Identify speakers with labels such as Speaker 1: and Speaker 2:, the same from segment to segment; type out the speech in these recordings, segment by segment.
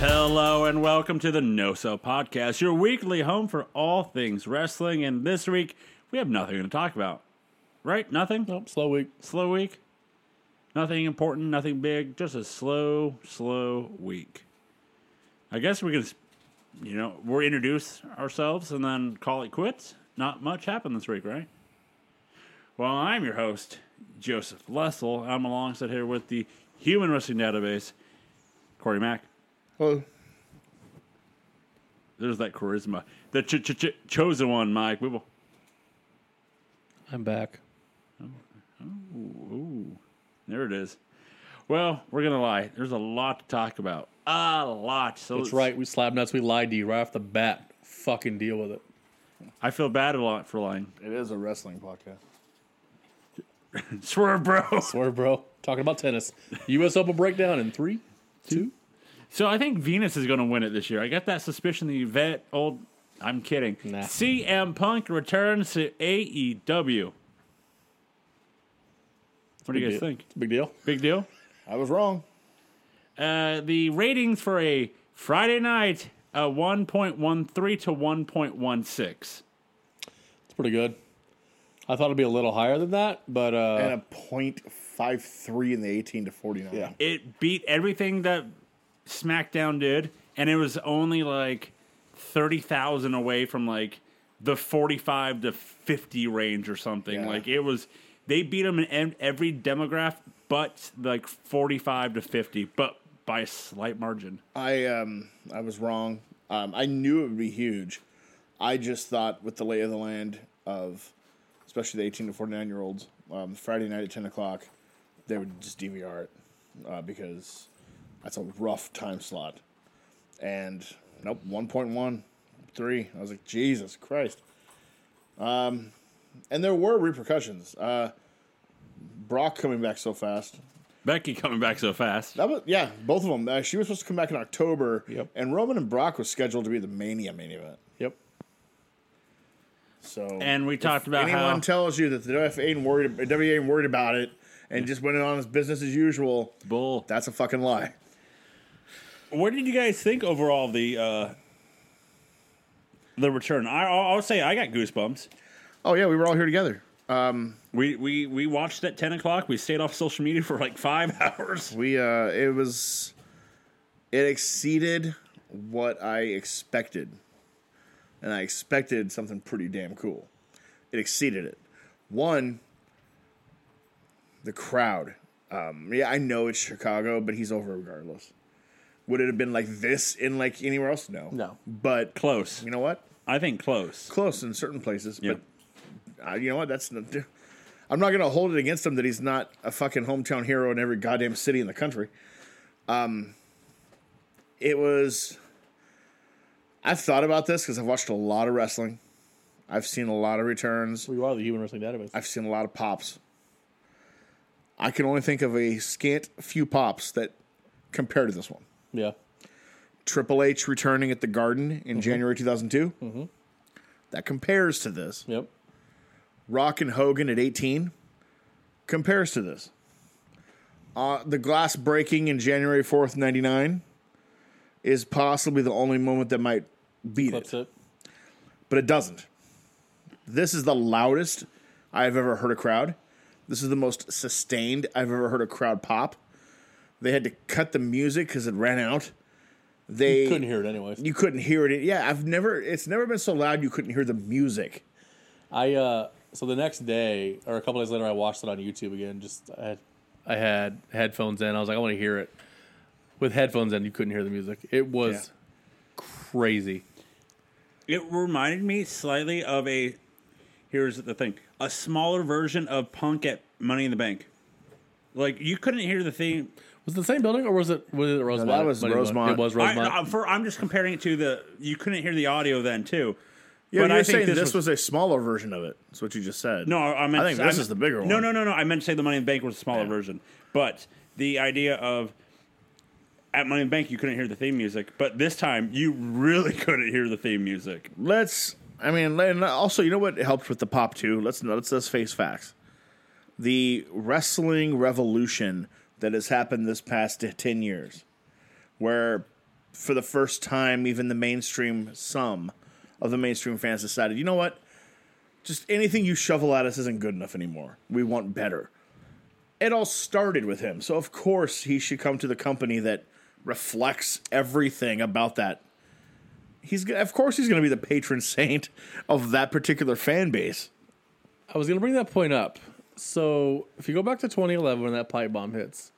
Speaker 1: Hello and welcome to the No So Podcast, your weekly home for all things wrestling. And this week, we have nothing to talk about. Right? Nothing?
Speaker 2: Nope, slow week.
Speaker 1: Slow week? Nothing important, nothing big, just a slow, slow week. I guess we can, you know, we'll introduce ourselves and then call it quits. Not much happened this week, right? Well, I'm your host, Joseph Lessel. I'm alongside here with the Human Wrestling Database, Corey Mack.
Speaker 2: Hello.
Speaker 1: There's that charisma. The ch- ch- ch- chosen one, Mike Wibble.
Speaker 2: I'm back.
Speaker 1: There it is. Well, we're gonna lie. There's a lot to talk about. A lot. So
Speaker 2: That's
Speaker 1: let's-
Speaker 2: right. We slab nuts. We lied to you right off the bat. Fucking deal with it.
Speaker 1: I feel bad a lot for lying.
Speaker 3: It is a wrestling podcast.
Speaker 1: Swerve, bro.
Speaker 2: Swear, bro. Talking about tennis. U.S. Open breakdown in three, two.
Speaker 1: So I think Venus is gonna win it this year. I got that suspicion that Yvette old. I'm kidding.
Speaker 2: Nah.
Speaker 1: CM Punk returns to E AEW. What do you guys
Speaker 2: Big deal.
Speaker 1: think?
Speaker 2: It's a big deal.
Speaker 1: Big deal.
Speaker 3: I was wrong.
Speaker 1: Uh, the ratings for a Friday night, uh, 1.13 to 1.16.
Speaker 2: It's pretty good. I thought it'd be a little higher than that, but
Speaker 3: and
Speaker 2: uh,
Speaker 3: a point five three in the eighteen to forty nine.
Speaker 2: Yeah.
Speaker 1: It beat everything that SmackDown did, and it was only like 30,000 away from like the 45 to 50 range or something.
Speaker 3: Yeah.
Speaker 1: Like it was, they beat them in ev- every demographic but like 45 to 50, but by a slight margin.
Speaker 3: I um I was wrong. Um, I knew it would be huge. I just thought with the lay of the land of especially the eighteen to forty nine year olds, um, Friday night at ten o'clock, they would just DVR it uh, because that's a rough time slot. And nope, one point one three. I was like, Jesus Christ. Um, and there were repercussions. Uh, Brock coming back so fast.
Speaker 1: Becky coming back so fast.
Speaker 3: That was yeah, both of them. Uh, she was supposed to come back in October,
Speaker 2: Yep.
Speaker 3: and Roman and Brock was scheduled to be the Mania main event.
Speaker 2: yep.
Speaker 3: So,
Speaker 1: And we talked about
Speaker 3: anyone
Speaker 1: how
Speaker 3: tells you that the WFA ain't worried, WA ain't worried about it, and just went on as business as usual,
Speaker 1: Bull.
Speaker 3: that's a fucking lie.
Speaker 1: What did you guys think overall of the uh, the return? I, I'll, I'll say I got goosebumps.
Speaker 3: Oh yeah, we were all here together.
Speaker 1: We we we watched at ten o'clock. We stayed off social media for like five hours.
Speaker 3: We uh, it was, it exceeded what I expected, and I expected something pretty damn cool. It exceeded it. One, the crowd. Um, yeah, I know it's Chicago, but he's over regardless. Would it have been like this in like anywhere else? No,
Speaker 2: No.
Speaker 3: But
Speaker 1: Close.
Speaker 3: you know what?
Speaker 1: I think close.
Speaker 3: Close in certain places,
Speaker 1: Yeah.
Speaker 3: but uh, you know what? That's not, I'm not going to hold it against him that he's not a fucking hometown hero in every goddamn city in the country. Um, it was. I've thought about this because I've watched a lot of wrestling. I've seen a lot of returns.
Speaker 2: We are the human wrestling database.
Speaker 3: I've seen a lot of pops. I can only think of a scant few pops that compare to this one.
Speaker 2: yeah.
Speaker 3: Triple H returning at the Garden in January 2002. That compares to this.
Speaker 2: Yep.
Speaker 3: Rock and Hogan at 18 compares to this. Uh, the glass breaking in January 4th, 99 is possibly the only moment that might beat
Speaker 2: That's
Speaker 3: it,
Speaker 2: it.
Speaker 3: but it doesn't. This is the loudest I've ever heard a crowd. This is the most sustained I've ever heard a crowd pop. They had to cut the music because it ran out. They
Speaker 2: Couldn't hear it anyways.
Speaker 3: You couldn't hear it. Yeah, I've never. It's never been so loud. You couldn't hear the music.
Speaker 2: I uh so the next day or a couple days later I watched it on YouTube again. Just I had I had headphones in. I was like, I want to hear it. With headphones in, you couldn't hear the music. It was crazy.
Speaker 1: It reminded me slightly of a. Here's the thing: a smaller version of Punk at Money in the Bank. Like you couldn't hear the theme.
Speaker 2: Was it the same building or was it was it Rosemont?
Speaker 3: that was
Speaker 2: Money Bank.
Speaker 3: Rosemont.
Speaker 2: It was
Speaker 1: I,
Speaker 2: Rosemont.
Speaker 1: I, for, I'm just comparing it to the. You couldn't hear the audio then too.
Speaker 3: Yeah, you're saying this, was, a smaller version of it. That's what you just said.
Speaker 1: No, I I meant.
Speaker 3: I think
Speaker 1: to-
Speaker 3: this
Speaker 1: meant-
Speaker 3: is the bigger one.
Speaker 1: No, no, no, no. I meant to say the Money in the Bank was a smaller
Speaker 3: Yeah.
Speaker 1: version, but the idea of at Money in the Bank you couldn't hear the theme music, but this time you really couldn't hear the theme music.
Speaker 3: Let's. I mean, and also, you know what helped with the pop too. Let's let's let's face facts. The wrestling revolution that has happened this past ten years, where for the first time, even the mainstream, some of the mainstream fans decided, you know what? Just anything you shovel at us isn't good enough anymore. We want better. It all started with him. So, of course, he should come to the company that reflects everything about that. He's, g- of course, he's going to be the patron saint of that particular fan base.
Speaker 2: I was going to bring that point up. So if you go back to 2011 when that pipe bomb hits,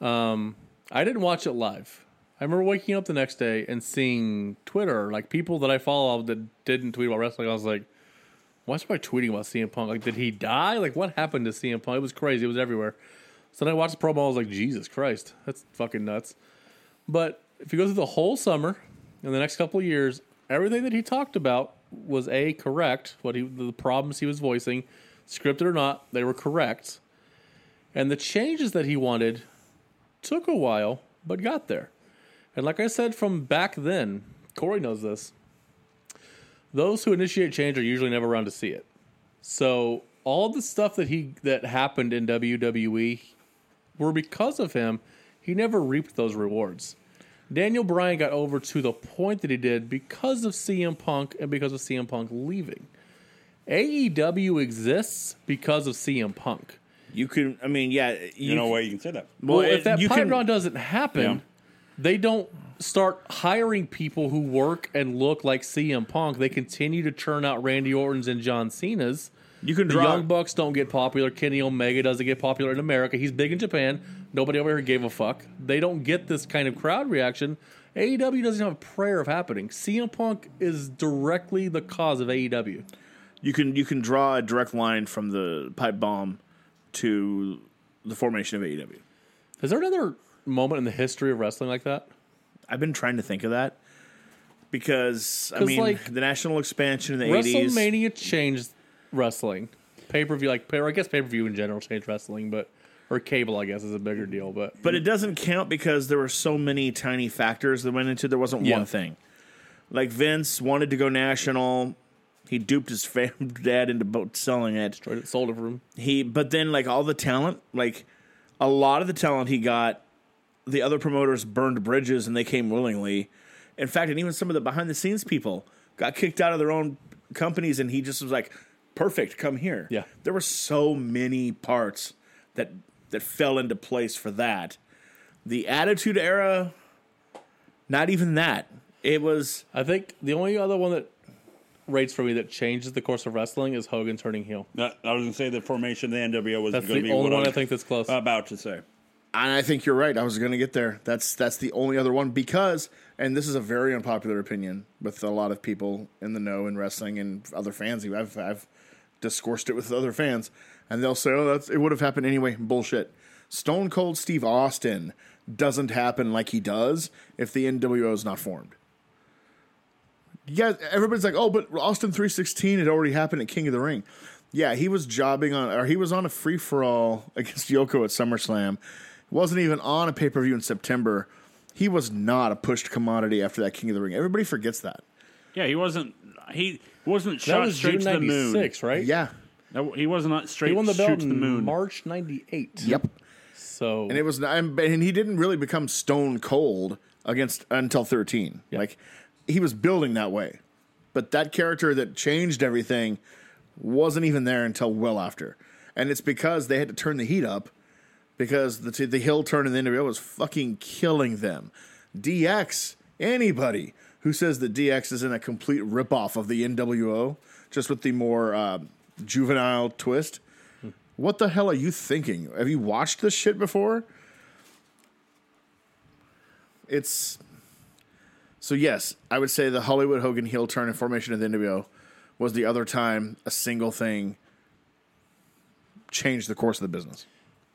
Speaker 2: um, I didn't watch it live. I remember waking up the next day and seeing Twitter, like people that I follow that didn't tweet about wrestling. I was like, why is everybody tweeting about CM Punk? Like, did he die? Like, what happened to CM Punk? It was crazy. It was everywhere. So then I watched the promo. I was like, Jesus Christ, that's fucking nuts. But if you go through the whole summer and the next couple of years, everything that he talked about was a correct. What he the problems he was voicing, scripted or not, they were correct. And the changes that he wanted took a while, but got there. And like I said from back then, Corey knows this. Those who initiate change are usually never around to see it. So all the stuff that he that happened in WWE were because of him. He never reaped those rewards. Daniel Bryan got over to the point that he did because of CM Punk and because of CM Punk leaving. AEW exists because of CM Punk.
Speaker 3: You can, I mean, yeah.
Speaker 1: You know why you can say that?
Speaker 2: Well,
Speaker 3: it-
Speaker 2: if that
Speaker 3: you
Speaker 2: pipe
Speaker 3: can-
Speaker 2: round doesn't happen,
Speaker 1: Yeah.
Speaker 2: they don't start hiring people who work and look like CM Punk. They continue to churn out Randy Orton's and John Cena's.
Speaker 3: you can
Speaker 2: The
Speaker 3: draw.
Speaker 2: Young Bucks don't get popular. Kenny Omega doesn't get popular in America. He's big in Japan. Nobody over here gave a fuck. They don't get this kind of crowd reaction. AEW doesn't have a prayer of happening. CM Punk is directly the cause of E AEW.
Speaker 3: you can you can draw a direct line from the pipe bomb to the formation of E AEW.
Speaker 2: Is there another moment in the history of wrestling like that?
Speaker 3: I've been trying to think of that because I
Speaker 2: 'Cause,
Speaker 3: mean
Speaker 2: like,
Speaker 3: the national expansion in the eighties.
Speaker 2: WrestleMania changed wrestling. Pay per view, like pay, I guess pay per view in general changed wrestling, but or cable, I guess, is a bigger deal. But
Speaker 3: But it doesn't count because there were so many tiny factors that went into there wasn't
Speaker 2: Yeah.
Speaker 3: one thing. Like Vince wanted to go national. He duped his fam- dad into both selling it.
Speaker 2: or it sold it for him.
Speaker 3: he but then like all the talent like a lot of the talent he got the other promoters burned bridges and they came willingly in fact and even some of the behind the scenes people got kicked out of their own companies and he just was like perfect come here
Speaker 2: Yeah.
Speaker 3: there were so many parts that that fell into place for that the attitude era not even that it was
Speaker 2: I think the only other one that rates for me that changes the course of wrestling is Hogan turning heel.
Speaker 1: That- I was going to say the formation of the NWO was
Speaker 2: That's
Speaker 1: going
Speaker 2: the
Speaker 1: to be
Speaker 2: only
Speaker 1: what
Speaker 2: one I,
Speaker 1: was
Speaker 2: think that's close.
Speaker 1: about to say.
Speaker 3: And I think you're right. I was going to get there. That's that's the only other one because, and this is a very unpopular opinion with a lot of people in the know in wrestling and other fans. I've I've discoursed it with other fans, and they'll say, "Oh, that's it would have happened anyway." Bullshit. Stone Cold Steve Austin doesn't happen like he does if the NWO is not formed. Yeah, everybody's like, "Oh, but Austin 316 had already happened at King of the Ring." Yeah, he was jobbing on or he was on a free for all against Yoko at SummerSlam. Wasn't even on a pay-per-view in September. He was not a pushed commodity after that King of the Ring. Everybody forgets that.
Speaker 1: Yeah, he wasn't. He wasn't
Speaker 2: that
Speaker 1: shot
Speaker 2: was
Speaker 1: straight
Speaker 2: June
Speaker 1: to the moon.
Speaker 2: '96, right?
Speaker 3: Yeah.
Speaker 1: That- He wasn't not straight
Speaker 2: he won the
Speaker 1: shoot
Speaker 2: belt
Speaker 1: to
Speaker 2: in
Speaker 1: the moon.
Speaker 2: March '98.
Speaker 3: Yep.
Speaker 2: So
Speaker 3: And it was and and he didn't really become stone cold against until 13. Like he was building that way. But that character that changed everything wasn't even there until well after. And it's because they had to turn the heat up because the the hill turn in the NWO was fucking killing them. DX, anybody who says that DX is in a complete ripoff of the NWO, just with the more uh, juvenile twist, what the hell are you thinking? Have you watched this shit before? It's so yes, I would say the Hollywood Hogan heel turn and formation of the NWO was the other time a single thing changed the course of the business.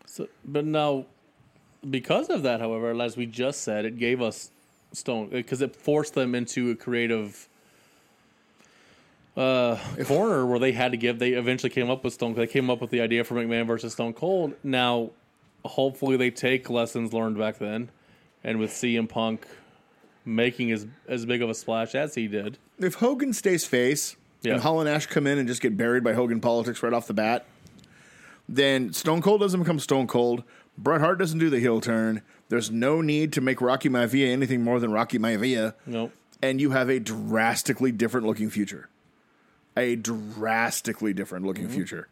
Speaker 2: So, but now, because of that, however, as we just said, it gave us Stone because it forced them into a creative uh, corner where they had to give. They eventually came up with Stone. They came up with the idea for McMahon versus Stone Cold. Now, hopefully, they take lessons learned back then, and with CM Punk making as as big of a splash as he did,
Speaker 3: if Hogan stays face
Speaker 2: Yeah.
Speaker 3: and Holland Ash come in and just get buried by Hogan politics right off the bat, then Stone Cold doesn't become Stone Cold. Bret Hart doesn't do the heel turn. There's no need to make Rocky Maivia anything more than Rocky Maivia,
Speaker 2: Nope.
Speaker 3: and you have a drastically different looking future. A drastically different looking future.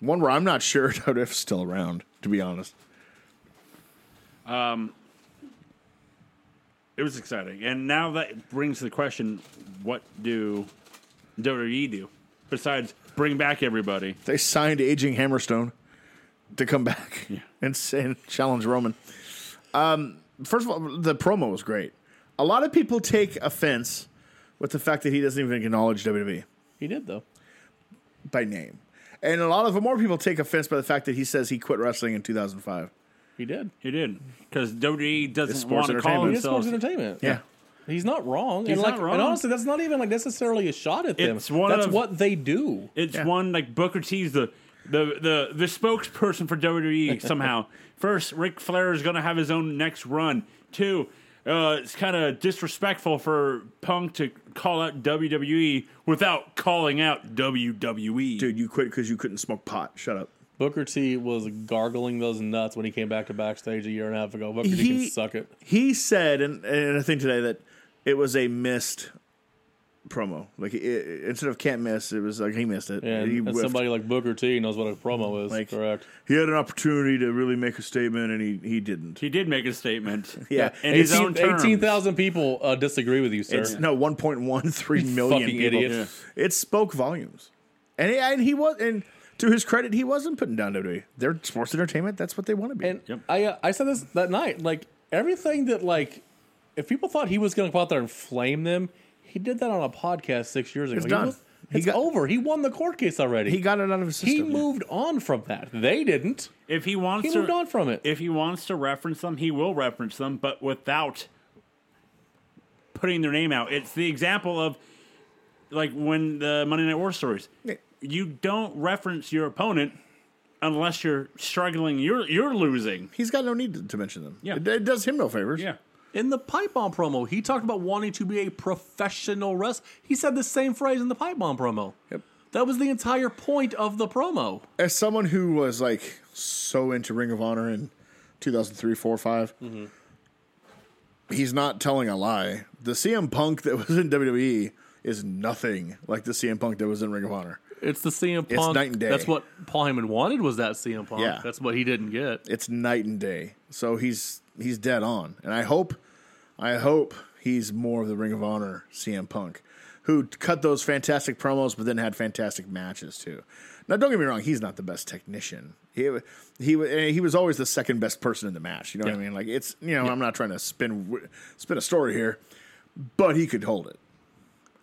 Speaker 3: One where I'm not sure about if it's still around, to be honest.
Speaker 1: It was exciting. And now that brings the question what do WWE do besides bring back everybody?
Speaker 3: They signed aging Hammerstone to come back and, s- and challenge Roman. Um, first of all, the promo was great. A lot of people take offense with the fact that he doesn't even acknowledge WWE
Speaker 2: He did though.
Speaker 3: by name. And a lot of more people take offense by the fact that he says he quit wrestling in 2005.
Speaker 2: He did.
Speaker 1: He did. Because WWE
Speaker 3: It's
Speaker 1: doesn't
Speaker 3: sports
Speaker 1: want to call
Speaker 3: entertainment.
Speaker 2: He is sports
Speaker 1: themselves.
Speaker 2: entertainment.
Speaker 3: Yeah.
Speaker 2: He's not wrong.
Speaker 1: He's
Speaker 2: and like,
Speaker 1: not wrong.
Speaker 2: And honestly, that's not even like necessarily a shot at them.
Speaker 1: It's one
Speaker 2: that's
Speaker 1: of-
Speaker 2: what they do.
Speaker 1: It's
Speaker 3: Yeah.
Speaker 1: one like Booker T's the the the the spokesperson for WWE somehow. First, Ric Flair is gonna have his own next run. Two, uh, it's kind of disrespectful for Punk to call out WWE without calling out E. WWE.
Speaker 3: Dude, you quit because you couldn't smoke pot. Shut up.
Speaker 2: Booker T was gargling those nuts when he came back to backstage a year and a half ago. Booker T can suck it.
Speaker 3: He said, and, and I think today that it was a missed promo. Like it, instead of can't miss, it was like he missed it.
Speaker 2: And,
Speaker 3: he
Speaker 2: and
Speaker 3: whiffed.
Speaker 2: somebody like Booker T knows what a promo is.
Speaker 3: Like-
Speaker 2: correct.
Speaker 3: he had an opportunity to really make a statement and he, he didn't.
Speaker 1: he did make a statement.
Speaker 3: Yeah.
Speaker 1: in his own terms.
Speaker 2: 18,000 people uh, disagree with you, sir.
Speaker 3: It's no 1.13 million
Speaker 2: fucking
Speaker 3: people.
Speaker 2: idiot.
Speaker 3: It spoke volumes. And he, and he was and to his credit, he wasn't putting down WWE. They're sports entertainment. That's what they want to be.
Speaker 2: And I uh, I said this that night. Like everything that like if people thought he was going to go out there and flame them, he did that on a podcast six years ago.
Speaker 3: It's
Speaker 2: He
Speaker 3: done.
Speaker 2: was-
Speaker 3: He
Speaker 2: it's
Speaker 3: got-
Speaker 2: over. He won the court case already.
Speaker 3: he got it out of his
Speaker 2: He
Speaker 3: system.
Speaker 2: moved on from that. They didn't.
Speaker 1: If he wants
Speaker 2: He
Speaker 1: to
Speaker 2: moved on from it.
Speaker 1: if he wants to reference them, he will reference them, but without putting their name out. It's the example of like when the Monday Night War stories. You don't reference your opponent unless you're struggling. You're you're losing.
Speaker 3: He's got no need to, to mention them.
Speaker 1: Yeah.
Speaker 3: It, it does him no favors.
Speaker 2: In the pipe bomb promo, he talked about wanting to be a professional wrestler. He said the same phrase in the pipe bomb promo.
Speaker 3: Yep.
Speaker 2: That was the entire point of the promo.
Speaker 3: as someone who was like so into Ring of Honor in 2003, 4, 5, he's not telling a lie. The CM Punk that was in WWE is nothing like the CM Punk that was in Ring of Honor.
Speaker 2: It's the CM Punk.
Speaker 3: night and day.
Speaker 2: That's what Paul Heyman wanted was that CM Punk.
Speaker 3: Yeah.
Speaker 2: That's what he didn't get.
Speaker 3: It's night and day. So he's he's dead on. And I hope I hope he's more of the Ring of Honor CM Punk who cut those fantastic promos but then had fantastic matches too. Now don't get me wrong, he's not the best technician. He he wa- eh, he was always the second best person in the match, you know what I mean? Like it's you know, I'm not trying to spin w- spin a story here, but he could hold it.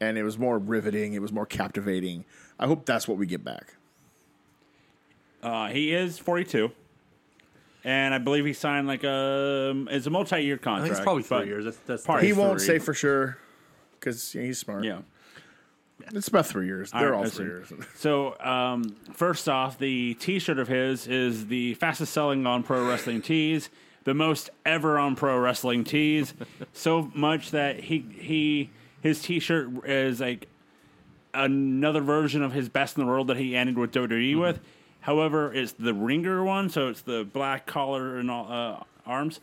Speaker 3: And it was more riveting, it was more captivating. I hope that's what we get back.
Speaker 1: Uh, he is 42. And I believe he signed like a it's a multi-year contract.
Speaker 2: I think it's probably three
Speaker 1: but-
Speaker 2: years. That's, that's
Speaker 1: Part-
Speaker 3: He
Speaker 1: Three.
Speaker 3: won't say for sure because he's smart.
Speaker 1: Yeah.
Speaker 3: It's about three years. They're
Speaker 1: right,
Speaker 3: all
Speaker 1: I
Speaker 3: three years.
Speaker 1: see. So, um, first off, the T-shirt of his is the fastest selling on pro wrestling tees, the most ever on pro wrestling tees. so much that he he his T-shirt is like another version of his best in the world that he ended with WWE
Speaker 3: Mm-hmm.
Speaker 1: with. However, it's the ringer one, so it's the black collar and all, uh, arms.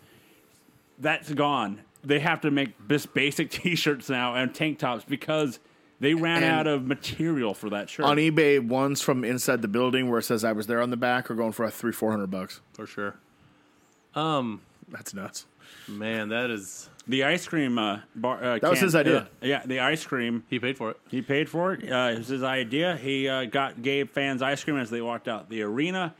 Speaker 1: That's gone. They have to make this basic T-shirts now and tank tops because they ran
Speaker 3: And-
Speaker 1: out of material for that shirt.
Speaker 3: On eBay, one's from inside the building where it says I was there on the back are going for a three, four hundred bucks.
Speaker 2: for sure.
Speaker 3: That's nuts.
Speaker 2: Man, that is.
Speaker 1: the ice cream uh, bar. Uh,
Speaker 3: That was
Speaker 1: can-
Speaker 3: his idea.
Speaker 1: Yeah, yeah, the ice cream.
Speaker 2: He paid for it.
Speaker 1: He paid for it. Uh, it was his idea. He uh, got gave fans ice cream as they walked out the arena.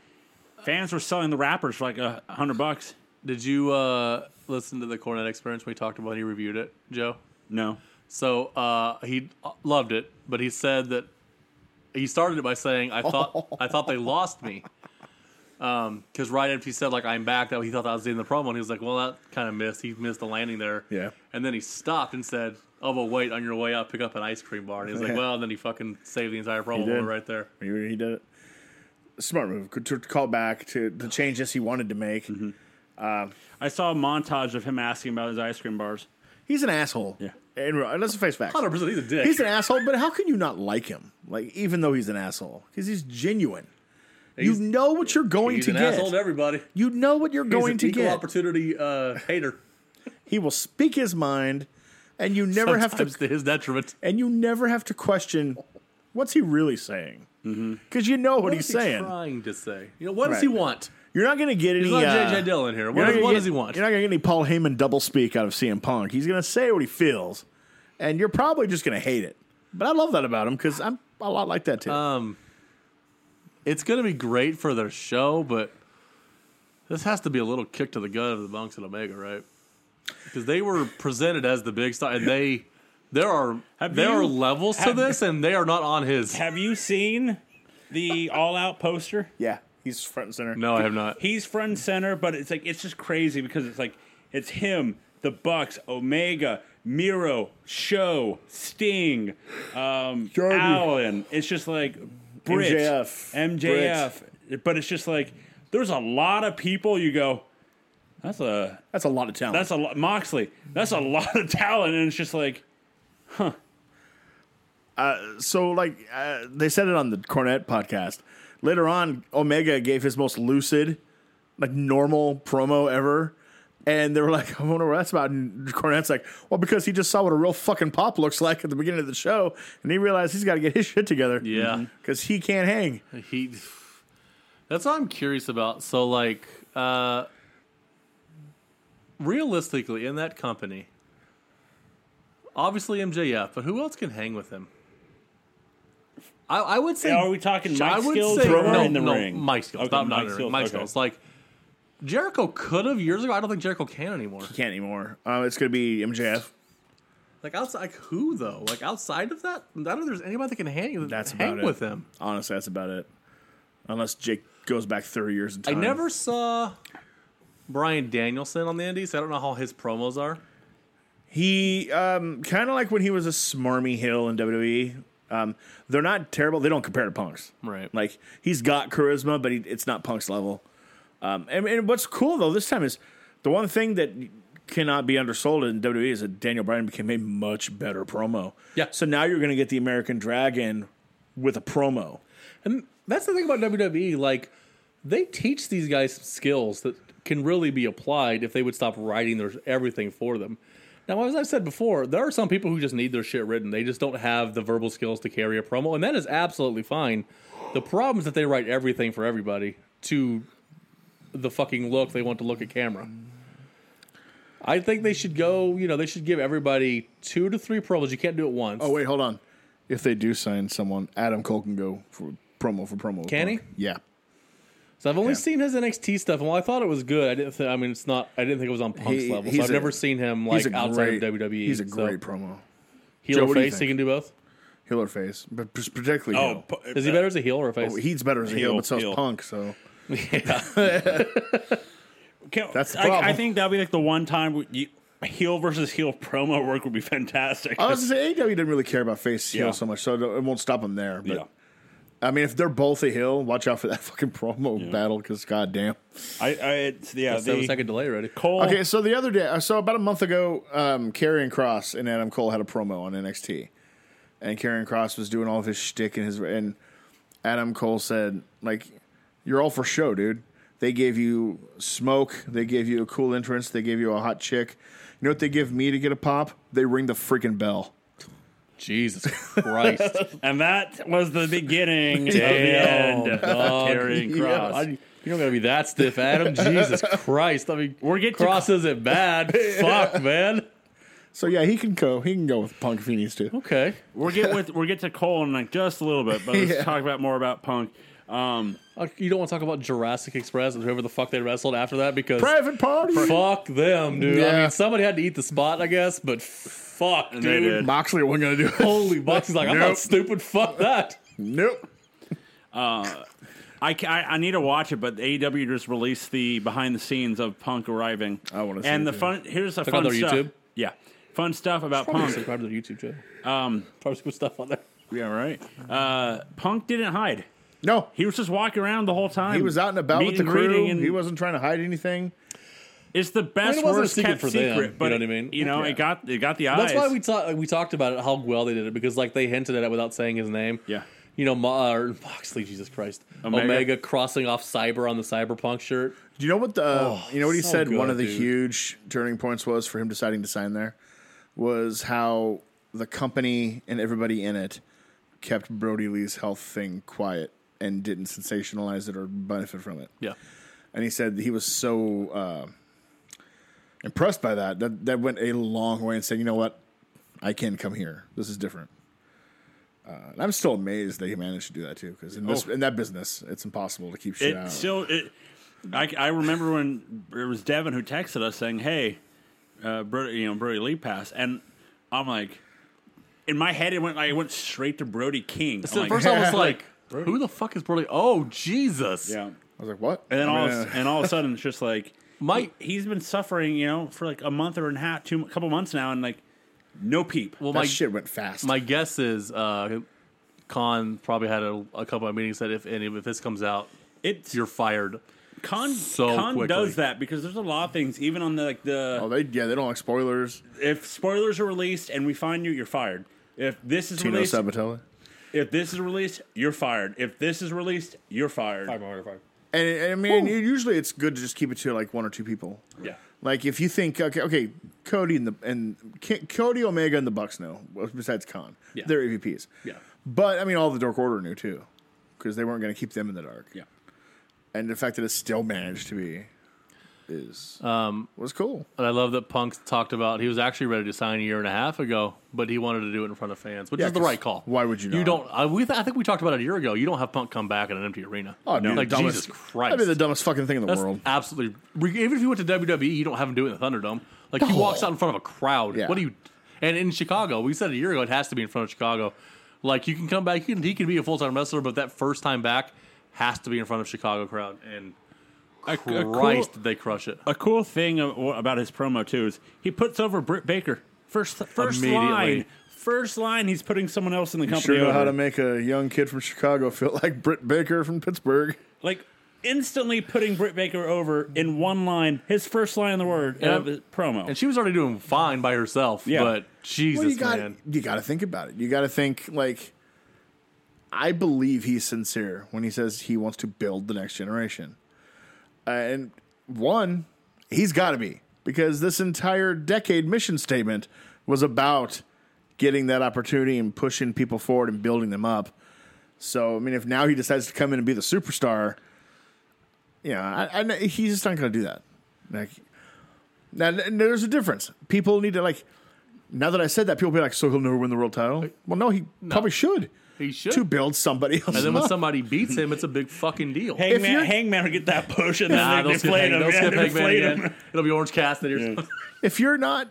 Speaker 1: Fans were selling the wrappers for like a hundred bucks.
Speaker 2: Did you uh, listen to the Cornet experience we talked about? He reviewed it, Joe.
Speaker 1: No.
Speaker 2: So uh, he loved it, but he said that he started it by saying, "I thought I thought they lost me," because right after he said like I'm back, that he thought that was the end of the promo, and he was like, "Well, that kind of missed. He missed the landing there."
Speaker 3: Yeah.
Speaker 2: And then he stopped and said, "Oh, but wait, on your way out, pick up an ice cream bar." And he was like,
Speaker 3: Yeah.
Speaker 2: "Well," and then he fucking saved the entire promo
Speaker 3: did.
Speaker 2: right there.
Speaker 3: He, he did it. Smart move to, to call back to the changes he wanted to make.
Speaker 2: Mm-hmm.
Speaker 1: I saw a montage of him asking about his ice cream bars.
Speaker 3: He's an asshole. Yeah, and re- let's face facts.
Speaker 2: Hundred percent, he's a dick.
Speaker 3: He's an asshole, but how can you not like him? Like even though he's an asshole, because he's genuine.
Speaker 2: He's-
Speaker 3: you know what you're going
Speaker 2: He's
Speaker 3: to
Speaker 2: an
Speaker 3: get.
Speaker 2: asshole to everybody. He's
Speaker 3: You know what you're going
Speaker 2: an
Speaker 3: to
Speaker 2: equal
Speaker 3: get.
Speaker 2: opportunity uh, hater.
Speaker 3: He will speak his mind, and you never have to
Speaker 2: Sometimes to his detriment.
Speaker 3: and you never have to question what's he really saying because you know what, he's
Speaker 2: is he
Speaker 3: saying.
Speaker 2: trying to say? You know, what does
Speaker 3: Right.
Speaker 2: he want?
Speaker 3: You're not going to get any.
Speaker 2: He's not
Speaker 3: uh,
Speaker 2: JJ Dillon here.
Speaker 3: you're
Speaker 2: What,
Speaker 3: not
Speaker 2: does-
Speaker 3: gonna
Speaker 2: what
Speaker 3: get-
Speaker 2: does he want?
Speaker 3: You're not going to get any Paul Heyman double speak out of CM Punk. He's going to say what he feels, and you're probably just going to hate it. But I love that about him because I'm a lot like that too.
Speaker 2: Um, it's going to be great for their show, but this has to be a little kick to the gut of the Bunks and Omega, right? Because they were presented as the big star, and they there are
Speaker 1: Have
Speaker 2: there
Speaker 1: you-
Speaker 2: are levels
Speaker 1: have-
Speaker 2: to this, and they are not on his.
Speaker 1: Have you seen the All Out poster?
Speaker 3: yeah, he's front and center.
Speaker 2: No, I have not.
Speaker 1: He's front and center, but it's like it's just crazy because it's like it's him, the Bucks, Omega, Miro, Show, Sting, um,
Speaker 3: Jordan.
Speaker 1: Allen. It's just like Brit,
Speaker 3: MJF,
Speaker 1: MJF. But it's just like there's a lot of people. You go, that's a
Speaker 3: That's a lot of talent.
Speaker 1: that's a lot, Moxley. That's a lot of talent, and it's just like
Speaker 3: so like uh, they said it on the Cornette podcast. Later on, Omega gave his most lucid, like normal promo ever, and they were like, "I wonder what that's about." And Cornette's like, "Well, because he just saw what a real fucking pop looks like at the beginning of the show, and he realized he's got to get his shit together."
Speaker 2: Yeah.
Speaker 3: because he can't hang.
Speaker 2: Mm-hmm. He. That's what I'm curious about. So, like, uh, realistically, in that company, obviously MJF, but who else can hang with him? I, I would say.
Speaker 1: Are we talking mic
Speaker 2: I would
Speaker 1: skills
Speaker 2: say-
Speaker 1: or
Speaker 2: no,
Speaker 1: in the
Speaker 2: no,
Speaker 1: ring?
Speaker 2: Mic skills,
Speaker 1: Okay,
Speaker 2: not, not
Speaker 1: mic
Speaker 2: in the
Speaker 1: skills,
Speaker 2: ring. Mic
Speaker 1: okay.
Speaker 2: skills. Like Jericho could have years ago. I don't think Jericho can anymore.
Speaker 3: Can't anymore. Uh, it's gonna be MJF.
Speaker 2: Like outside, like who though? Like outside of that, I don't know. if There's anybody that can hang.
Speaker 3: That's
Speaker 2: hang
Speaker 3: about it.
Speaker 2: with him.
Speaker 3: Honestly, that's about it. Unless Jake goes back thirty years in
Speaker 2: I
Speaker 3: time.
Speaker 2: never saw Brian Danielson on the Indies. I don't know how his promos are.
Speaker 3: He um, kind of like when he was a smarmy heel in WWE. Um, they're not terrible. They don't compare to Punk's.
Speaker 2: Right.
Speaker 3: Like he's got charisma, but he, it's not Punk's level. Um, and, and what's cool though this time is the one thing that cannot be undersold in WWE is that Daniel Bryan became a much better promo.
Speaker 2: Yeah.
Speaker 3: So now you're going to get the American Dragon with a promo.
Speaker 2: And that's the thing about WWE. Like, they teach these guys some skills that can really be applied if they would stop writing their everything for them. Now, as I've said before, there are some people who just need their shit written. They just don't have the verbal skills to carry a promo, and that is absolutely fine. The problem is that they write everything for everybody to the fucking look they want to look at camera. I think they should go, you know, they should give everybody two to three promos. You can't do it once.
Speaker 4: Oh wait, hold on. If they do sign someone, Adam Cole can go for promo for promo. with
Speaker 2: Can he?
Speaker 4: Punk. Yeah.
Speaker 2: So I've only
Speaker 4: Yeah.
Speaker 2: seen his NXT stuff, and while I thought it was good, I didn't. Th- I mean, it's not. I didn't think it was on Punk's
Speaker 4: He-
Speaker 2: level. So
Speaker 4: he's
Speaker 2: I've
Speaker 4: a-
Speaker 2: never seen him
Speaker 4: He's
Speaker 2: like
Speaker 4: a
Speaker 2: outside
Speaker 4: great-
Speaker 2: of WWE.
Speaker 4: He's a
Speaker 2: So
Speaker 4: great promo.
Speaker 2: heel
Speaker 4: Joe,
Speaker 2: or
Speaker 4: what do you
Speaker 2: face. He
Speaker 4: think?
Speaker 2: can do both.
Speaker 4: Heel or face, but p- particularly
Speaker 1: oh,
Speaker 4: heel.
Speaker 1: pu-
Speaker 2: Is he better as a heel or a face?
Speaker 4: Oh, he's better as a heel,
Speaker 1: Heel,
Speaker 4: but so's
Speaker 1: heel.
Speaker 4: Punk. So
Speaker 1: Can,
Speaker 4: That's the
Speaker 1: I- I,
Speaker 4: problem.
Speaker 1: think that'll be like the one time we, you, heel versus heel promo work would be fantastic.
Speaker 4: I was gonna say AEW didn't really care about face heel
Speaker 1: Yeah.
Speaker 4: so much, so it won't stop him there. But
Speaker 1: yeah.
Speaker 4: I mean, if they're both a heel, watch out for that fucking promo battle because goddamn.
Speaker 1: I, I it's, yeah,
Speaker 2: That's seven
Speaker 1: the
Speaker 2: second delay already.
Speaker 1: Cole.
Speaker 4: Okay, so the other day, uh, so about a month ago, um, Karrion Cross and Adam Cole had a promo on NXT, and Karrion Cross was doing all of his shtick and his and Adam Cole said like, "You're all for show, dude. They gave you smoke, they gave you a cool entrance, they gave you a hot chick. You know what they give me to get a pop? They ring the freaking bell."
Speaker 2: Jesus Christ!
Speaker 1: And that was the beginning of the
Speaker 2: Damn,
Speaker 1: end of
Speaker 4: Oh,
Speaker 2: dog.
Speaker 1: Karrion Cross.
Speaker 2: I, you don't gotta be that stiff, Adam. Jesus Christ! I mean,
Speaker 1: We're getting to-
Speaker 2: Cross isn't bad. Fuck, man.
Speaker 4: So yeah, he can go. He can go with Punk if he needs to.
Speaker 2: Okay,
Speaker 1: We'll get with we'll get to Cole in like just a little bit, but let's talk about more about Punk. Um,
Speaker 2: Uh, you don't want to talk about Jurassic Express and whoever the fuck they wrestled after that because
Speaker 4: Private party.
Speaker 2: fuck them, dude. I
Speaker 4: Yeah.
Speaker 2: mean, somebody had to eat the spot, I guess, but fuck,
Speaker 1: they
Speaker 2: dude.
Speaker 1: did.
Speaker 4: Moxley wasn't gonna do it.
Speaker 2: Holy bucks. He's like, I'm
Speaker 4: Nope.
Speaker 2: not stupid. Fuck that.
Speaker 4: Nope.
Speaker 1: I, ca- I, I need to watch it, but AEW just released the behind the scenes of Punk arriving.
Speaker 4: I wanna see
Speaker 1: And
Speaker 4: it,
Speaker 1: the
Speaker 4: too.
Speaker 1: fun here's the
Speaker 2: Check
Speaker 1: fun
Speaker 2: out their
Speaker 1: stuff.
Speaker 2: YouTube?
Speaker 1: Yeah, fun stuff about Punk.
Speaker 2: Subscribe to their YouTube channel. Um, Probably some stuff on there.
Speaker 1: Yeah, right. Uh, Punk didn't hide.
Speaker 4: No,
Speaker 1: He was just walking around the whole time.
Speaker 4: He was out and about
Speaker 1: meet
Speaker 4: with the
Speaker 1: and
Speaker 4: crew.
Speaker 1: greeting, And
Speaker 4: he wasn't trying to hide anything.
Speaker 1: It's the best
Speaker 2: it wasn't a
Speaker 1: worst
Speaker 2: secret
Speaker 1: kept
Speaker 2: for them,
Speaker 1: secret.
Speaker 2: you
Speaker 1: but
Speaker 2: know what I mean?
Speaker 1: You know,
Speaker 4: Yeah.
Speaker 1: it got it got the eyes.
Speaker 2: That's why we talked. We talked about it, how well they did it, because like they hinted at it without saying his name.
Speaker 1: Yeah.
Speaker 2: You you know, Mo- or Moxley, Jesus Christ, Omega.
Speaker 1: Omega.
Speaker 2: crossing off Cyber on the Cyberpunk shirt.
Speaker 3: Do you know what the
Speaker 1: Oh,
Speaker 3: you know what he
Speaker 2: so
Speaker 3: said? one
Speaker 2: good,
Speaker 3: of the
Speaker 2: dude.
Speaker 3: huge turning points was for him deciding to sign there was how the company and everybody in it kept Brody Lee's health thing quiet and didn't sensationalize it or benefit from it.
Speaker 2: Yeah,
Speaker 3: And he said he was so uh, impressed by that that that went a long way in saying, you know what, I can come here. This is different. Uh, and I'm still amazed that he managed to do that too, because in this in that business, it's impossible to keep shit
Speaker 1: Oh. It
Speaker 3: out.
Speaker 1: still it. I, I remember when it was Devin who texted us saying, "Hey, uh, Brody, you know Brody Lee passed," and I'm like, in my head it went like it went straight to Brody King.
Speaker 2: so
Speaker 1: I'm
Speaker 2: first
Speaker 1: like,
Speaker 2: I was like, who the fuck is Brody? Oh Jesus!
Speaker 1: yeah.
Speaker 3: I was like, what?
Speaker 1: And then
Speaker 3: I
Speaker 1: all
Speaker 3: mean, uh,
Speaker 1: of, and all of a sudden it's just like
Speaker 2: my
Speaker 1: he's been suffering, you know, for like a month or a half, two couple months now, and like no peep.
Speaker 2: well
Speaker 3: that
Speaker 2: my
Speaker 3: shit went fast.
Speaker 2: My guess is uh, Khan probably had a, a couple of meetings that if and if this comes out,
Speaker 1: It's
Speaker 2: you're fired.
Speaker 1: Con,
Speaker 2: so
Speaker 1: Con
Speaker 2: quickly.
Speaker 1: does that because there's a lot of things, even on the like the
Speaker 3: oh, they yeah, they don't like spoilers.
Speaker 1: if spoilers are released and we find you, you're fired. If this is
Speaker 3: Tino
Speaker 1: released,
Speaker 3: Sabatella.
Speaker 1: if this is released, you're fired. If this is released, you're fired.
Speaker 3: And, and I mean, usually it's good to just keep it to like one or two people.
Speaker 1: Yeah.
Speaker 3: Like if you think okay, okay, Cody and the and K- Cody Omega and the Bucks know. well, Besides Khan,
Speaker 1: Yeah.
Speaker 3: they're EVPs.
Speaker 1: Yeah.
Speaker 3: But I mean, all the Dark Order knew too, because they weren't going to keep them in the dark.
Speaker 1: Yeah.
Speaker 3: And the fact that it still managed to be is was cool.
Speaker 2: And I love that Punk's talked about he was actually ready to sign a year and a half ago, but he wanted to do it in front of fans, which
Speaker 3: Yeah,
Speaker 2: is the
Speaker 3: 'cause
Speaker 2: right call.
Speaker 3: why would you
Speaker 2: You
Speaker 3: not?
Speaker 2: don't. I, we, I think we talked about it a year ago. You don't have Punk come back in an empty arena.
Speaker 3: Oh, no,
Speaker 2: like
Speaker 3: dumbest,
Speaker 2: Jesus Christ.
Speaker 3: That'd be the dumbest fucking thing in the
Speaker 2: That's
Speaker 3: world.
Speaker 2: absolutely. re- Even if you went to WWE, you don't have him do it in the Thunderdome. Like he walks out in front of a crowd.
Speaker 3: Yeah.
Speaker 2: What do you? And in Chicago, we said a year ago, it has to be in front of Chicago. Like you can come back, you can, he can be a full time wrestler, but that first time back has to be in front of Chicago crowd. And
Speaker 1: a cool-
Speaker 2: Christ, did they crush it!
Speaker 1: A cool thing a- w- about his promo too is he puts over Britt Baker first. First
Speaker 2: Immediately.
Speaker 1: line, first line, he's putting someone else in the company.
Speaker 3: Sure know how
Speaker 1: over.
Speaker 3: to make a young kid from Chicago feel like Britt Baker from Pittsburgh.
Speaker 1: like instantly putting Britt Baker over in one line, his first line in the word of his promo.
Speaker 2: And she was already doing fine by herself.
Speaker 1: Yeah.
Speaker 2: But Jesus,
Speaker 3: Well, you got
Speaker 2: man,
Speaker 3: you got to think about it. You got to think like I believe he's sincere when he says he wants to build the next generation. Uh, and one, he's got to be because this entire decade mission statement was about getting that opportunity and pushing people forward and building them up. So I mean, if now he decides to come in and be the superstar, you know, I, I know he's just not going to do that. Like, now n- there's a difference. People need to like. Now that I said that, people be like, "So he'll never win the world title?" Well, no, he probably should
Speaker 2: he should.
Speaker 3: to build somebody else.
Speaker 2: and then
Speaker 3: up.
Speaker 2: when somebody beats him, it's a big fucking deal.
Speaker 3: if
Speaker 1: Hangman,
Speaker 3: you're-
Speaker 1: Hangman will get that push and then
Speaker 2: Nah,
Speaker 1: they
Speaker 2: they'll skip
Speaker 1: deflate
Speaker 2: Hang-
Speaker 1: him.
Speaker 2: they'll
Speaker 1: Yeah,
Speaker 2: skip
Speaker 1: they
Speaker 2: Hangman
Speaker 1: deflate him.
Speaker 2: again. It'll be Orange Cassidy. Or something.
Speaker 3: if you're not,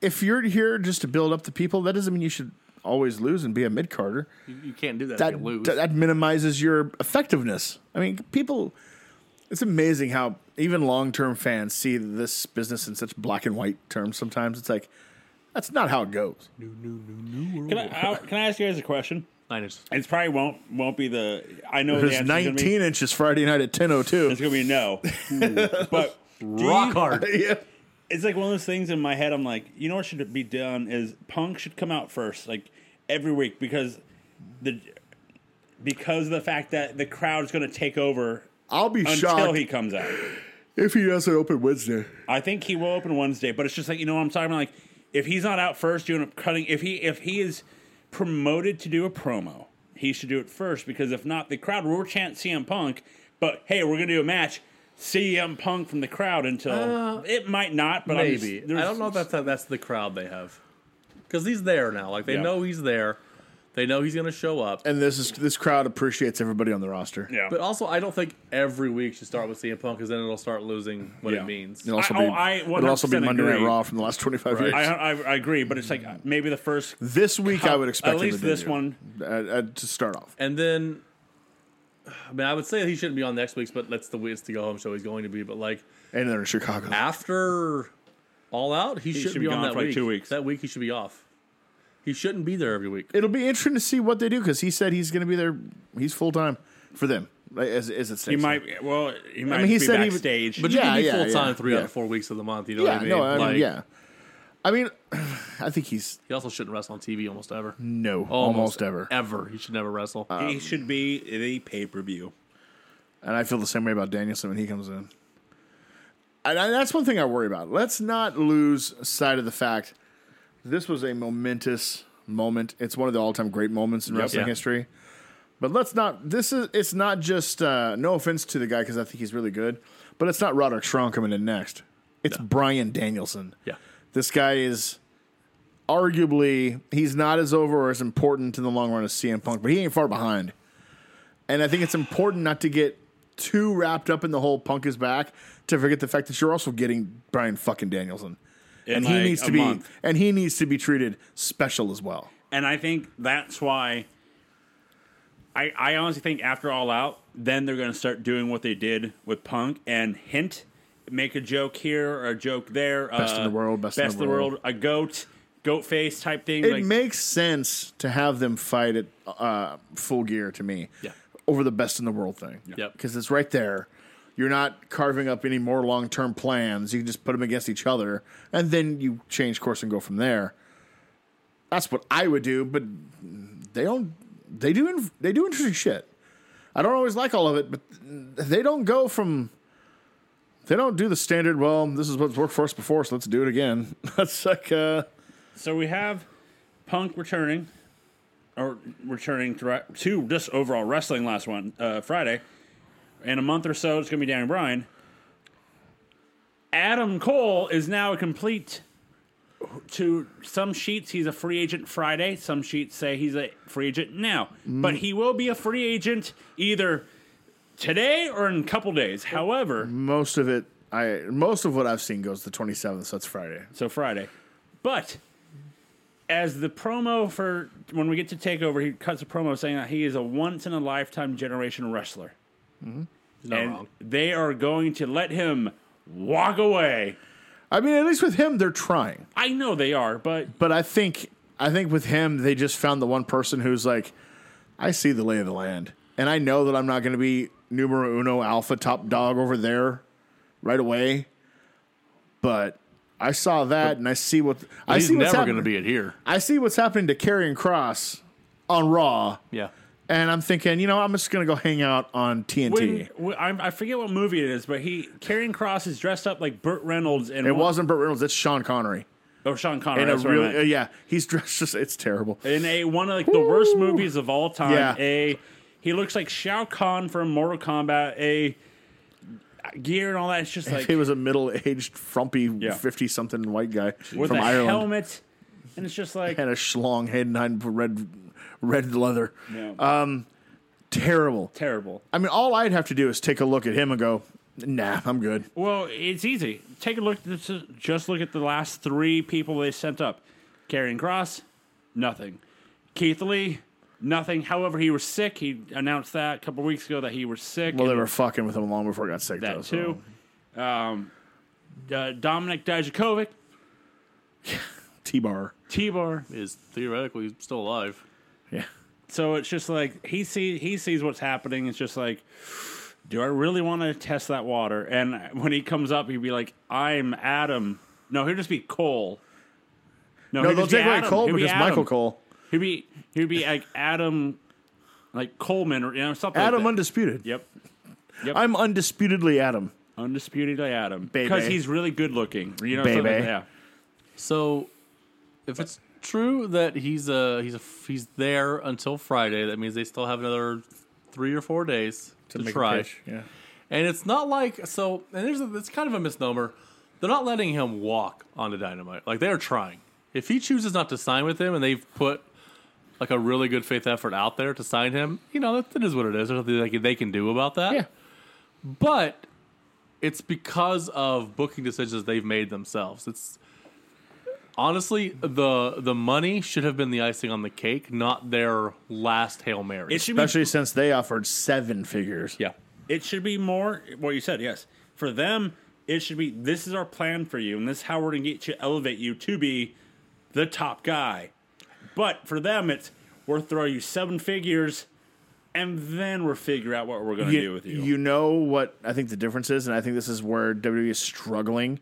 Speaker 3: if you're here just to build up the people, that doesn't mean you should always lose and be a mid Carter.
Speaker 2: You, you can't do that. if
Speaker 3: That
Speaker 2: you lose.
Speaker 3: that minimizes your effectiveness. I mean, people. It's amazing how even long term fans see this business in such black and white terms. Sometimes it's like that's not how it goes.
Speaker 1: Can I, I- can I ask you guys a question?
Speaker 2: Nine inches.
Speaker 1: It's probably won't won't be the. I know
Speaker 3: It
Speaker 1: the
Speaker 3: was
Speaker 1: answer's gonna be-
Speaker 3: 19 inches Friday night at 10:02.
Speaker 1: It's gonna be no. but do
Speaker 2: Rock
Speaker 1: you-
Speaker 2: hard.
Speaker 3: yeah.
Speaker 1: It's like one of those things in my head. I'm like, you know what should be done is Punk should come out first, like every week, because the because of the fact that the crowd's gonna take over
Speaker 3: I'll be
Speaker 1: until
Speaker 3: shocked
Speaker 1: he comes out.
Speaker 3: if he doesn't open Wednesday.
Speaker 1: I think he will open Wednesday, but it's just like you know what I'm talking about. Like if he's not out first doing a cutting, if he if he is promoted to do a promo, he should do it first because if not, the crowd will chant CM Punk. But hey, we're gonna do a match. CM Punk from the crowd until it might not, but I'm just-
Speaker 2: Uh, Maybe I
Speaker 1: there's-
Speaker 2: don't know if that's that's the crowd they have because he's there now. Like they
Speaker 1: Yeah.
Speaker 2: know he's there, they know he's going to show up.
Speaker 3: And this is this crowd appreciates everybody on the roster.
Speaker 1: Yeah,
Speaker 2: But also, I don't think every week should start with CM Punk because then it'll start losing what
Speaker 1: Yeah.
Speaker 2: it means.
Speaker 3: It'll also
Speaker 1: I-
Speaker 3: be,
Speaker 1: oh, I
Speaker 3: it'll also be
Speaker 1: 100%
Speaker 3: Monday Night
Speaker 1: agree.
Speaker 3: Raw from the last 25 years.
Speaker 1: I, uh, I I agree, but it's like uh, maybe the first
Speaker 3: this week, I would
Speaker 1: at
Speaker 3: expect him
Speaker 1: least
Speaker 3: to do
Speaker 1: this
Speaker 3: it.
Speaker 1: one.
Speaker 3: uh, uh, to start off.
Speaker 2: And then, I mean, I would say he shouldn't be on next week's, but that's the it's the go home show he's going to be. But like
Speaker 3: And they're in Chicago.
Speaker 1: Ah.
Speaker 2: after All Out, he, should,
Speaker 1: should
Speaker 2: be,
Speaker 1: be
Speaker 2: on
Speaker 1: gone
Speaker 2: that
Speaker 1: for, like,
Speaker 2: week.
Speaker 1: two weeks.
Speaker 2: That week he should be off. He shouldn't be there every week.
Speaker 3: It'll be interesting to see what they do because he said he's going to be there. He's full time for them. Like, as as
Speaker 1: He
Speaker 3: it states.
Speaker 1: might well. He might
Speaker 3: mean, he
Speaker 1: be
Speaker 3: said he would-
Speaker 1: backstage.
Speaker 2: But
Speaker 3: Yeah,
Speaker 2: you can be
Speaker 3: yeah,
Speaker 2: full time
Speaker 3: yeah,
Speaker 2: three out
Speaker 3: yeah.
Speaker 2: of four weeks of the month. You know
Speaker 3: Yeah,
Speaker 2: what I mean?
Speaker 3: no, I mean,
Speaker 2: Like,
Speaker 3: yeah. I mean, I think he's
Speaker 2: He also shouldn't wrestle on TV almost ever.
Speaker 3: no, almost, ever. Uh,
Speaker 2: Ever. He should never wrestle.
Speaker 1: he should be in a pay per view.
Speaker 3: And I feel the same way about Danielson when he comes in. And I, that's one thing I worry about. Let's not lose sight of the fact this was a momentous moment. It's one of the all-time great moments in wrestling
Speaker 2: Yeah.
Speaker 3: history. But let's not. This is. It's not just. Uh, no offense to the guy because I think he's really good. But it's not Roderick Strong coming in next. It's Brian Danielson.
Speaker 2: yeah.
Speaker 3: This guy is arguably he's not as over or as important in the long run as CM Punk, but he ain't far behind. And I think it's important not to get too wrapped up in the whole Punk is back to forget the fact that you're also getting Brian fucking Danielson.
Speaker 1: In
Speaker 3: and
Speaker 1: like
Speaker 3: he needs
Speaker 1: a
Speaker 3: to be
Speaker 1: month.
Speaker 3: and he needs to be treated special as well.
Speaker 1: And I think that's why I, I honestly think after All Out, then they're going to start doing what they did with Punk and hint, make a joke here or a joke there. Best
Speaker 3: in the world, best in the
Speaker 1: best of the world.
Speaker 3: world.
Speaker 1: a goat, goat face type thing.
Speaker 3: It
Speaker 1: like,
Speaker 3: makes sense to have them fight at uh, full gear to me.
Speaker 2: Yeah.
Speaker 3: Over the best in the world thing.
Speaker 2: Yep.
Speaker 3: Because it's right there. You're not carving up any more long term plans. You can just put them against each other and then you change course and go from there. That's what I would do, but they don't. They do. inv- They do interesting shit. I don't always like all of it, but they don't go from. They don't do the standard. Well, this is what's worked for us before, so let's do it again. That's like uh,
Speaker 1: So we have Punk returning, or returning to, to just overall wrestling last one uh, Friday. In a month or so, it's going to be Danny Bryan. Adam Cole is now a complete. To some sheets, he's a free agent Friday. Some sheets say he's a free agent now, but he will be a free agent either today or in a couple days. However,
Speaker 3: most of it. I most of what I've seen goes the twenty seventh. So that's Friday.
Speaker 1: so Friday. But as the promo for when we get to Takeover, he cuts a promo saying that he is a once in a lifetime generation wrestler,
Speaker 2: He's not
Speaker 1: and
Speaker 2: wrong.
Speaker 1: they are going to let him walk away.
Speaker 3: I mean, at least with him, they're trying.
Speaker 1: I know they are, but
Speaker 3: But I think I think with him, they just found the one person who's like, I see the lay of the land, and I know that I'm not going to be numero uno alpha top dog over there right away. But I saw that, and I see what I
Speaker 2: He's
Speaker 3: see what's
Speaker 2: never
Speaker 3: happening.
Speaker 2: going to be it here.
Speaker 3: I see what's happening to Karrion Cross on Raw,
Speaker 2: Yeah.
Speaker 3: and I'm thinking, you know, I'm just going to go hang out on TNT.
Speaker 1: when, when- I I forget what movie it is, but he Karrion Cross is dressed up like Burt Reynolds and
Speaker 3: it wasn't Burt Reynolds; it's Sean Connery.
Speaker 1: or Sean Connery.
Speaker 3: In a
Speaker 1: that's what I
Speaker 3: really,
Speaker 1: meant.
Speaker 3: uh, yeah, he's dressed just. It's terrible.
Speaker 1: in a one of like the worst movies of all time.
Speaker 3: Yeah.
Speaker 1: A he looks like Shao Kahn from Mortal Kombat. A gear and all that. It's just like
Speaker 3: he was a middle-aged, frumpy, fifty-something white guy
Speaker 1: with
Speaker 3: from
Speaker 1: a
Speaker 3: Ireland,
Speaker 1: helmet, and it's just like
Speaker 3: and a schlong head and red, red leather.
Speaker 1: no,
Speaker 3: Terrible.
Speaker 1: uh, terrible.
Speaker 3: I mean, all I'd have to do is take a look at him and go, "Nah, I'm good."
Speaker 1: Well, it's easy. Take a look. this is- Just look at the last three people they sent up. Karrion Cross, nothing. Keith Lee, nothing. However, he was sick. He announced that a couple weeks ago that he was sick.
Speaker 3: Well,
Speaker 1: and
Speaker 3: they were fucking with him long before he got sick. though,
Speaker 1: that
Speaker 3: so-
Speaker 1: too. Um, uh, Dominic Dijakovic,
Speaker 3: T-bar.
Speaker 1: T-Bar,
Speaker 2: Is theoretically still alive.
Speaker 3: Yeah.
Speaker 1: So it's just like he see he sees what's happening. It's just like, do I really want to test that water? And when he comes up, he'd be like, "I'm Adam." No, he'll just be Cole.
Speaker 3: No,
Speaker 1: he'll
Speaker 3: they'll
Speaker 1: just be
Speaker 3: take away
Speaker 1: Adam.
Speaker 3: Cole
Speaker 1: He'll be
Speaker 3: because
Speaker 1: Adam.
Speaker 3: Michael Cole,
Speaker 1: He'd be he'd be like Adam, like Coleman or you know something. like
Speaker 3: Adam
Speaker 1: that.
Speaker 3: undisputed.
Speaker 1: Yep,
Speaker 3: I'm undisputedly Adam.
Speaker 1: undisputed Adam
Speaker 3: Baby.
Speaker 1: because he's really good looking. You know,
Speaker 3: Baby.
Speaker 1: something like- yeah.
Speaker 2: So, if it's true that he's uh he's a, he's there until Friday, that means they still have another three or four days to,
Speaker 3: Make a
Speaker 2: try.
Speaker 3: pitch, Yeah.
Speaker 2: And it's not like so. And there's a, it's kind of a misnomer. They're not letting him walk onto dynamite. Like they are trying. If he chooses not to sign with them, and they've put like a really good faith effort out there to sign him, you know that, that is what it is. There's nothing they can, they can do about that.
Speaker 3: Yeah.
Speaker 2: But it's because of booking decisions they've made themselves. It's honestly the the money should have been the icing on the cake, not their last hail mary.
Speaker 1: It should be
Speaker 3: Especially since they offered seven figures.
Speaker 2: yeah.
Speaker 1: It should be more what you said, yes. For them, it should be this is our plan for you, and this is how we're gonna get you elevate you to be the top guy. But for them, it's we'll throw you seven figures, and then we'll figure out what we're gonna do with you.
Speaker 3: know what I think the difference is, and I think this is where WWE is E struggling.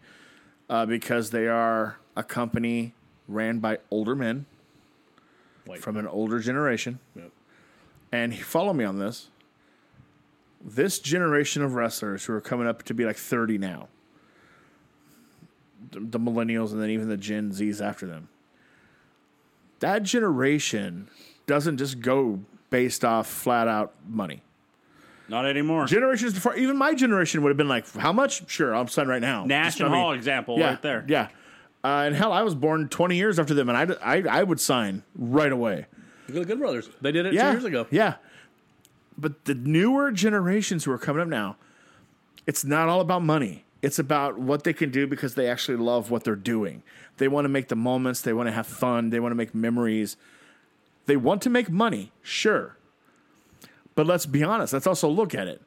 Speaker 3: uh, because they are a company ran by older men
Speaker 2: White
Speaker 3: from an older generation.
Speaker 2: Yep.
Speaker 3: And follow me on this. This generation of wrestlers who are coming up to be like 30 now, the, the millennials and then even the Gen Zs after them, that generation doesn't just go based off flat out money.
Speaker 1: Not anymore.
Speaker 3: Generations before, even my generation would have been like, how much? Sure, I'll sign right now.
Speaker 1: Nash
Speaker 3: Just, I
Speaker 1: and
Speaker 3: mean,
Speaker 1: Hall example
Speaker 3: yeah,
Speaker 1: right there.
Speaker 3: Yeah. Uh, and hell, I was born 20 years after them, and I, I, I would sign right away.
Speaker 2: Look at the Good Brothers. They did it
Speaker 3: Yeah.
Speaker 2: two years ago.
Speaker 3: Yeah. But the newer generations who are coming up now, it's not all about money. It's about what they can do because they actually love what they're doing. They want to make the moments, they want to have fun, they want to make memories. They want to make money, sure. But let's be honest, let's also look at it.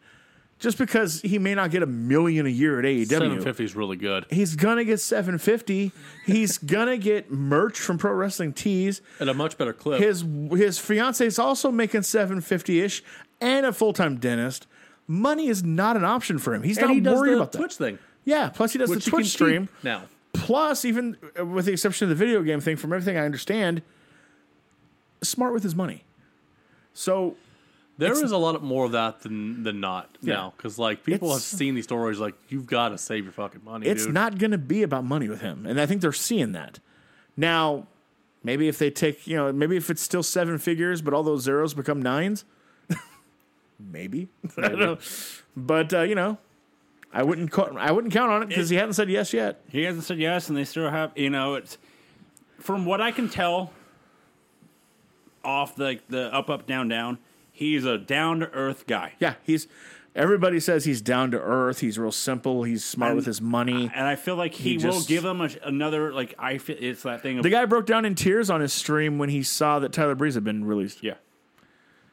Speaker 3: Just because he may not get a million a year at
Speaker 2: Seven
Speaker 3: AEW,
Speaker 2: fifty is really good.
Speaker 3: he's gonna get 750. He's gonna get merch from Pro Wrestling Tees
Speaker 2: At a much better clip.
Speaker 3: his his fiance is also making 750 ish and a full-time dentist money is not an option for him he's
Speaker 2: and
Speaker 3: not
Speaker 2: he does
Speaker 3: worried
Speaker 2: the
Speaker 3: about
Speaker 2: Twitch thing.
Speaker 3: that yeah plus he does
Speaker 2: Which
Speaker 3: the
Speaker 2: you
Speaker 3: twitch
Speaker 2: can
Speaker 3: stream
Speaker 2: keep now.
Speaker 3: plus even uh, with the exception of the video game thing from everything i understand smart with his money so
Speaker 2: There is a lot more of that than than not
Speaker 3: Yeah.
Speaker 2: now because like people
Speaker 3: It's-
Speaker 2: have seen these stories. Like you've got to save your fucking money.
Speaker 3: it's
Speaker 2: dude.
Speaker 3: not going to be about money with him and i think they're seeing that now maybe if they take you know maybe if it's still seven figures but all those zeros become nines maybe, I don't know. but uh, you know i wouldn't co- i wouldn't count on it because he hadn't said yes yet
Speaker 1: He hasn't said yes, and they still have. You know, it's from what I can tell off the the up up down down. He's a down to earth guy,
Speaker 3: yeah he's everybody says he's down to earth he's real simple he's smart with his money
Speaker 1: and I feel like he,
Speaker 3: He
Speaker 1: will
Speaker 3: just-
Speaker 1: give him a, another like. I feel it's that thing of
Speaker 3: the guy broke down in tears on his stream when he saw that tyler breeze had been released
Speaker 1: yeah.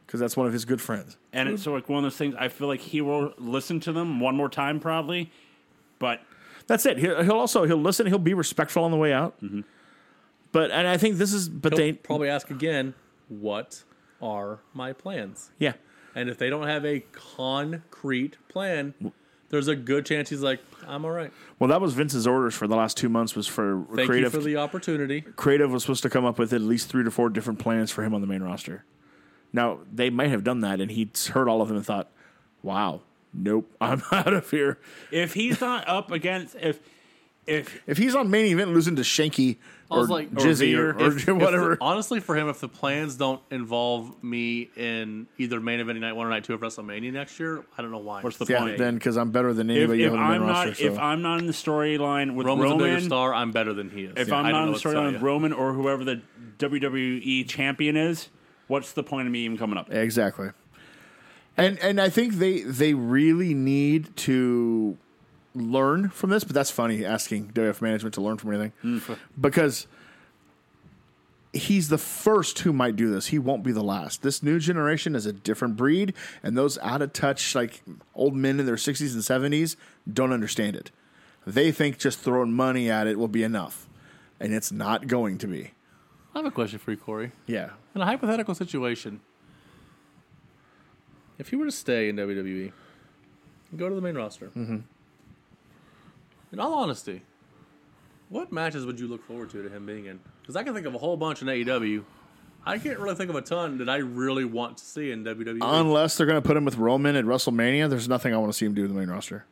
Speaker 3: because that's one of his good friends
Speaker 1: And it's like one of those things. I feel like he will listen to them one more time, probably. But
Speaker 3: That's it. He'll, he'll also he'll listen. He'll be respectful on the way out. But and I think this is. But
Speaker 2: He'll
Speaker 3: they
Speaker 2: probably ask again. What are my plans?
Speaker 3: yeah
Speaker 2: And if they don't have a concrete plan, there's a good chance he's like, I'm all right.
Speaker 3: well that was Vince's orders for the last two months was for
Speaker 2: Thank
Speaker 3: creative.
Speaker 2: you for the opportunity.
Speaker 3: creative was supposed to come up with at least three to four different plans for him on the main roster. Now they might have done that, and he heard all of them and thought, "Wow, nope, I'm out of here."
Speaker 1: if he's not up against if if
Speaker 3: If he's on main event losing to Shanky
Speaker 2: I
Speaker 3: or
Speaker 2: was like- or
Speaker 3: Jizzy
Speaker 1: Veer.
Speaker 3: or, or
Speaker 2: If- if
Speaker 3: whatever,
Speaker 2: the- honestly, for him, if the plans don't involve me in either main event night one or night two of WrestleMania next year, I don't know why.
Speaker 1: What's the
Speaker 3: yeah,
Speaker 1: point?
Speaker 3: then because I'm better than
Speaker 1: if,
Speaker 3: anybody
Speaker 1: if
Speaker 3: on the main
Speaker 1: I'm
Speaker 3: roster.
Speaker 1: not
Speaker 3: so.
Speaker 1: if I'm not in the storyline with
Speaker 2: Roman's a
Speaker 1: Roman,
Speaker 2: bigger star. I'm better than he is.
Speaker 1: if
Speaker 2: I
Speaker 1: I'm not
Speaker 2: don't know
Speaker 1: in the
Speaker 2: what to tell
Speaker 1: storyline
Speaker 2: you.
Speaker 1: with Roman or whoever the WWE champion is, what's the point of me even coming up?
Speaker 3: Exactly. And and I think they they really need to learn from this, but that's funny asking WF management to learn from anything. because he's the first who might do this. He won't be the last. This new generation is a different breed, and those out of touch like old men in their 60s and 70s don't understand it. They think just throwing money at it will be enough, and it's not going to be.
Speaker 2: I have a question for you, Corey.
Speaker 3: Yeah.
Speaker 2: In a hypothetical situation, if you were to stay in WWE and go to the main roster,
Speaker 3: Mm-hmm.
Speaker 2: in all honesty, what matches would you look forward to to him being in? Because I can think of a whole bunch in AEW. I can't really think of a ton that I really want to see in E. WWE.
Speaker 3: unless they're going to put him with Roman at WrestleMania, there's nothing I want to see him do in the main roster.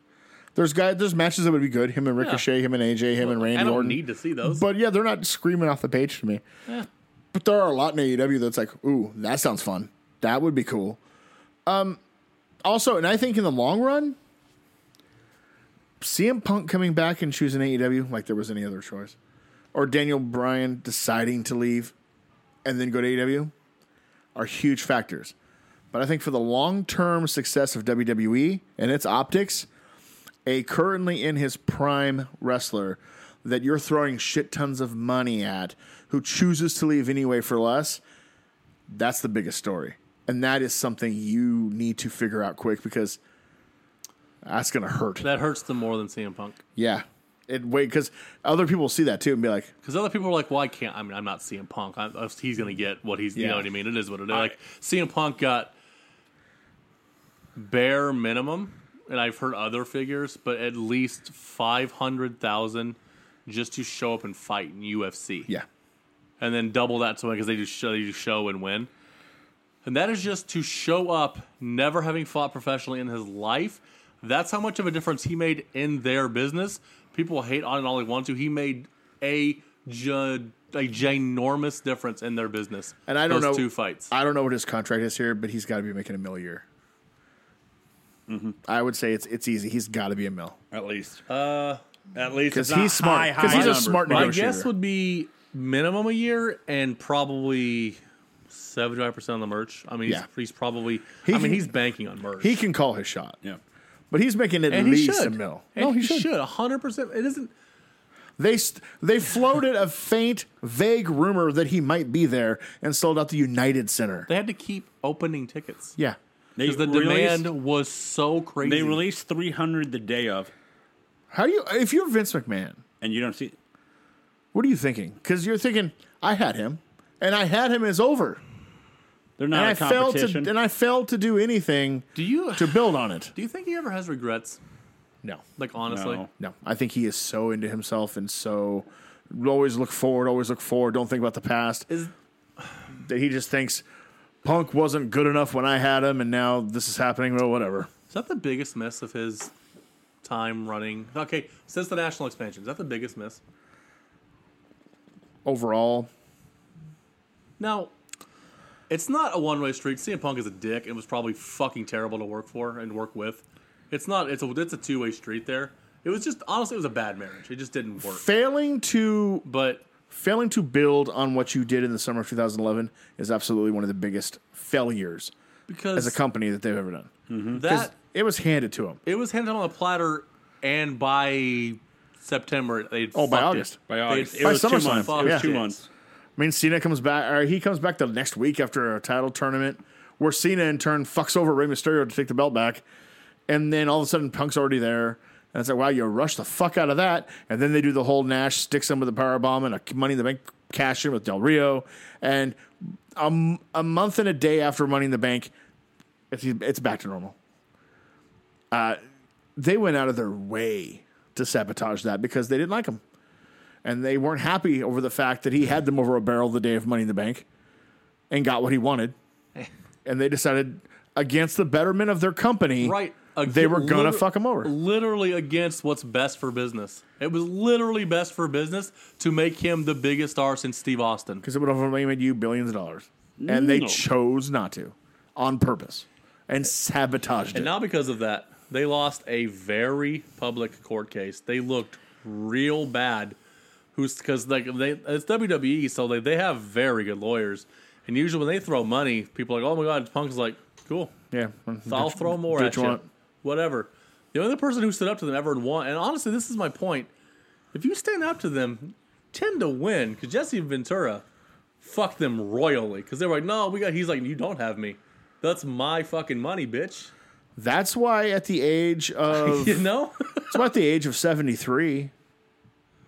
Speaker 3: There's guy, there's matches that would be good. Him and Ricochet, him and AJ, him and Randy
Speaker 2: I don't
Speaker 3: Orton.
Speaker 2: need to see those.
Speaker 3: but yeah, they're not screaming off the page to me. But there are a lot in AEW that's like, ooh, that sounds fun. That would be cool. Um, also, and I think in the long run, CM Punk coming back and choosing AEW like there was any other choice, or Daniel Bryan deciding to leave and then go to AEW are huge factors. But I think for the long term success of WWE and its optics, a currently in his prime wrestler that you're throwing shit tons of money at who chooses to leave anyway for less, that's the biggest story. And that is something you need to figure out quick because that's going to hurt.
Speaker 2: that hurts them more than CM Punk.
Speaker 3: Yeah. It wait because other people will see that too and be like,
Speaker 2: Because other people are like, "Well, I can't. I mean, I'm not CM Punk. I'm, uh, he's going to get what he's. You
Speaker 3: Yeah.
Speaker 2: know what I mean? It is what it is." Like CM Punk got bare minimum, and I've heard other figures, but at least five hundred thousand just to show up and fight in UFC.
Speaker 3: Yeah.
Speaker 2: and then double that to because they just show you show and win. And that is just to show up, never having fought professionally in his life. That's how much of a difference he made in their business. People hate on it all they want to. He made a ju- a ginormous difference in their business.
Speaker 3: And I don't
Speaker 2: those
Speaker 3: know-
Speaker 2: two fights.
Speaker 3: I don't know what his contract is here, but he's got to be making a mil a year.
Speaker 2: Mm-hmm.
Speaker 3: I would say it's it's easy. He's got to be a mil
Speaker 1: At least. Uh, at least
Speaker 3: because
Speaker 1: it's not
Speaker 3: he's smart.
Speaker 1: high,
Speaker 3: Because
Speaker 1: high
Speaker 3: he's a
Speaker 1: numbers.
Speaker 3: smart
Speaker 2: My
Speaker 3: negotiator.
Speaker 2: guess would be minimum a year and probably seventy five percent of the merch. I mean, he's,
Speaker 3: Yeah.
Speaker 2: he's probably. I mean, he's banking on merch.
Speaker 3: he can call his shot,
Speaker 1: Yeah.
Speaker 3: but he's making at
Speaker 2: and he
Speaker 3: least
Speaker 2: should.
Speaker 3: a mil.
Speaker 2: And he, should. A hundred percent. It isn't.
Speaker 3: They st- they floated a faint, vague rumor that he might be there and sold out the United Center.
Speaker 2: They had to keep opening tickets
Speaker 3: Yeah,
Speaker 1: They
Speaker 2: because the
Speaker 1: released-
Speaker 2: demand was so crazy.
Speaker 1: They released 300 the day of,
Speaker 3: how do you? If you're Vince McMahon,
Speaker 1: and you don't see.
Speaker 3: what are you thinking? Because you're thinking I had him, and I had him as over,
Speaker 1: They're
Speaker 3: and
Speaker 1: not
Speaker 3: I
Speaker 1: a
Speaker 3: failed to
Speaker 1: competition.
Speaker 3: and I failed to do anything
Speaker 2: do you
Speaker 3: to build on it.
Speaker 2: do you think he ever has regrets?
Speaker 3: No,
Speaker 2: Like honestly,
Speaker 1: No.
Speaker 3: No, I think he is so into himself and so always look forward, always look forward, don't think about the past.
Speaker 2: Is-
Speaker 3: that he just thinks Punk wasn't good enough when I had him, and now this is happening. Well, whatever.
Speaker 2: is that the biggest miss of his time running? Okay, since the national expansion, is that the biggest miss?
Speaker 3: Overall,
Speaker 2: Now, it's not a one way street. CM Punk is a dick and was probably fucking terrible to work for and work with. It's not. It's a. It's a two way street there. It was just honestly, it was a bad marriage. It just didn't work.
Speaker 3: failing to
Speaker 2: But
Speaker 3: failing to build on what you did in the summer of 2011 is absolutely one of the biggest failures
Speaker 2: because
Speaker 3: as a company that they've ever done.
Speaker 2: that
Speaker 3: It was handed to him.
Speaker 2: It was handed on a platter, and by September they
Speaker 3: Oh, by August.
Speaker 1: By August. It
Speaker 3: By
Speaker 1: was two
Speaker 3: SummerSlam,
Speaker 1: months. It
Speaker 2: yeah.
Speaker 1: was two
Speaker 2: Yeah.
Speaker 1: months.
Speaker 3: I mean, Cena comes back, or he comes back the next week after a title tournament, where Cena in turn fucks over Rey Mysterio to take the belt back, and then all of a sudden Punk's already there, and it's like, wow, you rushed the fuck out of that, and then they do the whole Nash sticks him with a power bomb and a Money in the Bank cash in with Del Rio, and a, m- a month and a day after Money in the Bank, it's, it's back to normal. Uh, they went out of their way to sabotage that because they didn't like him and they weren't happy over the fact that he had them over a barrel the day of Money in the Bank and got what he wanted. and they decided, against the betterment of their company,
Speaker 2: Right. Ag-
Speaker 3: they were going to
Speaker 2: liter-
Speaker 3: fuck him over.
Speaker 2: Literally against what's best for business. It was literally best for business to make him the biggest star since Steve Austin.
Speaker 3: Because it would have only made you billions of dollars. And they
Speaker 1: No.
Speaker 3: chose not to on purpose and sabotaged it.
Speaker 2: And now because of that, they lost a very public court case. They looked real bad. Who's because like they it's WWE, so they they have very good lawyers. And usually when they throw money, people are like, oh my god, Punk's like, cool,
Speaker 3: Yeah. Mm-hmm.
Speaker 2: I'll throw more
Speaker 3: Did
Speaker 2: at
Speaker 3: you
Speaker 2: you.
Speaker 3: want-
Speaker 2: Whatever. The only person who stood up to them ever and won, and honestly, this is my point. If you stand up to them, tend to win because Jesse Ventura fucked them royally because they were like, "No, we got." He's like, "You don't have me. That's my fucking money, bitch."
Speaker 3: That's why at the age of
Speaker 2: You know?
Speaker 3: It's about the age of 73,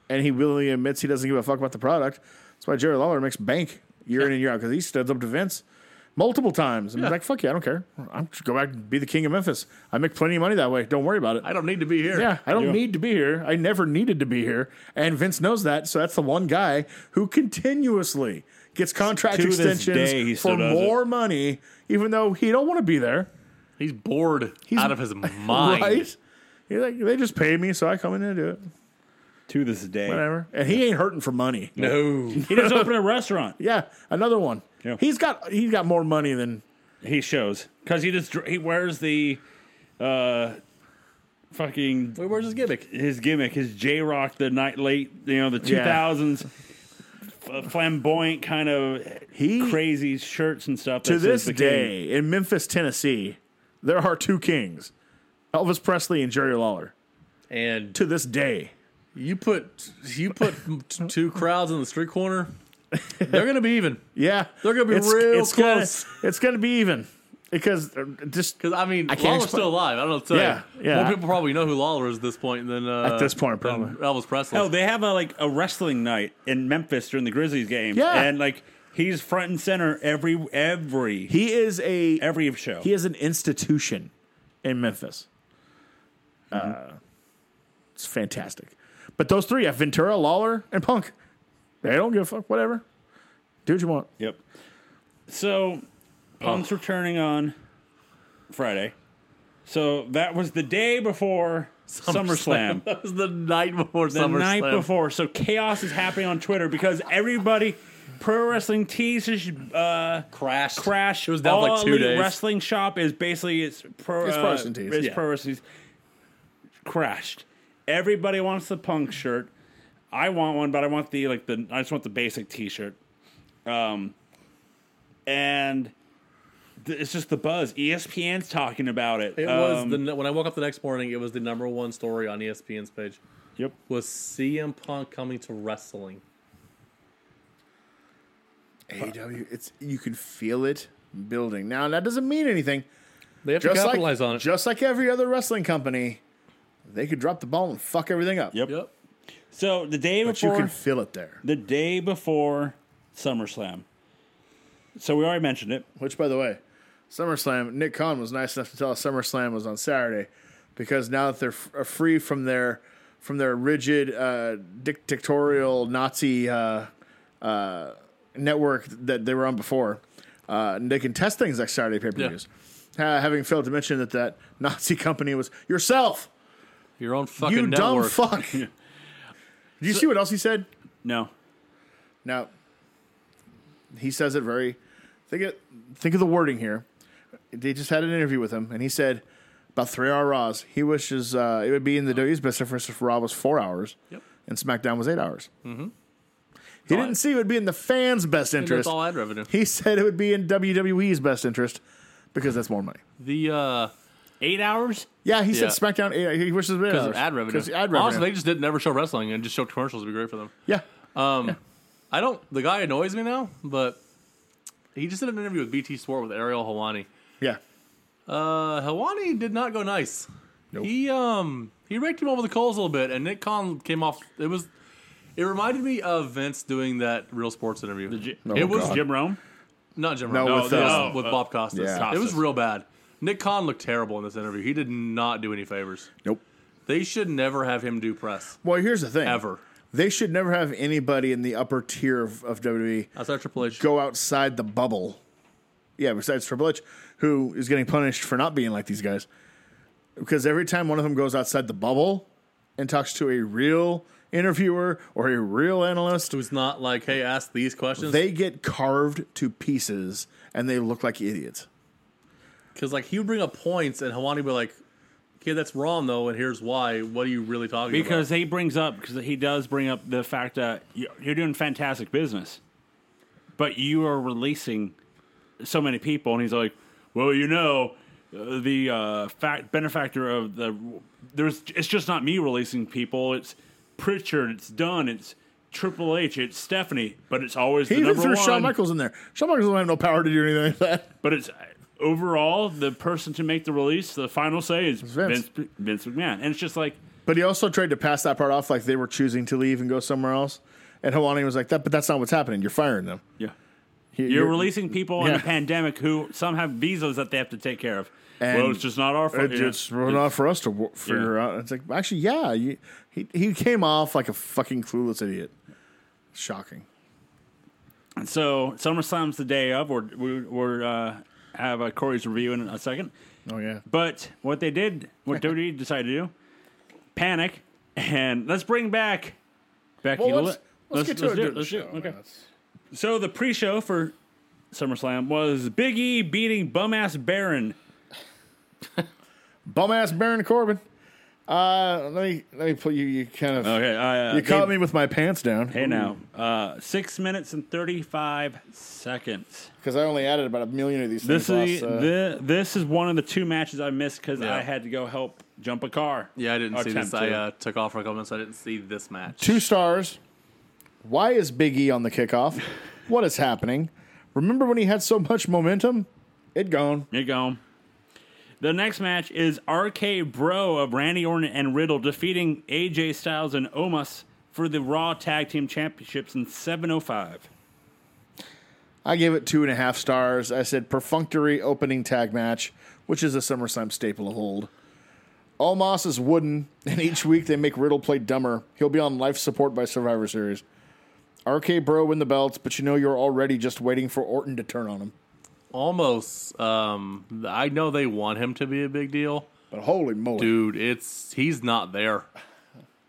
Speaker 3: and he willingly admits he doesn't give a fuck about the product. That's why Jerry Lawler makes bank year in and year out because he stands up to Vince multiple times and be
Speaker 2: Yeah.
Speaker 3: like, fuck yeah, I don't care. I'm just go back and be the king of Memphis. I make plenty of money that way. Don't worry about it.
Speaker 2: I don't need to be here.
Speaker 3: yeah, I don't need to be here. I never needed to be here. And Vince knows that. So that's the one guy who continuously gets contract
Speaker 1: To this
Speaker 3: extensions
Speaker 1: day, he
Speaker 3: for
Speaker 1: still does it.
Speaker 3: more money, even though he don't want to be there.
Speaker 2: he's bored out of his mind.
Speaker 3: Right? He's like, they just pay me, so I come in and do it.
Speaker 1: To this day.
Speaker 3: whatever. And he ain't hurting for money.
Speaker 2: No,
Speaker 1: He just opened a restaurant.
Speaker 3: Yeah, another one.
Speaker 1: Yeah.
Speaker 3: He's got he's got more money than
Speaker 1: He shows. Because he just dr- he wears the uh, fucking
Speaker 2: we were just gimmick.
Speaker 1: his gimmick, his J Rock, the night late, you know, the two
Speaker 3: Yeah.
Speaker 1: thousands f- flamboyant kind of
Speaker 3: He-
Speaker 1: crazy shirts and stuff. that
Speaker 3: to this
Speaker 1: says the king.
Speaker 3: day in Memphis, Tennessee. There are two kings, Elvis Presley and Jerry Lawler.
Speaker 2: And
Speaker 3: To this day,
Speaker 2: you put you put t- two crowds in the street corner. They're gonna be even.
Speaker 3: yeah,
Speaker 2: They're gonna be real
Speaker 3: gonna-
Speaker 2: close.
Speaker 3: it's gonna be even because uh, just
Speaker 2: Because I mean,
Speaker 3: I can't
Speaker 2: Lawler's
Speaker 3: expla-
Speaker 2: still alive. I don't know. what to tell
Speaker 3: Yeah,
Speaker 2: you.
Speaker 3: yeah.
Speaker 2: More people probably know who Lawler is at this point than uh,
Speaker 3: At this point,
Speaker 2: than
Speaker 3: probably.
Speaker 2: Elvis Presley.
Speaker 1: Oh, they have a like a wrestling night in Memphis during the Grizzlies game.
Speaker 3: Yeah.
Speaker 1: and like he's front and center every every
Speaker 3: he is a
Speaker 1: every show.
Speaker 3: he is an institution in Memphis. Uh, it's fantastic. But those three, have Ventura, Lawler, and Punk. They don't give a fuck. Whatever. Do what you want.
Speaker 4: Yep.
Speaker 1: So, Punk's returning on Friday. So that was the day before SummerSlam.
Speaker 2: That was the night before
Speaker 1: the night before. So chaos is happening on Twitter because everybody, pro wrestling tees is uh,
Speaker 2: Crash.
Speaker 1: crash.
Speaker 2: It was down for, like,
Speaker 1: All
Speaker 2: two
Speaker 1: Elite
Speaker 2: days.
Speaker 1: Wrestling shop is basically it's pro.
Speaker 4: It's
Speaker 1: uh,
Speaker 4: pro wrestling tees,
Speaker 1: It's
Speaker 2: yeah.
Speaker 1: pro wrestling. tees. Crashed. Everybody wants the punk shirt. I want one, but I want the like the I just want the basic T-shirt. Um, and th- it's just the buzz. E ESPN's talking about it.
Speaker 2: It was
Speaker 1: Um,
Speaker 2: the the when I woke up the next morning. It was the number one story on E ESPN's page.
Speaker 1: yep.
Speaker 2: Was CM Punk coming to wrestling?
Speaker 4: AW.
Speaker 3: E It's you can feel it building. Now that doesn't mean anything.
Speaker 2: They have
Speaker 3: Just
Speaker 2: to capitalize
Speaker 3: like
Speaker 2: on it.
Speaker 3: just like every other wrestling company, they could drop the ball and fuck everything up.
Speaker 1: Yep.
Speaker 2: yep.
Speaker 1: So the day
Speaker 3: But you
Speaker 1: before
Speaker 3: can feel it there.
Speaker 1: the day before SummerSlam. So we already mentioned it.
Speaker 3: Which, by the way, SummerSlam, Nick Khan was nice enough to tell us SummerSlam was on Saturday because now that they're f- are free from their from their rigid uh, dictatorial Nazi uh, uh, network that they were on before, uh, and they can test things like Saturday pay per views. Uh, having failed to mention that that Nazi company was yourself,
Speaker 2: Your own fucking
Speaker 3: you dumb
Speaker 2: network.
Speaker 3: fuck. Do you see what else he said?
Speaker 1: No.
Speaker 3: Now, he says it very. Think of, think of the wording here. They just had an interview with him, and he said about three hour Raws. He wishes uh, it would be in the WWE's best interest if Raw was four hours
Speaker 2: Yep.
Speaker 3: and SmackDown was eight hours. Mm-hmm. He didn't see it would be in the fans' best
Speaker 2: And that's
Speaker 3: interest.
Speaker 2: all ad revenue.
Speaker 3: He said it would be in WWE's best interest because that's more money.
Speaker 2: The uh,
Speaker 1: Eight hoars?
Speaker 3: Yeah, he
Speaker 2: Yeah.
Speaker 3: said SmackDown. Eight, he wishes it was eight
Speaker 2: because
Speaker 3: hours
Speaker 2: of ad revenue.
Speaker 3: Because ad revenue.
Speaker 2: Honestly, they just did never show wrestling and just showed commercials. Would be great for them.
Speaker 3: yeah.
Speaker 2: Um, I don't. The guy annoys me now, but he just did an interview with BT Sport with Ariel Hawani.
Speaker 3: Yeah.
Speaker 2: Uh, Helwani did not go nice. He um he raked him over the coals a little bit, and Nick Khan came off. It was it reminded me of Vince doing that Real Sports interview.
Speaker 1: Gi-
Speaker 2: it was
Speaker 3: God.
Speaker 1: Jim Rome?
Speaker 2: not Jim
Speaker 3: No,
Speaker 2: Rome,
Speaker 3: with,
Speaker 2: it was
Speaker 1: uh,
Speaker 2: with
Speaker 1: uh,
Speaker 2: Bob Costas.
Speaker 3: yeah.
Speaker 2: It was
Speaker 1: Costas.
Speaker 2: real bad. Nick Khan looked terrible in this interview. He did not do any favors.
Speaker 3: Nope.
Speaker 2: They should never have him do press
Speaker 3: Well, here's the thing.
Speaker 2: ever.
Speaker 3: They should never have anybody in the upper tier of, of WWE
Speaker 2: Outside Triple H.
Speaker 3: go outside the bubble. Yeah, besides Triple H, who is getting punished for not being like these guys. Because every time one of them goes outside the bubble and talks to a real interviewer or a real analyst,
Speaker 2: who's not like, hey, ask these questions.
Speaker 3: they get carved to pieces and they look like idiots.
Speaker 2: Because like he would bring up points, and Helwani would be like, okay, that's wrong though, and here's why. What are you really talking about?
Speaker 1: Because he brings up, because he does bring up the fact that you- you're doing fantastic business, but you are releasing so many people. And he's like, well, you know, uh, the uh, fact benefactor of the there's it's just not me releasing people. It's Pritchard. It's Dunn. It's Triple H. It's Stephanie. But it's always
Speaker 3: He
Speaker 1: the
Speaker 3: even
Speaker 1: number
Speaker 3: threw
Speaker 1: one.
Speaker 3: Shawn Michaels in there. Shawn Michaels don't have no power to do anything like that.
Speaker 1: But it's overall the person to make the release, the final say is
Speaker 3: Vince.
Speaker 1: Vince. Vince, McMahon, and it's just like
Speaker 3: But he also tried to pass that part off like they were choosing to leave and go somewhere else. And Hawani was like, "That, but that's not what's happening. You're firing them.
Speaker 1: yeah,
Speaker 3: You-
Speaker 1: you're, releasing people in
Speaker 3: yeah.
Speaker 1: a pandemic who some have visas that they have to take care of.
Speaker 3: And
Speaker 1: well, it's just not our fault.
Speaker 3: It,
Speaker 1: Yeah.
Speaker 3: It's not for us to w- figure out. It's like actually, yeah, you, he he came off like a fucking clueless idiot. Shocking.
Speaker 1: And so SummerSlam's the day of. We're we, we're uh, have uh, Corey's review in a second.
Speaker 3: Oh yeah.
Speaker 1: But what they did, what WWE decided to do, panic, and let's bring back Becky.
Speaker 3: Well,
Speaker 1: Lynch.
Speaker 3: let's, let's, get to
Speaker 1: let's
Speaker 3: it.
Speaker 1: do Let's do it. Okay. So the pre-show for SummerSlam was Big E beating bum-ass Baron.
Speaker 3: Bum ass Baron Corbin. Uh, let me let me put you. You kind of
Speaker 1: Okay, I, uh,
Speaker 3: you caught
Speaker 1: they-
Speaker 3: me with my pants down.
Speaker 1: Hey now, uh, six minutes and thirty-five seconds.
Speaker 3: because I only added about a million of these
Speaker 1: This
Speaker 3: things.
Speaker 1: is
Speaker 3: last, uh,
Speaker 1: the, this is one of the two matches I missed because
Speaker 2: Yeah.
Speaker 1: I had to go help jump a car.
Speaker 2: Yeah, I didn't see this.
Speaker 1: Attempt
Speaker 2: I
Speaker 1: to.
Speaker 2: uh, took off for a couple minutes. I didn't see this match.
Speaker 3: Two stars. Why is Big E on the kickoff? what is happening? Remember when he had so much momentum? It gone.
Speaker 1: Here you go. The next match is RK Bro of Randy Orton and Riddle defeating AJ Styles and Omos for the Raw Tag Team Championships in seven oh five.
Speaker 3: I gave it two and a half stars. I said perfunctory opening tag match, which is a SummerSlam staple of old. All Moss is wooden, and each week they make Riddle play dumber. He'll be on life support by Survivor Series. RK Bro win the belts, but you know you're already just waiting for Orton to turn on him.
Speaker 2: Almost. Um, I know they want him to be a big deal,
Speaker 3: But holy moly.
Speaker 2: dude. It's he's not there.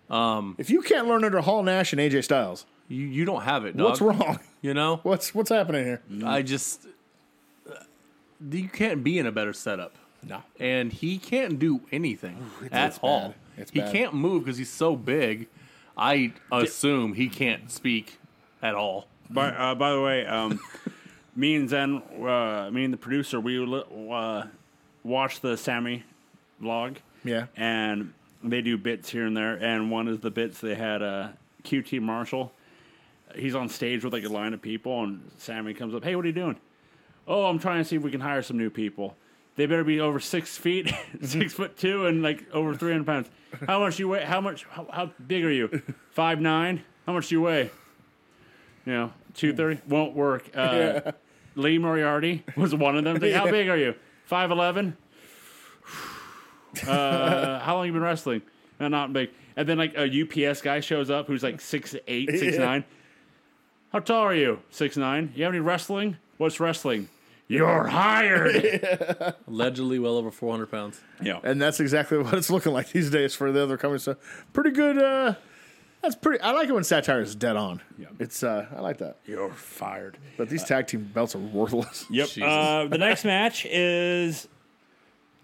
Speaker 3: If you can't learn under Hall Nash and AJ Styles,
Speaker 2: You you don't have it. Dog.
Speaker 3: what's wrong?
Speaker 2: You know,
Speaker 3: What's what's happening here?
Speaker 2: I just uh, you can't be in a better setup.
Speaker 3: No.
Speaker 2: and he can't do anything at
Speaker 3: it's
Speaker 2: all.
Speaker 3: bad. It's
Speaker 2: he
Speaker 3: bad.
Speaker 2: can't move because he's so big. I assume he can't speak at all.
Speaker 1: By, uh, by the way, um, me and Zen, uh, me and the producer, we li- uh, watched the Sammy vlog.
Speaker 3: Yeah.
Speaker 1: And they do bits here and there. And one of the bits they had uh, QT Marshall. He's on stage with like a line of people, and Sammy comes up, Hey, what are you doing? Oh, I'm trying to see if we can hire some new people. They better be over six feet, six foot two, and like over 300 pounds. How much you weigh? How much? How, how big are you? Five nine? How much do you weigh? You know, 230? Won't work. Uh, Lee Moriarty was one of them. It's like, How big are you? 5'11? Uh, how long you been wrestling? No, not big. And then like a UPS guy shows up who's like six eight, six nine. How tall are you? Six nine. You have any wrestling? What's wrestling? You're hired.
Speaker 2: Allegedly, well over four hundred pounds.
Speaker 1: yeah.
Speaker 3: And that's exactly what it's looking like these days for the other companies. So pretty good. Uh, that's pretty. I like it when satire is dead on. It's uh, I like that.
Speaker 1: You're fired.
Speaker 3: But these tag team belts are worthless.
Speaker 1: Yep.
Speaker 2: Jesus.
Speaker 1: Uh, the next match is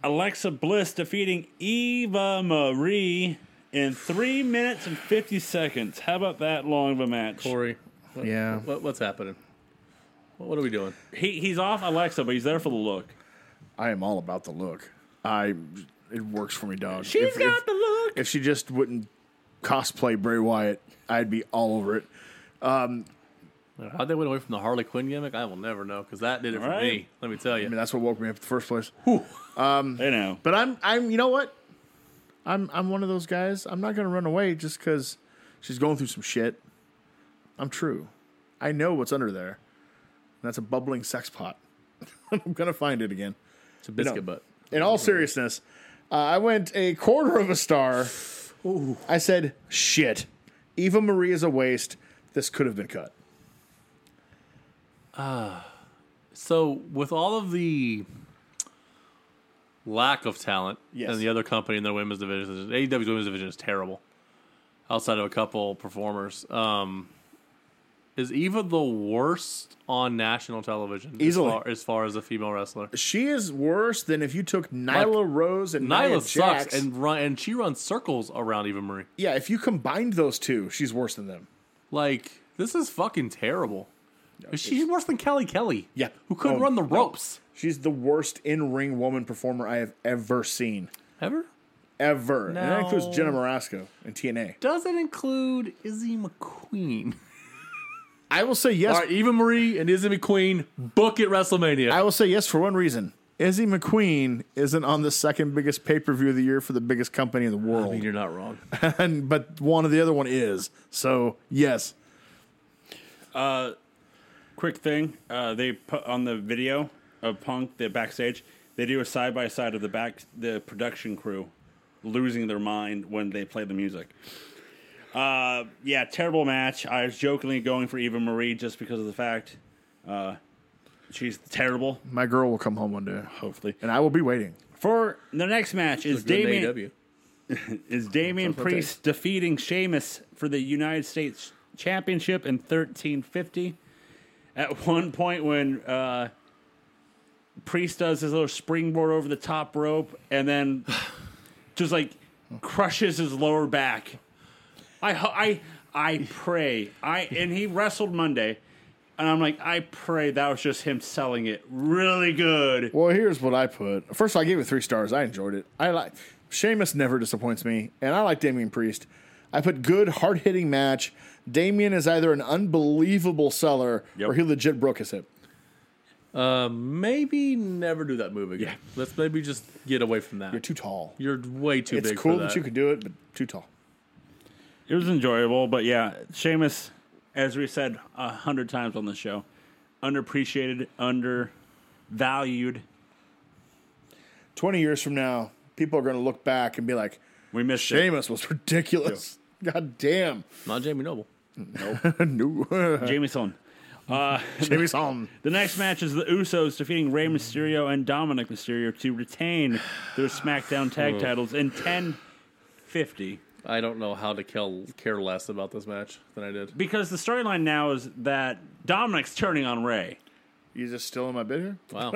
Speaker 1: Alexa Bliss defeating Eva Marie in three minutes and fifty seconds. How about that long of a match?
Speaker 2: Corey, what,
Speaker 5: Yeah.
Speaker 2: what, what's happening? What, what are we doing?
Speaker 1: He, he's off Alexa, but he's there for the look.
Speaker 3: I am all about the look. I it works for me, dog.
Speaker 1: She's
Speaker 3: If-
Speaker 1: got
Speaker 3: if-
Speaker 1: the look.
Speaker 3: if she just wouldn't cosplay Bray Wyatt, I'd be all over it.
Speaker 2: How'd they went away from the Harley Quinn gimmick? I will never know because that did it for
Speaker 1: Right.
Speaker 2: me. Let me tell you.
Speaker 3: I mean, that's what woke me up in the first place.
Speaker 1: You know.
Speaker 3: But I'm I'm you know what? I'm I'm one of those guys. I'm not gonna run away just because she's going through some shit. I'm true. I know what's under there. And that's a bubbling sex pot. I'm gonna find it again.
Speaker 2: it's a biscuit
Speaker 3: no.
Speaker 2: butt.
Speaker 3: In all seriousness, uh, I went a quarter of a star. I said, shit. Eva Marie is a waste. This could have been cut.
Speaker 2: So with all of the lack of talent
Speaker 3: Yes.
Speaker 2: and the other company in their women's division, AEW's women's division is terrible. Outside of a couple performers, um, is Eva the worst on national television as
Speaker 3: Easily.
Speaker 2: far- as far as a female wrestler?
Speaker 3: She is worse than if you took Nyla Rose and Nia
Speaker 2: Nyla sucks
Speaker 3: Jax.
Speaker 2: and run and she runs circles around Eva Marie.
Speaker 3: yeah, if you combined those two, she's worse than them.
Speaker 2: Like this is fucking terrible. She's worse than Kelly Kelly.
Speaker 3: Yeah.
Speaker 2: who couldn't
Speaker 3: Oh,
Speaker 2: run the ropes
Speaker 3: She's the worst in ring woman performer I have ever seen.
Speaker 2: ever.
Speaker 3: Ever. And that
Speaker 2: No.
Speaker 3: includes Jenna Marasco and TNA.
Speaker 2: Doesn't include Izzy McQueen.
Speaker 3: I will say yes.
Speaker 2: All right, Eva Marie and Izzy McQueen book at WrestleMania.
Speaker 3: I will say yes for one reason. Izzy McQueen isn't on the second biggest pay per view of the year for the biggest company in the world.
Speaker 2: You're not wrong.
Speaker 3: and but one of the other one is. So yes.
Speaker 1: Quick thing, uh, they put on the video of Punk the backstage. They do a side by side of the back the production crew losing their mind when they play the music. Uh, yeah, terrible match. I was jokingly going for Eva Marie just because of the fact uh, she's terrible.
Speaker 3: My girl will come home one day.
Speaker 1: Hopefully,
Speaker 3: And I will be waiting.
Speaker 1: for the next match is Damien
Speaker 2: AEW.
Speaker 1: is Damian
Speaker 3: what they-
Speaker 1: Priest defeating Sheamus for the United States Championship in 1350. At one point, when uh, Priest does his little springboard over the top rope and then just like crushes his lower back. I ho- I I pray I and he wrestled Monday, and I'm like I pray that was just him selling it really good.
Speaker 3: Well, here's what I put. First, of all, I gave it three stars. I enjoyed it. I like Sheamus never disappoints me, and I like Damian Priest. I put good, hard hitting match. Damian is either an unbelievable seller
Speaker 1: Yep.
Speaker 3: or he legit broke his hip.
Speaker 2: uh, Maybe never do that move again. Let's maybe just get away from that. You're,
Speaker 3: You're too tall.
Speaker 2: way too
Speaker 3: it's
Speaker 2: big
Speaker 3: cool
Speaker 2: for that.
Speaker 3: that. you could do it, but too tall.
Speaker 1: It was enjoyable, but yeah, Seamus, as we said a hundred times on the show, underappreciated, undervalued.
Speaker 3: Twenty years from now, people are going to look back and be like,
Speaker 1: We missed it.
Speaker 3: Sheamus was ridiculous. God damn.
Speaker 2: Not Jamie Noble.
Speaker 3: no.
Speaker 1: Jamieson.
Speaker 3: Jamie's on.
Speaker 1: Uh, The next match is the Usos defeating Rey Mysterio and Dominic Mysterio to retain their SmackDown tag titles in 10:50.
Speaker 2: I don't know how to kill, care less about this match than I did.
Speaker 1: Because the storyline now is that Dominic's turning on Rey.
Speaker 3: You just stealing my bit here?
Speaker 2: Wow.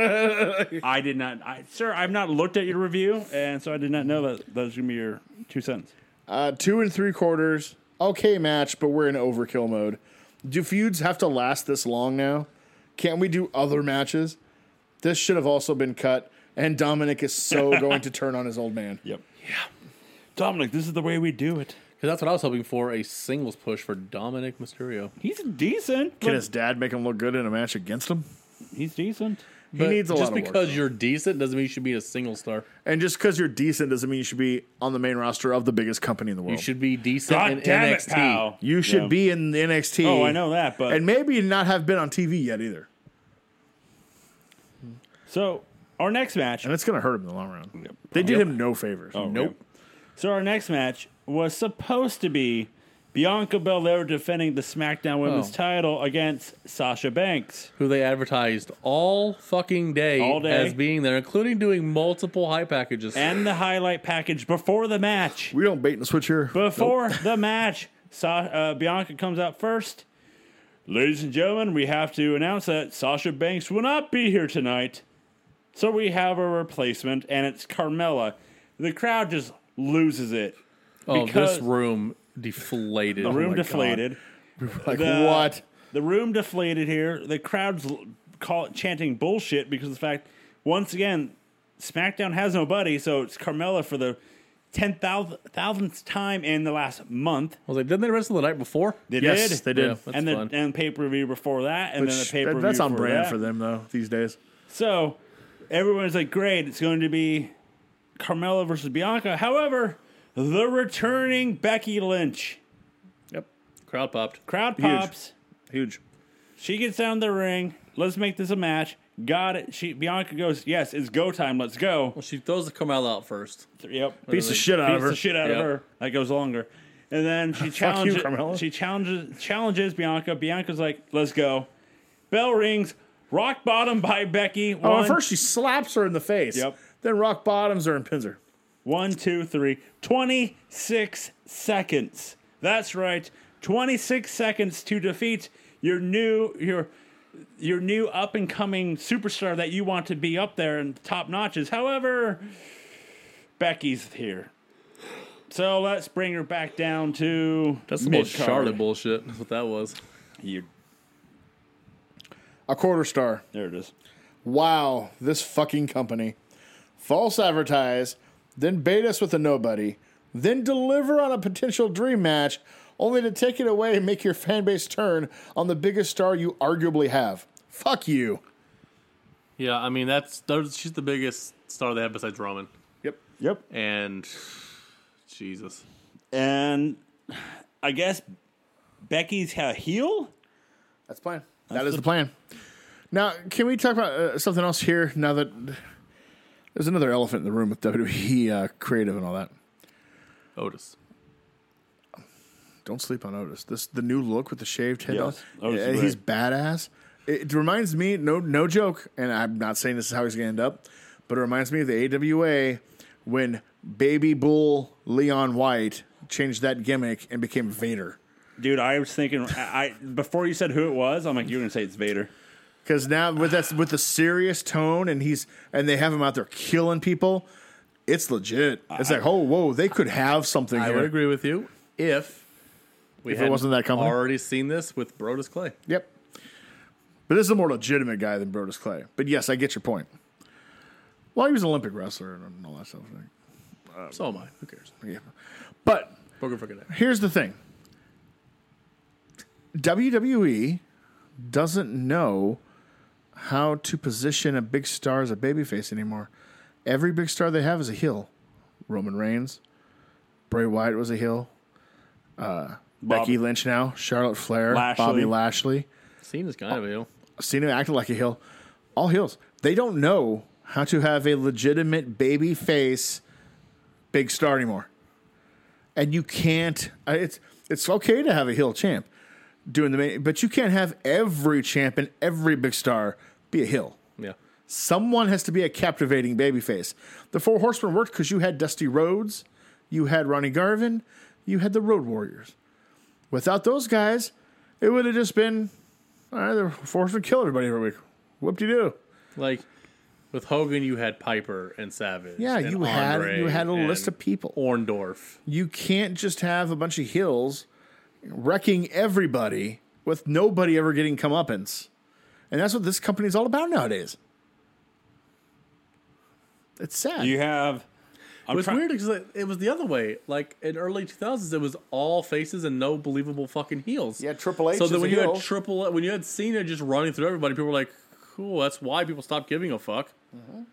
Speaker 1: I did not, I, sir. I've not looked at your review, and so I did not know that that was gonna be your two cents.
Speaker 3: Uh, two and three quarters. Okay match, but we're in overkill mode. Do feuds have to last this long now? Can't we do other matches? This should have also been cut, and Dominic is so going to turn on his old man.
Speaker 1: Yep. Yeah. Dominic, this is the way we do it.
Speaker 2: Because that's what I was hoping for a singles push for Dominic Mysterio.
Speaker 1: He's decent.
Speaker 6: Can
Speaker 1: but
Speaker 6: his dad make him look good in a match against him?
Speaker 1: He's decent.
Speaker 2: He
Speaker 6: needs a lot
Speaker 2: Just
Speaker 6: of work,
Speaker 2: because
Speaker 6: though.
Speaker 2: you're decent doesn't mean you should be a single star.
Speaker 6: And just because you're decent doesn't mean you should be on the main roster of the biggest company in the world.
Speaker 2: You should be decent
Speaker 1: God
Speaker 2: in
Speaker 1: damn
Speaker 2: NXT.
Speaker 1: it, pal.
Speaker 6: You should
Speaker 1: Yeah.
Speaker 6: be in the NXT.
Speaker 1: Oh, I know that, but
Speaker 6: And maybe not have been on TV yet either.
Speaker 1: so our next match.
Speaker 6: And it's going to hurt him in the long run. They did him no favors.
Speaker 1: Oh.
Speaker 2: Nope.
Speaker 1: So our next match was supposed to be Bianca Belair defending the SmackDown Women's
Speaker 2: Oh.
Speaker 1: title against Sasha Banks.
Speaker 2: Who they advertised all fucking day,
Speaker 1: All day.
Speaker 2: as being there, including doing multiple high packages.
Speaker 1: And the highlight package before the match.
Speaker 6: We don't bait and switch here.
Speaker 1: Before the match, Sa- uh, Bianca comes out first. Ladies and gentlemen, we have to announce that Sasha Banks will not be here tonight. So we have a replacement, and it's Carmella. The crowd just loses it.
Speaker 2: oh,
Speaker 1: because-
Speaker 2: this room deflated. Oh
Speaker 1: The room
Speaker 6: God.
Speaker 1: deflated.
Speaker 3: Like,
Speaker 1: The-
Speaker 3: what?
Speaker 1: The room deflated here. The crowd's l- call chanting bullshit because of the fact, once again, SmackDown has no buddy, so it's Carmella for the 10,000th time in the last month.
Speaker 2: I was like, didn't they wrestle the night before?
Speaker 1: They
Speaker 6: yes,
Speaker 1: did.
Speaker 6: they did.
Speaker 2: Yeah. That's
Speaker 1: and
Speaker 2: fun.
Speaker 1: then and pay per view before that, and then the
Speaker 6: Which-
Speaker 1: pay per view.
Speaker 6: that- that's on brand for them, though, these days.
Speaker 1: So everyone's like, great, it's going to be Carmella versus Bianca. However, the returning Becky Lynch
Speaker 6: Yep.
Speaker 2: Crowd popped.
Speaker 1: crowd
Speaker 6: Huge.
Speaker 1: pops.
Speaker 6: Huge.
Speaker 1: She gets down the ring. Let's make this a match. Got it. She Bianca goes, yes, it's go time. Let's go.
Speaker 2: Well, she throws the Carmella out first.
Speaker 1: Yep.
Speaker 6: Piece of shit out
Speaker 1: beats
Speaker 6: of her.
Speaker 1: the shit out
Speaker 2: Yep.
Speaker 1: of her. That goes longer. And then she
Speaker 6: you,
Speaker 1: challenges.
Speaker 6: Carmella.
Speaker 1: she challenges challenges Bianca. Bianca's like, "Let's go." Bell rings. Rock bottom by Becky.
Speaker 6: Oh,
Speaker 1: One,
Speaker 6: at first she slaps her in the face.
Speaker 1: Yep.
Speaker 6: Then rock bottoms her and pins her.
Speaker 1: one, two, three. 26 seconds. That's right. 26 seconds to defeat your new your your new up and coming superstar that you want to be up there in top notches. However, Becky's here. So let's bring her back down to
Speaker 2: That's the most
Speaker 1: mid-card.
Speaker 2: Charlotte bullshit. That's what that was.
Speaker 1: You-
Speaker 3: A quarter star.
Speaker 1: There it is.
Speaker 3: Wow, this fucking company. False advertise, then bait us with a nobody, then deliver on a potential dream match, only to take it away and make your fan base turn on the biggest star you arguably have. Fuck you.
Speaker 2: Yeah, I mean that's, that's she's the biggest star they have besides Roman,
Speaker 3: Yep.
Speaker 1: Yep.
Speaker 2: and Jesus,
Speaker 1: And I guess Becky's a heel?
Speaker 3: That's the plan. That is the, plan. Now, can we talk about uh, something else here? Now that there's another elephant in the room with WWE uh, creative and all that.
Speaker 2: Otis.
Speaker 3: Don't sleep on Otis. This the new look with the shaved head.
Speaker 1: Yes,
Speaker 3: on.
Speaker 1: Otis
Speaker 3: Yeah,
Speaker 1: is
Speaker 3: he's badass. It reminds me, no, no joke, and I'm not saying this is how he's gonna end up, but it reminds me of the AWA when Baby Bull Leon White changed that gimmick and became Vader.
Speaker 1: Dude, I was thinking I I- before you said who it was, I'm like, you're gonna say it's Vader.
Speaker 3: Because now with that with the serious tone, and he's and they have him out there killing people. It's legit. It's like, oh, whoa, they could have something
Speaker 2: I
Speaker 3: here.
Speaker 2: would agree with you if we
Speaker 3: it wasn't that
Speaker 2: hadn't
Speaker 3: company.
Speaker 2: already seen this with Brodus Clay.
Speaker 3: Yep. But this is a more legitimate guy than Brodus Clay. But yes, I get your point. Well, he was an Olympic wrestler and all that stuff. Oh. I
Speaker 2: So am I. Who cares?
Speaker 3: think. Yeah. But
Speaker 2: Booker forget it.
Speaker 3: here's the thing WWE E doesn't know how to position a big star as a babyface anymore. Every big star they have is a heel. Roman Reigns, Bray Wyatt was a heel. Uh,
Speaker 1: Bob-
Speaker 3: Becky Lynch now, Charlotte Flair,
Speaker 1: Lashley.
Speaker 3: Bobby Lashley.
Speaker 2: Seen this kind of you.
Speaker 3: seen him acting like a heel. All heels. They don't know how to have a legitimate baby face big star anymore. And you can't. I- It's it's okay to have a heel champ doing the main, but you can't have every champ and every big star be a heel.
Speaker 2: Yeah.
Speaker 3: Someone has to be a captivating babyface. The Four Horsemen worked because you had Dusty Rhodes, you had Ronnie Garvin, you had the Road Warriors. Without those guys, it would have just been all right, the Four Horsemen kill everybody every week. Whoop de doo.
Speaker 2: Like with Hogan, you had Piper and Savage.
Speaker 3: Yeah,
Speaker 2: and
Speaker 3: you had
Speaker 2: Andre
Speaker 3: you had a
Speaker 2: and
Speaker 3: list of people.
Speaker 2: Orndorff.
Speaker 3: You can't just have a bunch of hills wrecking everybody with nobody ever getting comeuppance. And that's what this company is all about nowadays. It's sad.
Speaker 1: You have. I'm
Speaker 2: It was
Speaker 1: try-
Speaker 2: weird because it was the other way. Like in early 2000s, it was all faces and no believable fucking heels.
Speaker 4: Yeah, Triple H
Speaker 2: So
Speaker 4: is
Speaker 2: then
Speaker 4: a
Speaker 2: when you
Speaker 4: heel.
Speaker 2: had Triple, when you had Cena just running through everybody, people were like, "Cool, that's why people stopped giving a fuck."
Speaker 4: Mm-hmm.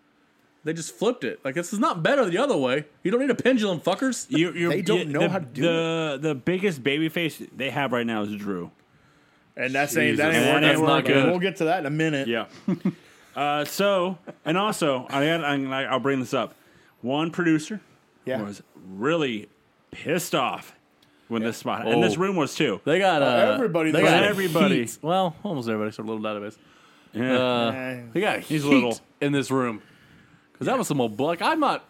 Speaker 2: They just flipped it. Like this is not better the other way. You don't need a pendulum, fuckers.
Speaker 1: You, you,
Speaker 3: They don't
Speaker 1: you-
Speaker 3: know
Speaker 1: the,
Speaker 3: how to do
Speaker 1: the, The biggest babyface they have right now is Drew.
Speaker 3: And that's ain't, that ain't
Speaker 2: Jesus.
Speaker 1: Yeah,
Speaker 3: working.
Speaker 1: that's
Speaker 3: We'll-
Speaker 2: not good.
Speaker 3: We'll get to that in a minute.
Speaker 1: Yeah. uh, so, and also, I got, I'm, like, I'll bring this up. One producer
Speaker 4: Yeah.
Speaker 1: was really pissed off when this spot, and this
Speaker 2: Oh.
Speaker 1: room was too.
Speaker 2: They got uh,
Speaker 4: everybody
Speaker 2: They
Speaker 4: does
Speaker 2: got
Speaker 1: that. Everybody.
Speaker 2: heat. Well, almost everybody. Sort of little database.
Speaker 1: Yeah.
Speaker 2: Uh, they got heat
Speaker 1: He's little.
Speaker 2: in this room because that was some old bull. Like I'm not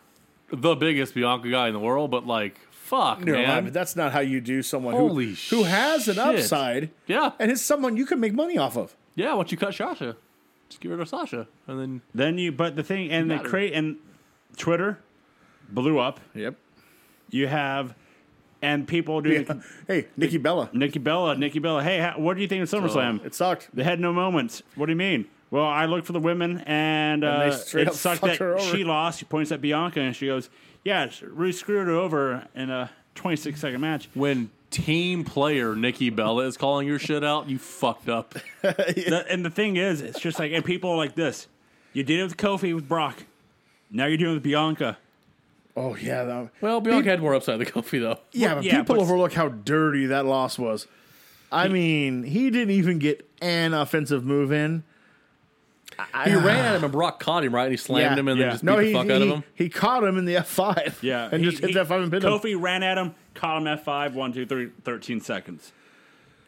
Speaker 2: the biggest Bianca guy in the world, but like fuck,
Speaker 3: You know, I
Speaker 2: man.
Speaker 3: mean, that's not how you do someone who,
Speaker 2: Holy
Speaker 3: who has an
Speaker 2: shit.
Speaker 3: upside
Speaker 2: yeah,
Speaker 3: and is someone you can make money off of.
Speaker 2: yeah. Once you cut Sasha, just get rid of Sasha, and then
Speaker 1: Then you, but the thing, and the
Speaker 2: Got it.
Speaker 1: crate and Twitter blew up.
Speaker 3: Yep.
Speaker 1: You have, and people do.
Speaker 3: Hey, Nikki Bella.
Speaker 1: Nikki Bella, Nikki Bella. Hey, how, what do you think of SummerSlam?
Speaker 3: It sucked.
Speaker 1: they had no moments. What do you mean? Well, I looked for the women, and,
Speaker 3: they
Speaker 1: uh,
Speaker 3: straight
Speaker 1: it
Speaker 3: up
Speaker 1: sucked
Speaker 3: fucked
Speaker 1: that
Speaker 3: her over.
Speaker 1: she lost. She points at Bianca, and she goes, "Yeah, she really screwed her over in a 26 second match."
Speaker 2: when team player Nikki Bella is calling your shit out, you fucked up.
Speaker 1: The- and the thing is, it's just like, and people are like this. You did it with Kofi with Brock. Now you're doing it with Bianca.
Speaker 3: Oh, yeah. That,
Speaker 2: Well, Bianca had more upside than Kofi though.
Speaker 3: Yeah, but
Speaker 1: yeah,
Speaker 3: people
Speaker 1: but-
Speaker 3: overlook how dirty that loss was. I mean, he didn't even get an offensive move in.
Speaker 2: He ran at him and Brock caught him right, and he slammed
Speaker 3: Yeah.
Speaker 2: him and
Speaker 1: Yeah.
Speaker 2: then just
Speaker 3: No,
Speaker 2: beat
Speaker 3: he,
Speaker 2: the fuck out of
Speaker 3: he,
Speaker 2: him.
Speaker 3: he caught him in the F5.
Speaker 1: Yeah,
Speaker 3: And
Speaker 1: he-
Speaker 3: just hit
Speaker 1: he-
Speaker 3: that F5 and pinned him.
Speaker 1: Kofi ran at him, caught him at five, one, two, three, 13 seconds,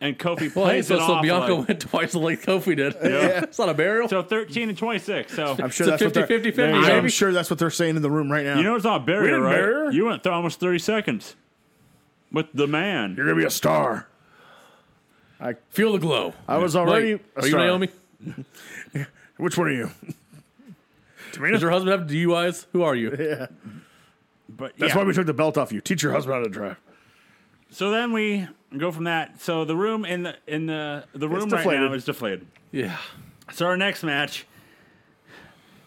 Speaker 1: and Kofi plays
Speaker 2: Well, hey, so,
Speaker 1: it
Speaker 2: so
Speaker 1: off.
Speaker 2: Bianca
Speaker 1: like-
Speaker 2: went twice the length Kofi did. it's not a burial.
Speaker 1: so 13 and 26. So
Speaker 3: I'm sure
Speaker 2: It's a
Speaker 3: that's what they're-
Speaker 2: 50-50
Speaker 3: I'm
Speaker 2: maybe.
Speaker 3: sure that's what they're saying in the room right now.
Speaker 1: you know it's not a barrier,
Speaker 3: didn't
Speaker 1: right?
Speaker 3: barrier.
Speaker 1: You went through almost 30 seconds with the man.
Speaker 3: you're gonna be a star.
Speaker 2: Feel the glow.
Speaker 3: I was already.
Speaker 2: Wait,
Speaker 3: a
Speaker 2: are you
Speaker 3: star.
Speaker 2: Naomi?
Speaker 3: Which one are you?
Speaker 2: Does your husband have DUIs? Who are you?
Speaker 1: But
Speaker 3: That's
Speaker 1: yeah.
Speaker 3: why we took the belt off you. Teach your husband how to drive.
Speaker 1: so then we go from that. So the room in the in the the room right
Speaker 3: deflated.
Speaker 1: now is deflated.
Speaker 2: Yeah.
Speaker 1: So our next match,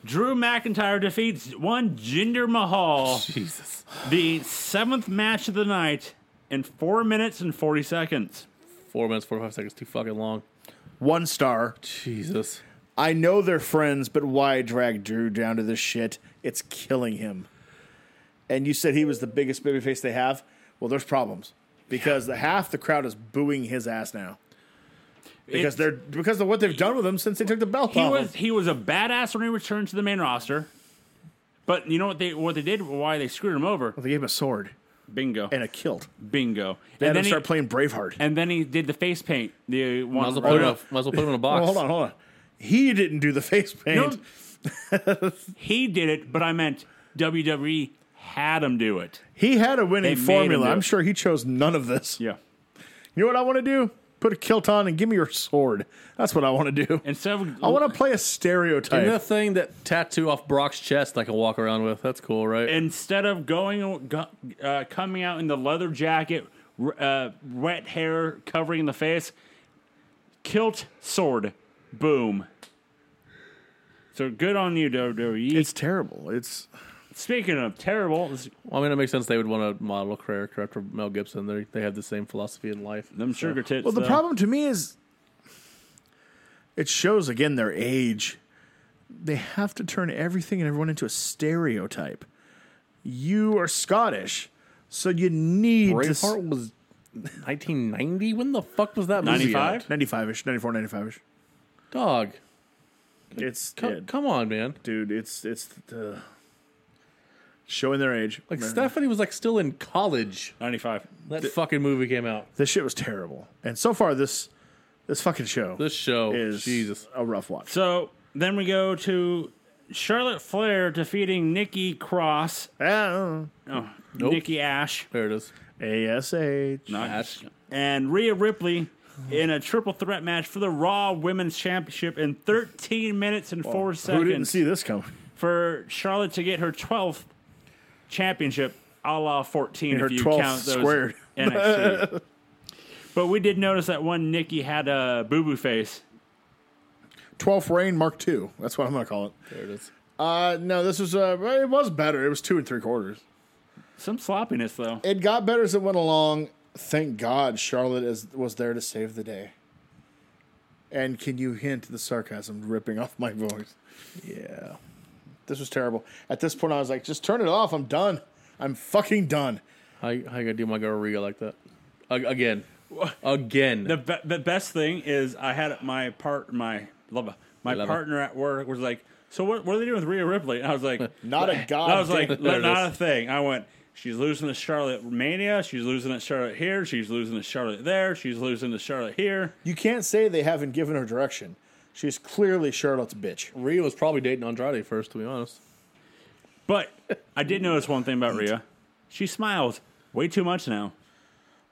Speaker 1: Drew McIntyre defeats one Jinder Mahal,
Speaker 2: Jesus.
Speaker 1: the seventh match of the night, in four minutes and forty seconds.
Speaker 2: Four minutes, forty-five seconds. Too fucking long.
Speaker 3: One star.
Speaker 2: Jesus.
Speaker 3: I know they're friends, but why drag Drew down to this shit? It's killing him. And you said he was the biggest babyface they have. Well, there's problems because the half the crowd is booing his ass now
Speaker 1: It's-
Speaker 3: because they're because of what they've done with him since they took the belt
Speaker 1: He
Speaker 3: off.
Speaker 1: was
Speaker 3: him.
Speaker 1: he was a badass when he returned to the main roster. But you know what they what they did why they screwed him over?
Speaker 3: They gave him a sword
Speaker 1: Bingo.
Speaker 3: and a kilt.
Speaker 1: Bingo.
Speaker 3: They
Speaker 1: And
Speaker 3: had him
Speaker 1: then, he,
Speaker 3: start playing Braveheart.
Speaker 1: and then he did the face paint. The
Speaker 2: Might
Speaker 1: one
Speaker 2: as well put him. in a-
Speaker 3: no.
Speaker 2: Might as well put him in
Speaker 3: Well,
Speaker 2: a box.
Speaker 3: hold on, hold on. He didn't do the face paint.
Speaker 1: No, he did it, but I meant WWE had him do it.
Speaker 3: he had a
Speaker 1: They
Speaker 3: winning
Speaker 1: made him
Speaker 3: formula.
Speaker 1: do
Speaker 3: I'm
Speaker 1: it.
Speaker 3: sure he chose none of this.
Speaker 1: Yeah.
Speaker 3: You know what I want to do? Put a kilt on and give me your sword. That's what I want to do.
Speaker 1: Instead of
Speaker 3: I want to play a stereotype.
Speaker 2: Another thing that tattoo off Brock's chest I can walk around with. That's cool, right?
Speaker 1: instead of going go- uh, coming out in the leather jacket, r- uh, wet hair covering the face, kilt sword, boom. So good on you, WWE.
Speaker 3: It's terrible. It's
Speaker 1: Speaking of terrible, this-
Speaker 2: Well, I mean, it makes sense they would want to model a career after Mel Gibson. They they have the same philosophy in life.
Speaker 1: them sugar tits. uh,
Speaker 3: well. The
Speaker 1: though.
Speaker 3: problem to me is, it shows again their age. They have to turn everything and everyone into a stereotype. You are Scottish, so you need to
Speaker 2: Braveheart was 1990. When the fuck was that movie?
Speaker 1: 95?
Speaker 2: out?
Speaker 3: ninety-five ish, 94, 95 ish.
Speaker 2: Dog,
Speaker 3: It's
Speaker 2: come,
Speaker 3: it-
Speaker 2: come on, man.
Speaker 3: dude. It's it's the showing their age.
Speaker 2: Like Stephanie was like still in college.
Speaker 1: 95.
Speaker 2: That fucking movie came out.
Speaker 3: this shit was terrible. And so far, this this fucking show
Speaker 2: This show,
Speaker 3: is
Speaker 2: Jesus,
Speaker 3: a rough watch.
Speaker 1: So then we go to Charlotte Flair defeating Nikki Cross.
Speaker 3: Ah,
Speaker 1: Oh,
Speaker 2: Nope.
Speaker 1: Nikki Ash.
Speaker 2: there it is.
Speaker 3: Ash.
Speaker 1: Not-
Speaker 2: Ash.
Speaker 1: And Rhea Ripley in a triple threat match for the Raw Women's Championship in 13 minutes and 4
Speaker 3: Who didn't
Speaker 1: seconds
Speaker 3: see this coming?
Speaker 1: for Charlotte to get her 12th championship, a la 14
Speaker 3: Her
Speaker 1: if you
Speaker 3: 12th
Speaker 1: count those
Speaker 3: squared.
Speaker 1: NXT. but we did notice that one Nikki had a boo boo face.
Speaker 3: Twelfth reign Mark Two. That's what I'm gonna call it.
Speaker 2: There it is.
Speaker 3: Uh, no, this was uh, well, it was better. It was two and three quarters.
Speaker 1: Some sloppiness though.
Speaker 4: It got better as it went along. Thank God Charlotte is, was there to save the day.
Speaker 3: And can you hint the sarcasm ripping off my voice?
Speaker 2: Yeah.
Speaker 4: This was terrible. At this point, I was like, just turn it off. I'm done. I'm fucking done.
Speaker 2: How, how you gonna do my Garriga like that? Ag- again. Again.
Speaker 1: The be- the best thing is I had my part my love my
Speaker 2: Love it.
Speaker 1: partner at work was like, so what what are they doing with Rhea Ripley? And I was like,
Speaker 4: Not a god.
Speaker 1: I was like,
Speaker 2: There it
Speaker 1: not
Speaker 2: is.
Speaker 1: a thing. I went. She's losing to Charlotte Mania. She's losing to Charlotte here. She's losing to Charlotte there. She's losing to Charlotte here.
Speaker 4: you can't say they haven't given her direction. She's clearly Charlotte's bitch.
Speaker 2: Rhea was probably dating Andrade first, to be honest.
Speaker 1: But I did notice one thing about Rhea. She smiles way too much now.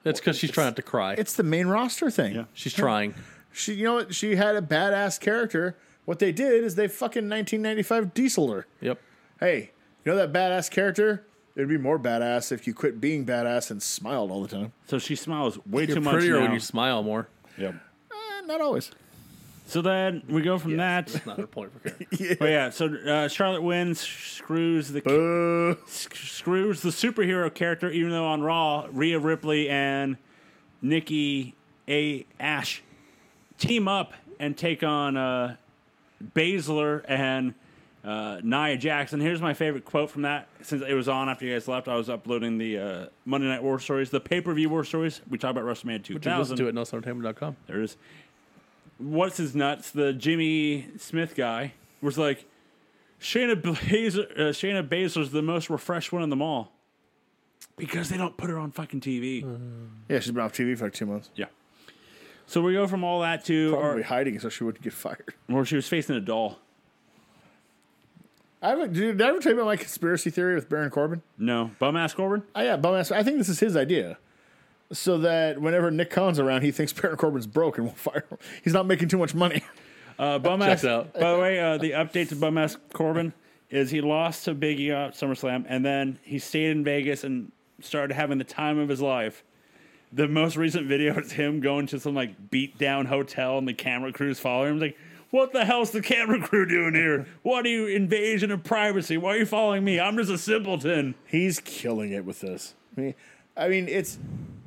Speaker 2: That's because she's trying not to cry.
Speaker 3: It's the main roster thing.
Speaker 2: She's trying.
Speaker 3: She, you know what? She had a badass character.
Speaker 4: What they did is they fucking 1995 dieseled her.
Speaker 2: Yep.
Speaker 4: Hey, you know that badass character? It'd be more badass if you quit being badass and smiled all the time.
Speaker 1: So she smiles way
Speaker 2: You're
Speaker 1: too much
Speaker 2: prettier
Speaker 1: now.
Speaker 2: when you smile more.
Speaker 4: Eh, not always.
Speaker 1: so then we go from that.
Speaker 2: Not her point for care.
Speaker 1: But yeah, so uh, Charlotte wins, screws the sc- screws the superhero character, even though on Raw, Rhea Ripley and Nikki A. Ash team up and take on uh, Baszler and uh, Nia Jackson. Here's my favorite quote from that. Since it was on after you guys left, I was uploading the uh, Monday Night War Stories, the pay per view War Stories. We talked about WrestleMania
Speaker 2: Just
Speaker 1: 2000.
Speaker 2: listen to it, nelsentertainment.com.
Speaker 1: There it is. What's his nuts? The Jimmy Smith guy was like, Shayna Blazer, uh, Shayna Baszler's the most refreshed one in the mall because they don't put her on fucking TV.
Speaker 3: Yeah, she's been off TV for like two months.
Speaker 1: Yeah. So we go from all that to
Speaker 3: Probably
Speaker 1: or,
Speaker 3: hiding so she wouldn't get fired.
Speaker 1: where she was facing a doll.
Speaker 3: I haven't, dude, did I ever tell you about my conspiracy theory with Baron Corbin?
Speaker 1: No, bum ass Corbin.
Speaker 4: Uh,
Speaker 3: Oh, yeah, bum ass. I think this is his idea. So that whenever Nick Khan's around, he thinks Baron Corbin's broke and will fire him. He's not making too much money.
Speaker 1: Uh, bum ass.
Speaker 2: Checks out.
Speaker 1: By the way, uh, the update to bum ass Corbin is he lost to Biggie at SummerSlam, and then he stayed in Vegas and started having the time of his life. The most recent video is him going to some like beat down hotel, and the camera crew's following him. He's like, "What the hell's the camera crew doing here? What are you invasion of privacy? Why are you following me? I'm just a simpleton."
Speaker 4: He's killing it with this. I mean, I mean, it's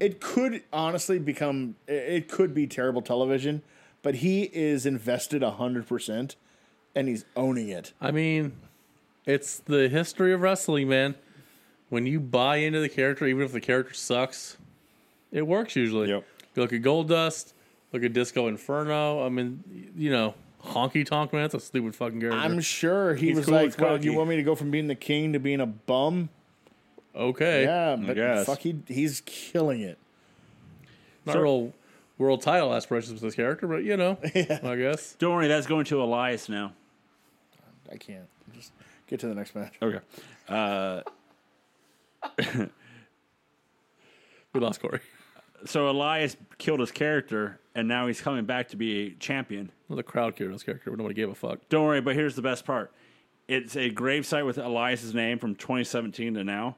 Speaker 4: it could honestly become it- it could be terrible television, but he is invested 100% and he's owning it.
Speaker 2: I mean, it's the history of wrestling, man. When you buy into the character, even if the character sucks, it works usually.
Speaker 1: Yep.
Speaker 2: You look at Goldust, look at Disco Inferno. I mean, you know, Honky Tonk Man. That's a stupid fucking character.
Speaker 4: I'm sure he
Speaker 1: He's
Speaker 4: was
Speaker 1: cool,
Speaker 4: like,
Speaker 1: he's
Speaker 4: "Well,
Speaker 1: cocky."
Speaker 4: you want me to go from being the king to being a bum?"
Speaker 2: okay.
Speaker 4: Yeah, but
Speaker 1: guess.
Speaker 4: fuck, he, he's killing it.
Speaker 2: Not
Speaker 1: So-
Speaker 2: real world title aspirations with this character, but you know, I guess.
Speaker 1: Don't worry, that's going to Elias now.
Speaker 4: I can't. Just get to the next match.
Speaker 1: Okay.
Speaker 2: We lost Corey.
Speaker 1: So Elias killed his character, and now he's coming back to be a champion.
Speaker 2: Well, the crowd cared about this character, but nobody gave a fuck.
Speaker 1: Don't worry, but here's the best part. It's a gravesite with Elias's name from 2017 to now.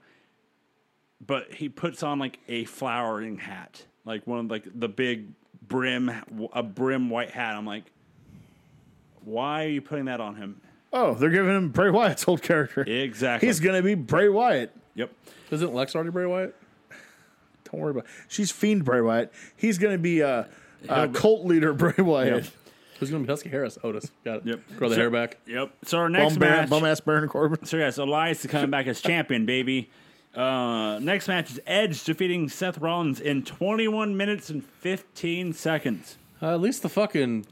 Speaker 1: But he puts on like a flowering hat, like one of like the big brim, a brim white hat. I'm like, why are you putting that on him?
Speaker 3: Oh, they're giving him Bray Wyatt's old character.
Speaker 1: Exactly.
Speaker 3: He's going to be Bray Wyatt.
Speaker 1: yep.
Speaker 2: Isn't Lex already Bray Wyatt?
Speaker 3: Don't worry about it. She's Fiend Bray Wyatt. He's going to be uh, uh, cult leader Bray Wyatt.
Speaker 2: Who's going to be Husky Harris? Otis. Got it.
Speaker 1: Yep.
Speaker 2: Grow the
Speaker 1: So-
Speaker 2: hair back.
Speaker 1: Yep. So our
Speaker 3: Bum
Speaker 1: next
Speaker 3: Baron-
Speaker 1: match.
Speaker 3: Bum ass Baron Corbin.
Speaker 1: So yeah, so Elias is coming back as champion, baby. Uh, next match is Edge defeating Seth Rollins in 21 minutes and 15 seconds.
Speaker 2: Uh, at least the fucking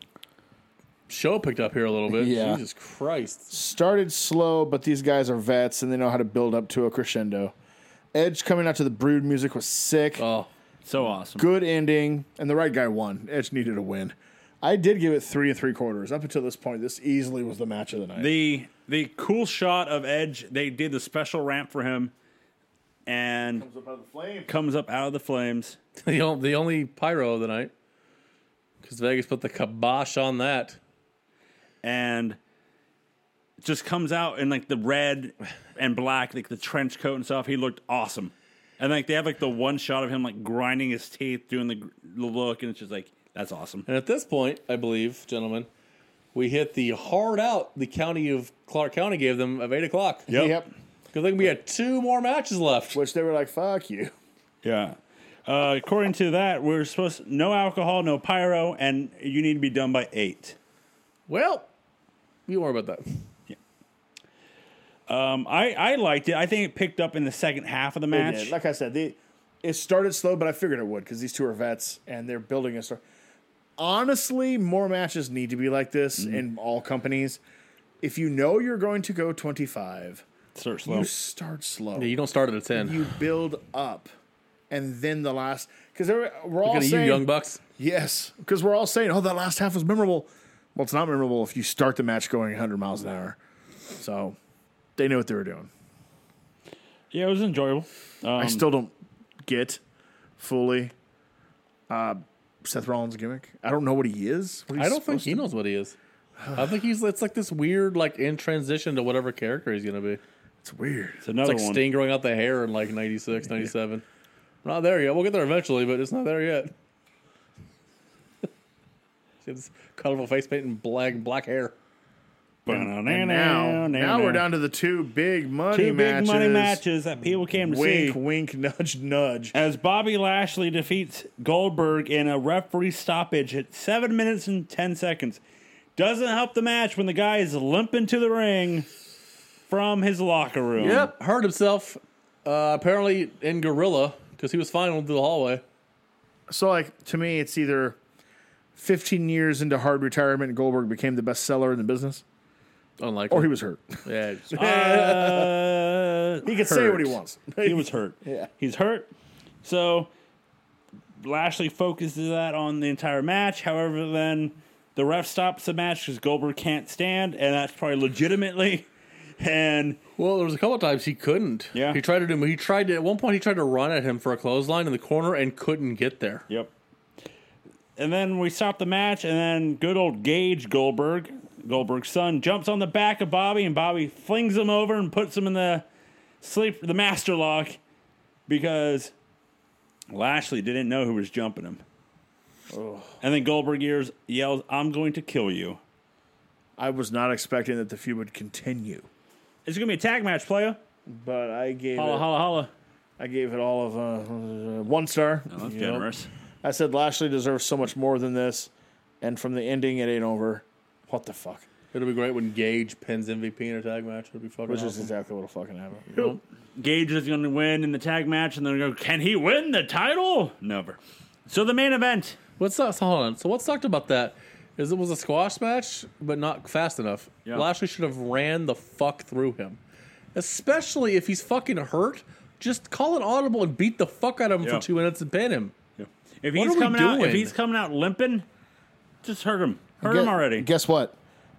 Speaker 2: show picked up here a little bit.
Speaker 3: Yeah.
Speaker 2: Jesus Christ.
Speaker 3: Started slow, but these guys are vets and they know how to build up to a crescendo. Edge coming out to the Brood music was sick.
Speaker 2: Oh,
Speaker 1: So awesome.
Speaker 3: Good ending, and the right guy won. Edge needed a win. I did give it three and three quarters. Up until this point, this easily was the match of the night.
Speaker 1: The the cool shot of Edge, they did the special ramp for him and comes up out of the flames.
Speaker 2: the, on- the only pyro of the night. Because Vegas put the kibosh on that.
Speaker 1: and just comes out in like the red and black, like the trench coat and stuff. He looked awesome. And like they have like the one shot of him like grinding his teeth, doing the, gr- the look, and it's just like that's awesome.
Speaker 2: And at this point, I believe, gentlemen, we hit the hard out the county of Clark County gave them of 8 o'clock. Because
Speaker 3: Yep.
Speaker 2: I think we had two more matches left.
Speaker 3: Which they were like, fuck you.
Speaker 1: Yeah. Uh, according to that, we're supposed no alcohol, no pyro, and you need to be done by eight.
Speaker 2: Well, you worry about that.
Speaker 1: Um, I I liked it. I think it picked up in the second half of the
Speaker 3: They
Speaker 1: match.
Speaker 3: did. Like I said, they, it started slow, but I figured it would because these two are vets and they're building a story. Honestly, more matches need to be like this
Speaker 2: Mm-hmm.
Speaker 3: in all companies. If you know you're going to go 25,
Speaker 1: Start slow.
Speaker 3: you start slow.
Speaker 2: Yeah, you don't start at a 10.
Speaker 3: You build up, and then the last because we're all
Speaker 2: Look at you,
Speaker 3: saying
Speaker 2: Young Bucks.
Speaker 3: yes because we're all saying oh that last half was memorable. Well, it's not memorable if you start the match going 100 miles an hour. So they knew what they were doing.
Speaker 1: Yeah, it was enjoyable.
Speaker 3: I still don't get fully uh, Seth Rollins' gimmick. I don't know what he is. What he's
Speaker 2: I don't think
Speaker 3: supposed
Speaker 2: he knows what he is. I think he's it's like this weird like in transition to whatever character he's gonna be. It's
Speaker 3: to- It's weird.
Speaker 1: It's another
Speaker 2: like
Speaker 1: one.
Speaker 2: Sting growing out the hair in like 96, 97. We're Not there yet. We'll get there eventually, but it's not there yet. See this colorful face paint and black black hair.
Speaker 3: And now, now we're down to the two big money
Speaker 1: two big
Speaker 3: matches.
Speaker 1: money matches that people came to
Speaker 3: Wink,
Speaker 1: see.
Speaker 3: wink, nudge, nudge.
Speaker 1: As Bobby Lashley defeats Goldberg in a referee stoppage at seven minutes and ten seconds, doesn't help the match when the guy is limping to the ring from his locker room.
Speaker 2: Yep, hurt himself. Uh, apparently in Gorilla because he was final through the hallway.
Speaker 3: So, like to me, it's either 15 years into hard retirement, Goldberg became the best seller in the business,
Speaker 2: Unlikely.
Speaker 3: or he was hurt.
Speaker 2: yeah.
Speaker 1: Uh,
Speaker 3: He can say what he wants.
Speaker 1: he was hurt. Yeah. He's hurt. So Lashley focuses that on the entire match. However, then the ref stops the match because Goldberg can't stand, and that's probably legitimately. And
Speaker 2: Well, there was a couple of times he couldn't.
Speaker 1: Yeah.
Speaker 2: he tried to do. He tried to at one point. He tried to run at him for a clothesline in the corner and couldn't get there.
Speaker 1: Yep. And then we stop the match, and then good old Gage Goldberg, Goldberg's son, jumps on the back of Bobby, and Bobby flings him over and puts him in the sleep, the master lock, because Lashley didn't know who was jumping him. And then Goldberg years yells, "I'm going to kill you."
Speaker 3: I was not expecting that the feud would continue,
Speaker 1: It's gonna be a tag match, player.
Speaker 3: but I gave
Speaker 1: Holla,
Speaker 3: it,
Speaker 1: holla, holla.
Speaker 3: I gave it all of uh, one star.
Speaker 1: That's
Speaker 3: You know?
Speaker 1: generous.
Speaker 3: I said Lashley deserves so much more than this, and from the ending, it ain't over. What the fuck?
Speaker 2: It'll be great when Gage pins MVP in a tag match. It'll be fucking
Speaker 3: Which is
Speaker 2: awesome.
Speaker 3: exactly what'll fucking happen.
Speaker 1: Gage is going to win in the tag match, and they're going to go, "Can he win the title?" Never. So the main event.
Speaker 2: What's that? So hold on. So what sucked about that is it was a squash match, but not fast enough.
Speaker 1: Yeah.
Speaker 2: Lashley should have ran the fuck through him, especially if he's fucking hurt. Just call an audible and beat the fuck out of him
Speaker 1: Yeah.
Speaker 2: for two minutes and pin him.
Speaker 1: If
Speaker 2: What
Speaker 1: he's
Speaker 2: are we
Speaker 1: coming out, if
Speaker 2: doing?
Speaker 1: he's coming out limping, just hurt him. Hurt him
Speaker 3: Gu-
Speaker 1: already.
Speaker 3: Guess what?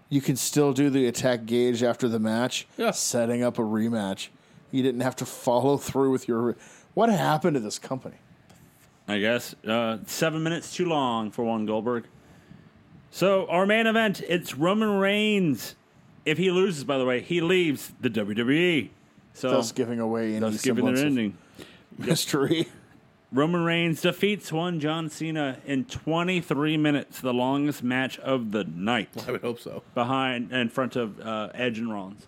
Speaker 3: You can still do the attack gauge after the match,
Speaker 2: Yeah.
Speaker 3: setting up a rematch. You didn't have to follow through with your. What happened to this company?
Speaker 1: I guess uh, seven minutes too long for one Goldberg. So our main event, it's Roman Reigns. If he loses, by the way, he leaves the WWE. So
Speaker 3: Thus giving away any
Speaker 1: let's give it an
Speaker 3: semblance
Speaker 1: ending.
Speaker 3: of history.
Speaker 1: Roman Reigns defeats one John Cena in 23 minutes, the longest match of the night,
Speaker 2: I would hope so.
Speaker 1: behind in front of uh, Edge and Rollins.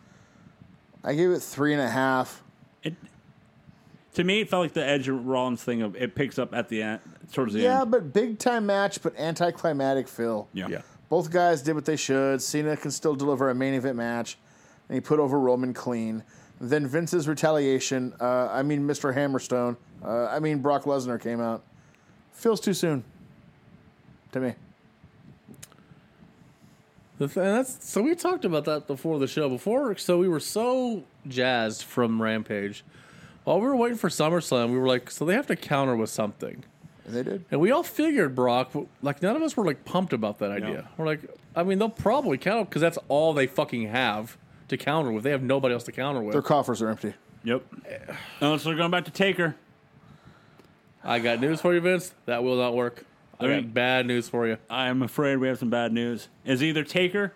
Speaker 3: I gave it three and a half.
Speaker 1: It to me, it felt like the Edge and Rollins thing of it picks up at the end, towards the
Speaker 3: Yeah,
Speaker 1: end.
Speaker 3: but big time match, but anticlimactic feel.
Speaker 2: Yeah.
Speaker 3: Both guys did what they should. Cena can still deliver a main event match, and he put over Roman clean. Then Vince's retaliation. Uh, I mean, Mr. Hammerstone. Uh, I mean, Brock Lesnar came out. Feels too soon to me.
Speaker 2: The th- and that's so we talked about that before the show. Before, so we were so jazzed from Rampage. While we were waiting for SummerSlam, we were like, so they have to counter with something.
Speaker 3: And they did.
Speaker 2: And we all figured Brock, but, like none of us were like pumped about that idea. We're like, I mean, they'll probably counter because that's all they fucking have to counter with. They have nobody else to counter with.
Speaker 3: Their coffers are empty.
Speaker 1: Yep. Unless they're going back to Taker.
Speaker 2: I got news for you, Vince. That will not work. I
Speaker 1: There you-
Speaker 2: got bad news for you.
Speaker 1: I am afraid we have some bad news. Is either Taker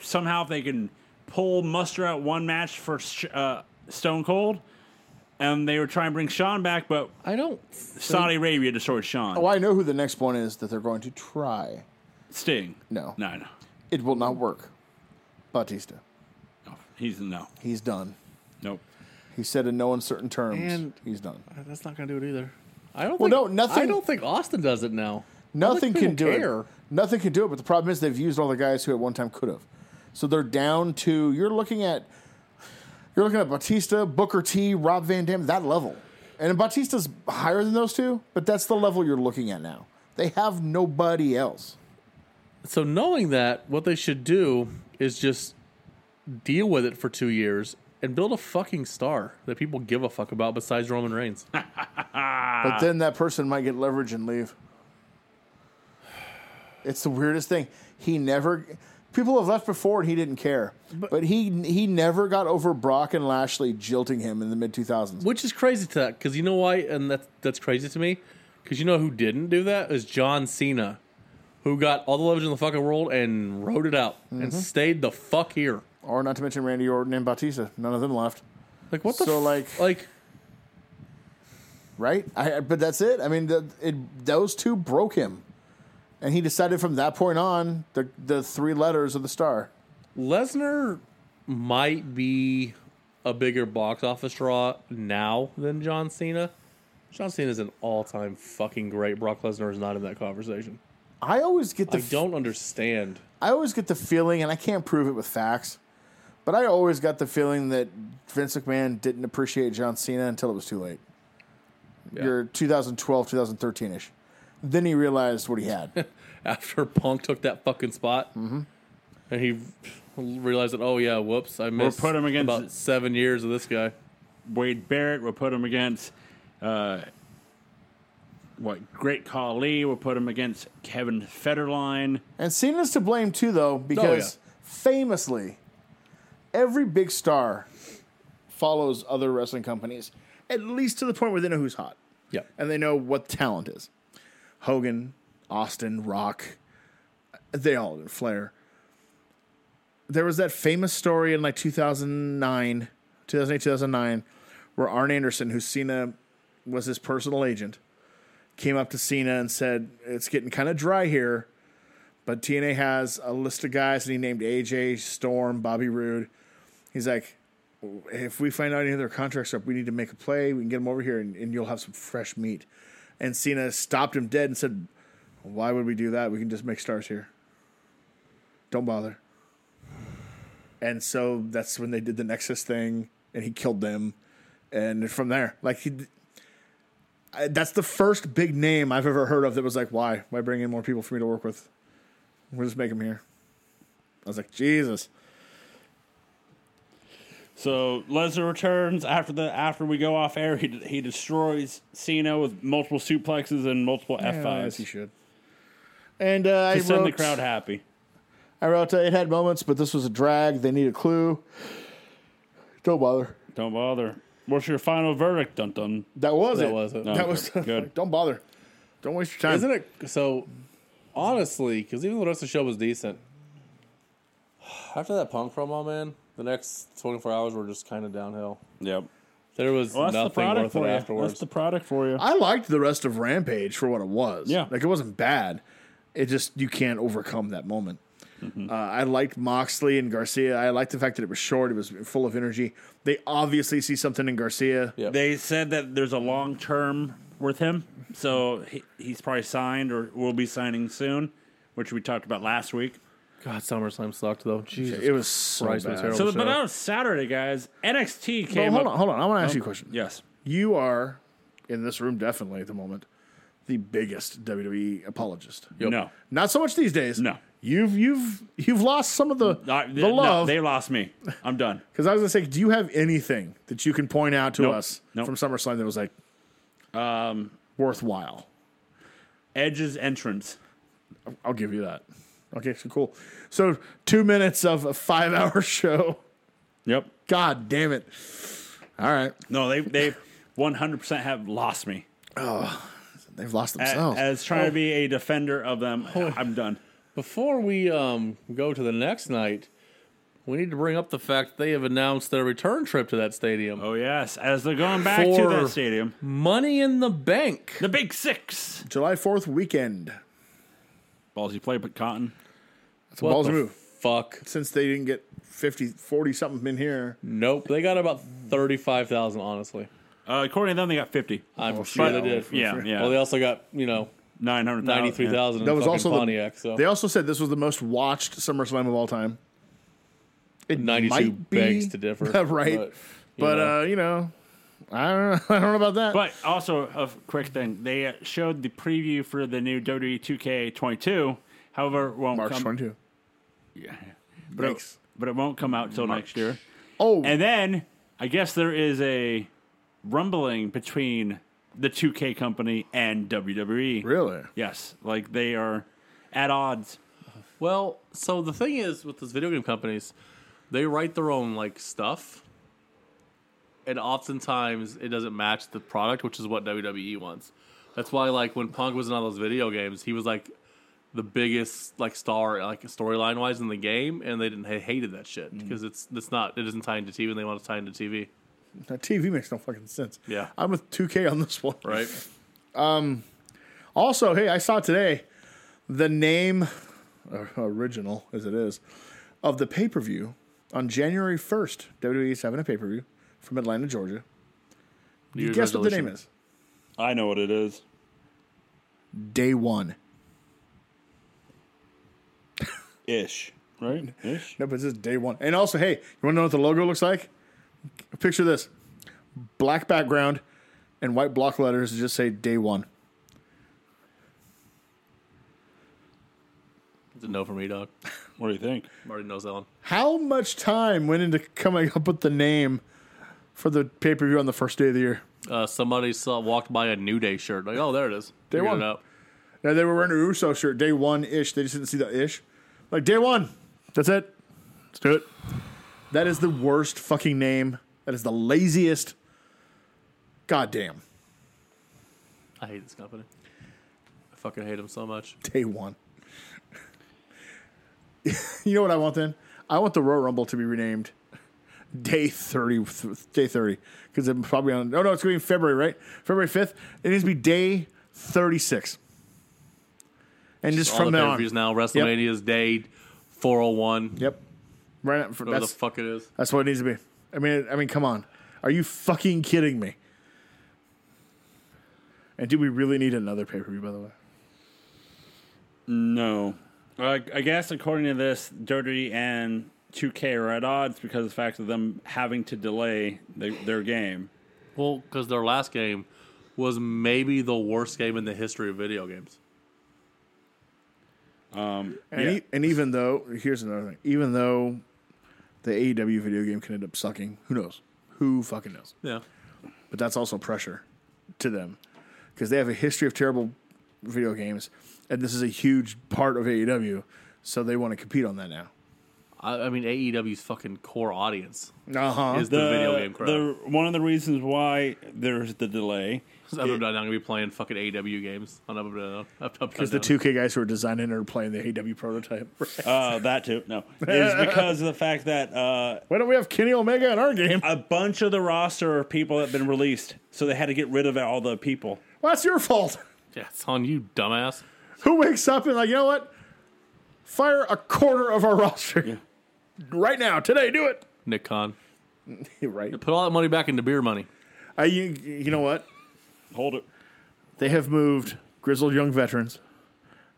Speaker 1: somehow if they can pull muster out one match for Sh- uh, Stone Cold, and they were trying to bring Sean back, but
Speaker 2: I don't.
Speaker 1: Saudi Arabia destroyed Sean.
Speaker 3: Well, I know who the next one is that they're going to try.
Speaker 1: Sting.
Speaker 3: No.
Speaker 1: No, no.
Speaker 3: It will not work. Bautista.
Speaker 1: No. He's no.
Speaker 3: He's done.
Speaker 1: Nope.
Speaker 3: He said in no uncertain terms,
Speaker 2: And-
Speaker 3: he's done.
Speaker 2: That's not gonna do it either. I don't.
Speaker 3: Well, no,
Speaker 2: think,
Speaker 3: nothing-
Speaker 2: I don't think Austin does it now.
Speaker 3: Nothing
Speaker 2: people
Speaker 3: can do
Speaker 2: care.
Speaker 3: it. Nothing can do it. But the problem is they've used all the guys who at one time could have. So they're down to you're looking at you're looking at Batista, Booker T, Rob Van Dam, that level. And Batista's higher than those two, but that's the level you're looking at now. They have nobody else.
Speaker 2: So knowing that, what they should do is just deal with it for two years and build a fucking star that people give a fuck about besides Roman Reigns.
Speaker 3: But then that person might get leverage and leave. It's the weirdest thing. He never. People have left before and he didn't care. But, he he never got over Brock and Lashley jilting him in the mid 2000s.
Speaker 2: Which is crazy to that because you know why, and that's that's crazy to me because you know who didn't do that is John Cena, who got all the leverage in the fucking world and rode it out
Speaker 3: Mm-hmm.
Speaker 2: and stayed the fuck here.
Speaker 3: Or not to mention Randy Orton and Batista. None of them left.
Speaker 2: Like what the
Speaker 3: So,
Speaker 2: f-
Speaker 3: like-
Speaker 2: like
Speaker 3: Right? I, I- but that's it. I mean, the, it, those two broke him. And he decided from that point on the, the three letters of the star.
Speaker 2: Lesnar might be a bigger box office draw now than John Cena. John Cena is an all-time fucking great. Brock Lesnar is not in that conversation.
Speaker 3: I always get the
Speaker 2: I don't understand.
Speaker 3: I always get the feeling, and I can't prove it with facts, but I always got the feeling that Vince McMahon didn't appreciate John Cena until it was too late.
Speaker 2: Yeah.
Speaker 3: Your 2012, 2013 ish. Then he realized what he had.
Speaker 2: After Punk took that fucking spot, and he realized that oh yeah, whoops, I missed
Speaker 1: put him against-
Speaker 2: about seven years of this guy.
Speaker 1: Wade Barrett. We'll put him against uh, what Great Khali. We'll put him against Kevin Federline.
Speaker 3: and Cena's to blame too, though, because famously, every big star follows other wrestling companies, at least to the point where they know who's hot.
Speaker 2: Yeah,
Speaker 3: and they know what talent is. Hogan, Austin, Rock, they all did Flair. There was that famous story in like 2009, 2008, 2009, where Arn Anderson, who Cena was his personal agent, came up to Cena and said, It's getting kind of dry here, but TNA has a list of guys, and he named AJ, Storm, Bobby Roode. He's like, if we find out any of their contracts are up, we need to make a play. We can get them over here, and, and you'll have some fresh meat. And Cena stopped him dead and said, "Why would we do that? We can just make stars here. Don't bother." And so that's when they did the Nexus thing, and he killed them. And from there, like he, I, that's the first big name I've ever heard of that was like, "Why? Why bring in more people for me to work with? We'll just make them here." I was like, "Jesus."
Speaker 1: So Lesnar returns after the after we go off air. He, he destroys Cena with multiple suplexes and multiple F
Speaker 3: As he
Speaker 1: fives
Speaker 3: should. And uh, I
Speaker 1: to send the
Speaker 3: wrote-
Speaker 1: crowd happy.
Speaker 3: I wrote uh, it had moments, but this was a drag. They need a clue. Don't bother.
Speaker 1: Don't bother. What's your final verdict? Dun dun.
Speaker 3: That was
Speaker 2: That
Speaker 3: it.
Speaker 2: was it.
Speaker 3: That was
Speaker 1: Good.
Speaker 3: Don't bother. Don't waste your time.
Speaker 2: isn't it? So honestly, because even the rest of the show was decent. After that Punk promo, man, the next twenty four hours were just kind of downhill.
Speaker 1: Yep.
Speaker 2: There was
Speaker 1: Well, that's the
Speaker 2: nothing
Speaker 1: product
Speaker 2: worth it
Speaker 1: for you. That's
Speaker 2: afterwards.
Speaker 1: the product for you.
Speaker 3: I liked the rest of Rampage for what it was.
Speaker 1: Yeah.
Speaker 3: like it wasn't bad. It just you can't overcome that moment.
Speaker 1: Mm-hmm.
Speaker 3: Uh, I liked Moxley and Garcia. I liked the fact that it was short. It was full of energy. They obviously see something in Garcia.
Speaker 2: Yep.
Speaker 1: They said that there's a long term with him, so he, he's probably signed or will be signing soon, which we talked about last week.
Speaker 2: God, SummerSlam sucked though. Jesus,
Speaker 3: It was so
Speaker 2: Christ, it was
Speaker 3: bad.
Speaker 2: terrible.
Speaker 1: So,
Speaker 2: So-
Speaker 1: but that was Saturday, guys. NXT
Speaker 3: Well,
Speaker 1: came
Speaker 3: hold
Speaker 1: up.
Speaker 3: on, hold on. I want to ask you a question.
Speaker 1: Yes.
Speaker 3: You are in this room definitely at the moment the biggest WWE E apologist.
Speaker 2: Yep.
Speaker 1: No.
Speaker 3: Not so much these days.
Speaker 1: No.
Speaker 3: You've you've you've lost some of the
Speaker 1: I-
Speaker 3: the
Speaker 1: no,
Speaker 3: love.
Speaker 1: they lost me. I'm done.
Speaker 3: Because I was gonna say, do you have anything that you can point out to
Speaker 1: Nope.
Speaker 3: us
Speaker 1: Nope. Um,
Speaker 3: from SummerSlam that was like, worthwhile?
Speaker 1: Edge's entrance.
Speaker 3: I'll give you that. Okay, so cool. So two minutes of a five-hour show.
Speaker 1: Yep.
Speaker 3: God damn it! All right,
Speaker 1: No, they they 100% have lost me.
Speaker 3: they've lost
Speaker 1: A-
Speaker 3: themselves.
Speaker 1: As trying to be a defender of them, I'm done.
Speaker 2: Before we um, go to the next night, we need to bring up the fact that they have announced their return trip to that stadium.
Speaker 1: Oh yes, as they're going back to
Speaker 2: For-
Speaker 1: that stadium,
Speaker 2: Money in the bank.
Speaker 1: the Big Six.
Speaker 3: July Fourth weekend.
Speaker 1: Ballsy play, but Cotton.
Speaker 3: It's a ballsy
Speaker 2: the
Speaker 3: move.
Speaker 2: Fuck.
Speaker 3: Since they didn't get 50, 40 something in here,
Speaker 2: Nope. They got about thirty-five thousand. Honestly,
Speaker 1: Uh, according to them, they got 50.
Speaker 2: I'm sure
Speaker 1: But-
Speaker 2: they did.
Speaker 1: Oh, Yeah, yeah.
Speaker 2: Well, they also got you know
Speaker 1: 900,000.
Speaker 2: ninety-three
Speaker 1: yeah.
Speaker 2: thousand.
Speaker 3: That was also the-
Speaker 2: Pontiac. so
Speaker 3: they also said this was the most watched SummerSlam of all time. It
Speaker 2: ninety-two
Speaker 3: might be-
Speaker 2: begs to differ.
Speaker 3: right?
Speaker 2: But,
Speaker 3: But,
Speaker 2: you know.
Speaker 3: uh, you know, I don't know. I don't know about that.
Speaker 1: But also, a f- quick thing they uh, showed the preview for the new WWE 2K22. However, it won't
Speaker 3: March
Speaker 1: come.
Speaker 3: twenty two.
Speaker 1: Yeah. But, it, but it won't come out till next year.
Speaker 3: Oh,
Speaker 1: And then I guess there is a rumbling between the 2K company and WWE.
Speaker 3: really?
Speaker 1: Yes, like they are at odds.
Speaker 2: Well, so the thing is with those video game companies, they write their own like stuff, and oftentimes it doesn't match the product, which is what WWE wants. That's why, like when Punk was in all those video games, he was like the biggest like star like storyline wise in the game, and they didn't they hated that shit
Speaker 3: Mm.
Speaker 2: because it's it's not it isn't tied to TV, and they want to tie into TV,
Speaker 3: That TV makes no fucking sense.
Speaker 2: Yeah.
Speaker 3: I'm with 2K on this one.
Speaker 2: right?
Speaker 3: Also, hey, I saw today the name, or- original as it is, of the pay per view on January 1st, WWE 7 E a pay per view from Atlanta, Georgia.
Speaker 2: New Year's
Speaker 3: Guess what the
Speaker 2: resolution.
Speaker 3: name is?
Speaker 1: I know what it is.
Speaker 3: Day one.
Speaker 1: Ish. Right? Ish.
Speaker 3: No, but it's just day one. And also, hey, you want to know what the logo looks like? Picture this black background and white block letters that just say day one.
Speaker 2: It's a no for me, dog.
Speaker 1: What do you think?
Speaker 2: Marty knows that one.
Speaker 3: How much time went into coming up with the name for the pay per view on the first day of the year?
Speaker 2: Uh, somebody saw walked by a New Day shirt, like oh there it is. They
Speaker 3: one. Now they were wearing a Russo shirt, day one ish. They just didn't see the ish. Like day one. That's it. Let's do it. That is the worst fucking name. That is the laziest. Goddamn.
Speaker 2: I hate this company. I fucking hate them so much.
Speaker 3: Day one. you know what I want then? I want the Royal Rumble to be renamed Day 30. th- Day 30. Because it's probably on. Oh, no, it's going to be in February, right? February 5th. It needs to be Day 36. And just,
Speaker 2: All
Speaker 3: from
Speaker 2: the
Speaker 3: there
Speaker 2: pay per
Speaker 3: on.
Speaker 2: views now. WrestleMania's day 401.
Speaker 3: Yep. Right. Up,
Speaker 2: Whatever the
Speaker 3: that's,
Speaker 2: fuck it is.
Speaker 3: That's what it needs to be. I mean, I mean, come on. Are you fucking kidding me? And do we really need another pay per view? By the way,
Speaker 1: No. I, I guess according to this, Dirty and 2K are at odds because of the fact of them having to delay the, their game.
Speaker 2: Well, because their last game was maybe the worst game in the history of video games.
Speaker 3: and, e- and even though here's another thing, even though the AEW video game can end up sucking, who knows? Who fucking knows?
Speaker 2: Yeah.
Speaker 3: But that's also pressure to them because they have a history of terrible video games, and this is a huge part of AEW, so they want to compete on that now.
Speaker 2: I, I mean, AEW's fucking core audience
Speaker 3: Uh huh.
Speaker 2: is the, video game crowd.
Speaker 1: the- one of the reasons why there's the delay.
Speaker 2: 'Cause I'm not going to be playing fucking AEW games on up and down. Up, up,
Speaker 3: Because the two K guys who are designing are playing the AEW prototype.
Speaker 1: Uh, that too. No. Is because of the fact that uh,
Speaker 3: Why don't we have Kenny Omega in our game?
Speaker 1: a bunch of the roster are people that have been released. So they had to get rid of all the people.
Speaker 3: Well, that's your fault.
Speaker 2: Yeah, it's on you, dumbass.
Speaker 3: Who wakes up and like, you know what? Fire a quarter of our roster right now, today. Do it.
Speaker 2: Nick Khan.
Speaker 3: You're right.
Speaker 2: Put all that money back into beer money.
Speaker 3: Uh, you, you know what?
Speaker 1: Hold it.
Speaker 3: They have moved grizzled young veterans,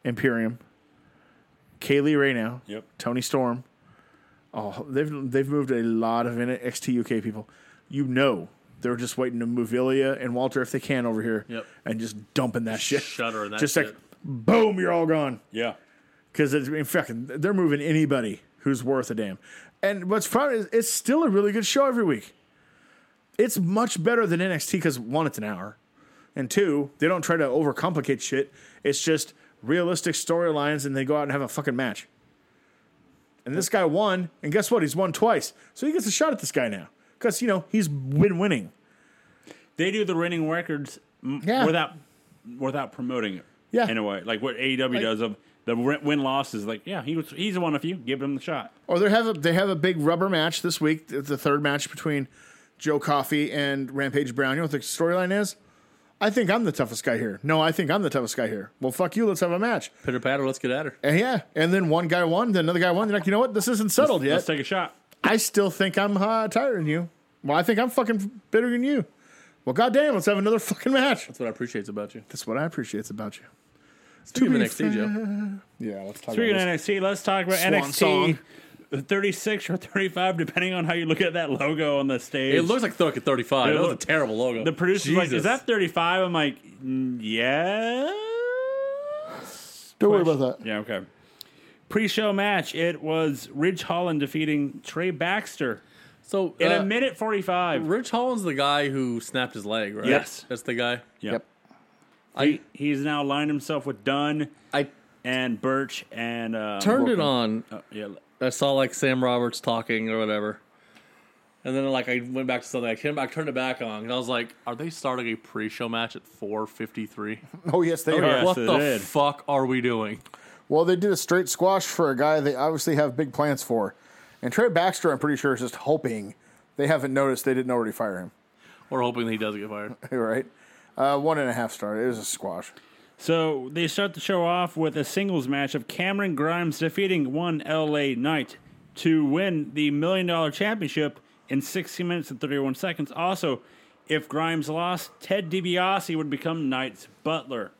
Speaker 3: Imperium, Kaylee Ray now,
Speaker 1: Yep.
Speaker 3: Tony Storm. Oh, they've they've moved a lot of NXT UK people. You know, they're just waiting to move Ilya and Walter if they can over here,
Speaker 2: Yep.
Speaker 3: and just dumping that shit.
Speaker 2: Shudder and that
Speaker 3: just
Speaker 2: shit.
Speaker 3: like boom, you're all gone.
Speaker 1: Yeah.
Speaker 3: because it's I mean, fucking they're moving anybody who's worth a damn. And what's fun is it's still a really good show every week. It's much better than NXT because one, it's an hour, and two, they don't try to overcomplicate shit. It's just realistic storylines, and they go out and have a fucking match. And this guy won, and guess what? He's won twice, so he gets a shot at this guy now because you know he's been winning.
Speaker 1: They do the winning records m-
Speaker 3: Yeah.
Speaker 1: without without promoting it.
Speaker 3: Yeah.
Speaker 1: in a way, like what AEW does of the win loss is like, yeah, he was he's one of you. Give him the shot.
Speaker 3: Or Oh, they have a they have a big rubber match this week. It's the third match between Joe Coffey and Rampage Brown. You know what the storyline is? I think I'm the toughest guy here. No, I think I'm the toughest guy here. Well, fuck you. Let's have a match.
Speaker 2: Pitter patter, let's get at her.
Speaker 3: And yeah, and then one guy won, then another guy won. They're like, you know what? This isn't settled
Speaker 1: Let's
Speaker 3: yet.
Speaker 1: take a shot.
Speaker 3: I still think I'm uh, tighter than you. Well, I think I'm fucking better than you. Well, goddamn, let's have another fucking match.
Speaker 2: That's what I appreciate about you.
Speaker 3: That's what I appreciate about you.
Speaker 2: Speaking of
Speaker 3: be
Speaker 2: NXT, Joe.
Speaker 3: Yeah, let's talk
Speaker 1: Speaking of
Speaker 3: about this.
Speaker 1: NXT, let's talk about
Speaker 3: Swan
Speaker 1: NXT
Speaker 3: song.
Speaker 1: 36 or 35, depending on how you look at that logo on the stage.
Speaker 2: It looks like fucking 35.
Speaker 1: It
Speaker 2: that was a
Speaker 1: look-
Speaker 2: terrible logo.
Speaker 1: the producer's like, "Is
Speaker 2: Jesus.
Speaker 1: that 35?" I'm like, "Mm, "Yeah."
Speaker 3: Don't worry about that.
Speaker 1: Yeah, okay. Pre-show match. It was Ridge Holland defeating Trey Baxter
Speaker 2: So,
Speaker 1: in
Speaker 2: uh,
Speaker 1: a minute 45.
Speaker 2: Rich Holland's the guy who snapped his leg, right?
Speaker 1: Yes.
Speaker 2: That's the guy.
Speaker 1: Yep.
Speaker 2: I,
Speaker 1: He's now lined himself with Dunn
Speaker 2: I
Speaker 1: and Birch and uh,
Speaker 2: turned it on.
Speaker 1: uh, yeah,
Speaker 2: I saw like Sam Roberts talking or whatever. And then like I went back to something. I came back, turned it back on, and I was like, "Are they starting a pre-show match at 4:53?
Speaker 4: Oh yes, they are.
Speaker 1: Yes,
Speaker 2: what
Speaker 1: they
Speaker 2: the
Speaker 1: did.
Speaker 2: fuck are we doing?"
Speaker 4: Well, they did a straight squash for a guy they obviously have big plans for, and Trey Baxter, I'm pretty sure, is just hoping they haven't noticed they didn't already fire him.
Speaker 2: We're hoping he does get fired.
Speaker 4: right? Uh, one and a half star. It was a squash.
Speaker 1: So they start the show off with a singles match of Cameron Grimes defeating one LA Knight to win the million dollar championship in 60 minutes and 31 seconds. Also, if Grimes lost, Ted DiBiase would become Knight's butler.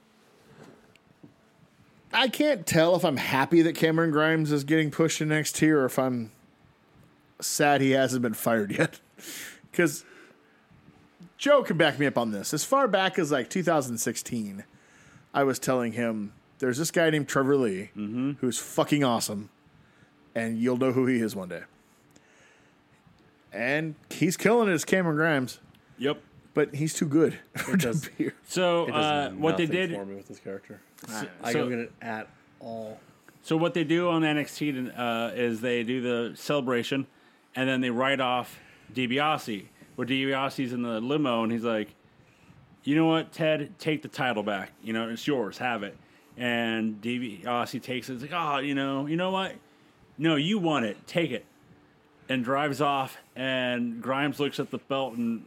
Speaker 3: I can't
Speaker 4: Tell if I'm happy that Cameron Grimes is getting pushed to next tier, or if I'm
Speaker 3: sad he hasn't been fired yet. Because Joe can back me up on this. As far back as like 2016, I was telling him there's this guy named Trevor Lee who's fucking awesome, and you'll know who he is one day. And he's killing it as Cameron Grimes,
Speaker 1: Yep.
Speaker 3: but he's too good. for to
Speaker 2: does-
Speaker 3: be-
Speaker 1: So uh, what they did,
Speaker 2: for me with this character,
Speaker 1: so-
Speaker 2: get it at all.
Speaker 1: so what they do on NXT uh, is they do the celebration, and then they write off DiBiase. Where DiBiase's in the limo, and he's like, you know what, Ted, take the title back. You know, it's yours. Have it. And DiBiase takes it. It's like, oh, you know, you know what? No, you want it. Take it. And drives off. And Grimes looks at the belt and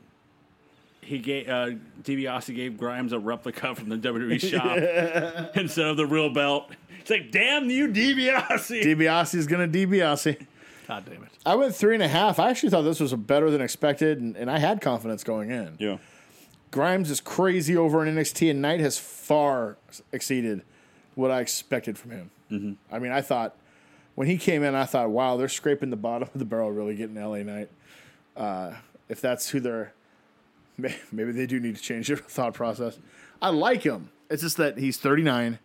Speaker 1: he gave uh, DiBiase gave Grimes a replica from the WWE shop instead of the real belt. It's like, damn you, DiBiase.
Speaker 3: DiBiase's gonna DiBiase.
Speaker 2: God damn it!
Speaker 4: I went three and a half. I actually thought this was better than expected, and, and I had confidence going in.
Speaker 1: Yeah.
Speaker 4: Grimes is crazy over in NXT, and Knight has far exceeded what I expected from him. Mm-hmm. I mean, I thought when he came in, I thought, wow, they're scraping the bottom of the barrel, really getting LA Knight. Uh, if that's who they're, may- maybe they do need to change their thought process.
Speaker 3: I like him. It's just that he's 39.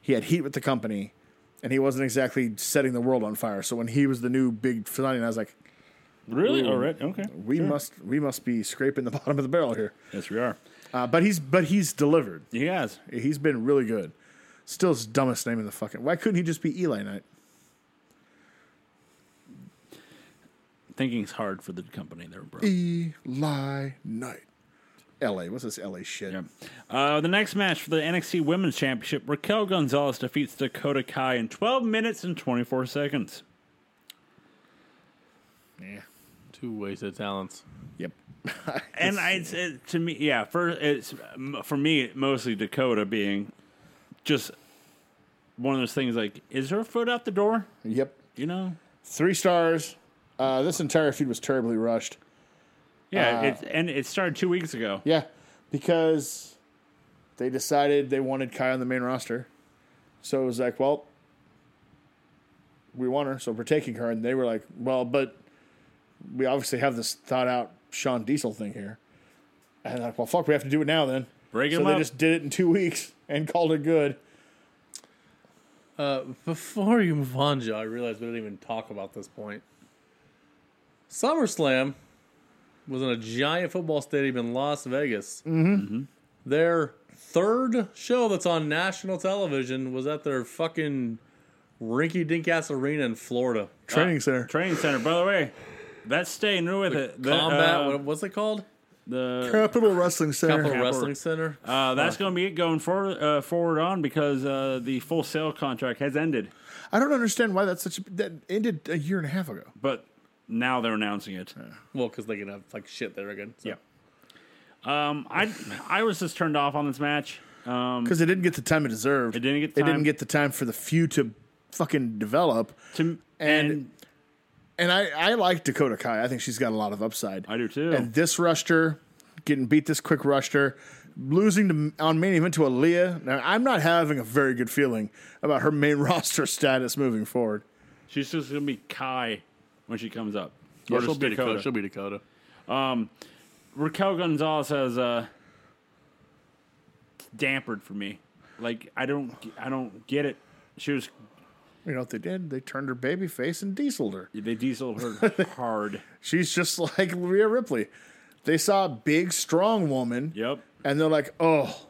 Speaker 3: He had heat with the company, and he wasn't exactly setting the world on fire. So when he was the new big phenomenon, I was like,
Speaker 1: Really? All right. Okay.
Speaker 3: we must we must be scraping the bottom of the barrel here.
Speaker 1: Yes, we are.
Speaker 3: Uh, but he's but he's delivered.
Speaker 1: He has.
Speaker 3: He's been really good. Still his dumbest name in the fucking. Why couldn't he just be Eli Knight?
Speaker 1: Thinking's hard for the company there, bro.
Speaker 3: Eli Knight. L.A. What's this L.A. shit?
Speaker 1: Yeah. Uh, the next match for the NXT Women's Championship, Raquel Gonzalez defeats Dakota Kai in 12 minutes and 24 seconds.
Speaker 2: Two wasted talents.
Speaker 3: Yep.
Speaker 1: And I, it's, it, to me, yeah, for it's m- for me mostly Dakota being just one of those things. Like, is her foot out the door?
Speaker 4: Yep,
Speaker 1: You know?
Speaker 4: three stars. Uh, this entire feud was terribly rushed.
Speaker 1: Yeah. it's, and it started two weeks ago.
Speaker 4: Yeah, because they decided they wanted Kai on the main roster. So it was like, well, we want her, so we're taking her. And they were like, well, but we obviously have this thought out Sean Diesel thing here. And like, well, fuck, we have to do it now then.
Speaker 1: Break
Speaker 4: so
Speaker 1: him
Speaker 4: they
Speaker 1: up.
Speaker 4: just did it in two weeks and called it good.
Speaker 2: Uh, before you move on, Joe, I realized we didn't even talk about this point. SummerSlam was in a giant football stadium in Las Vegas. Mm-hmm. Their third show that's on national television was at their fucking rinky dink ass arena in Florida.
Speaker 1: Uh,
Speaker 3: Training center.
Speaker 1: Training center, by the way. That's staying new with it. The,
Speaker 2: Combat,
Speaker 1: uh,
Speaker 2: what, what's it called?
Speaker 1: the
Speaker 3: Capital Wrestling Center.
Speaker 2: Capital Wrestling Center.
Speaker 1: uh, that's going to be it going forward uh, forward on because uh, the full sale contract has ended,
Speaker 3: I don't understand why that's such a that ended a year and a half ago.
Speaker 1: but now they're announcing it.
Speaker 2: Well, because they can have like shit there again. so.
Speaker 1: Yeah. Um, I I was just turned off on this match. Um,
Speaker 3: Because it didn't get the time it deserved.
Speaker 1: It didn't get
Speaker 3: It
Speaker 1: time.
Speaker 3: didn't get the time for the few to fucking develop.
Speaker 1: to,
Speaker 3: And-
Speaker 1: and
Speaker 3: And I, I like Dakota Kai. I think she's got a lot of upside.
Speaker 1: I do too.
Speaker 3: And this rushed her, getting beat this quick rushed her, losing to, on main event to Aaliyah. Now, I'm not having a very good feeling about her main roster status moving forward.
Speaker 1: She's just gonna be Kai when she comes up.
Speaker 2: Yeah,
Speaker 1: Or
Speaker 2: she'll
Speaker 1: just
Speaker 2: be Dakota. She'll be Dakota.
Speaker 1: Raquel Gonzalez has uh, dampered for me. Like I don't, I don't get it. She was
Speaker 3: You know what they did? They turned her baby face and dieseled her.
Speaker 1: they dieseled her hard.
Speaker 3: She's just like Rhea Ripley. They saw a big, strong woman,
Speaker 1: Yep.
Speaker 3: and they're like, oh,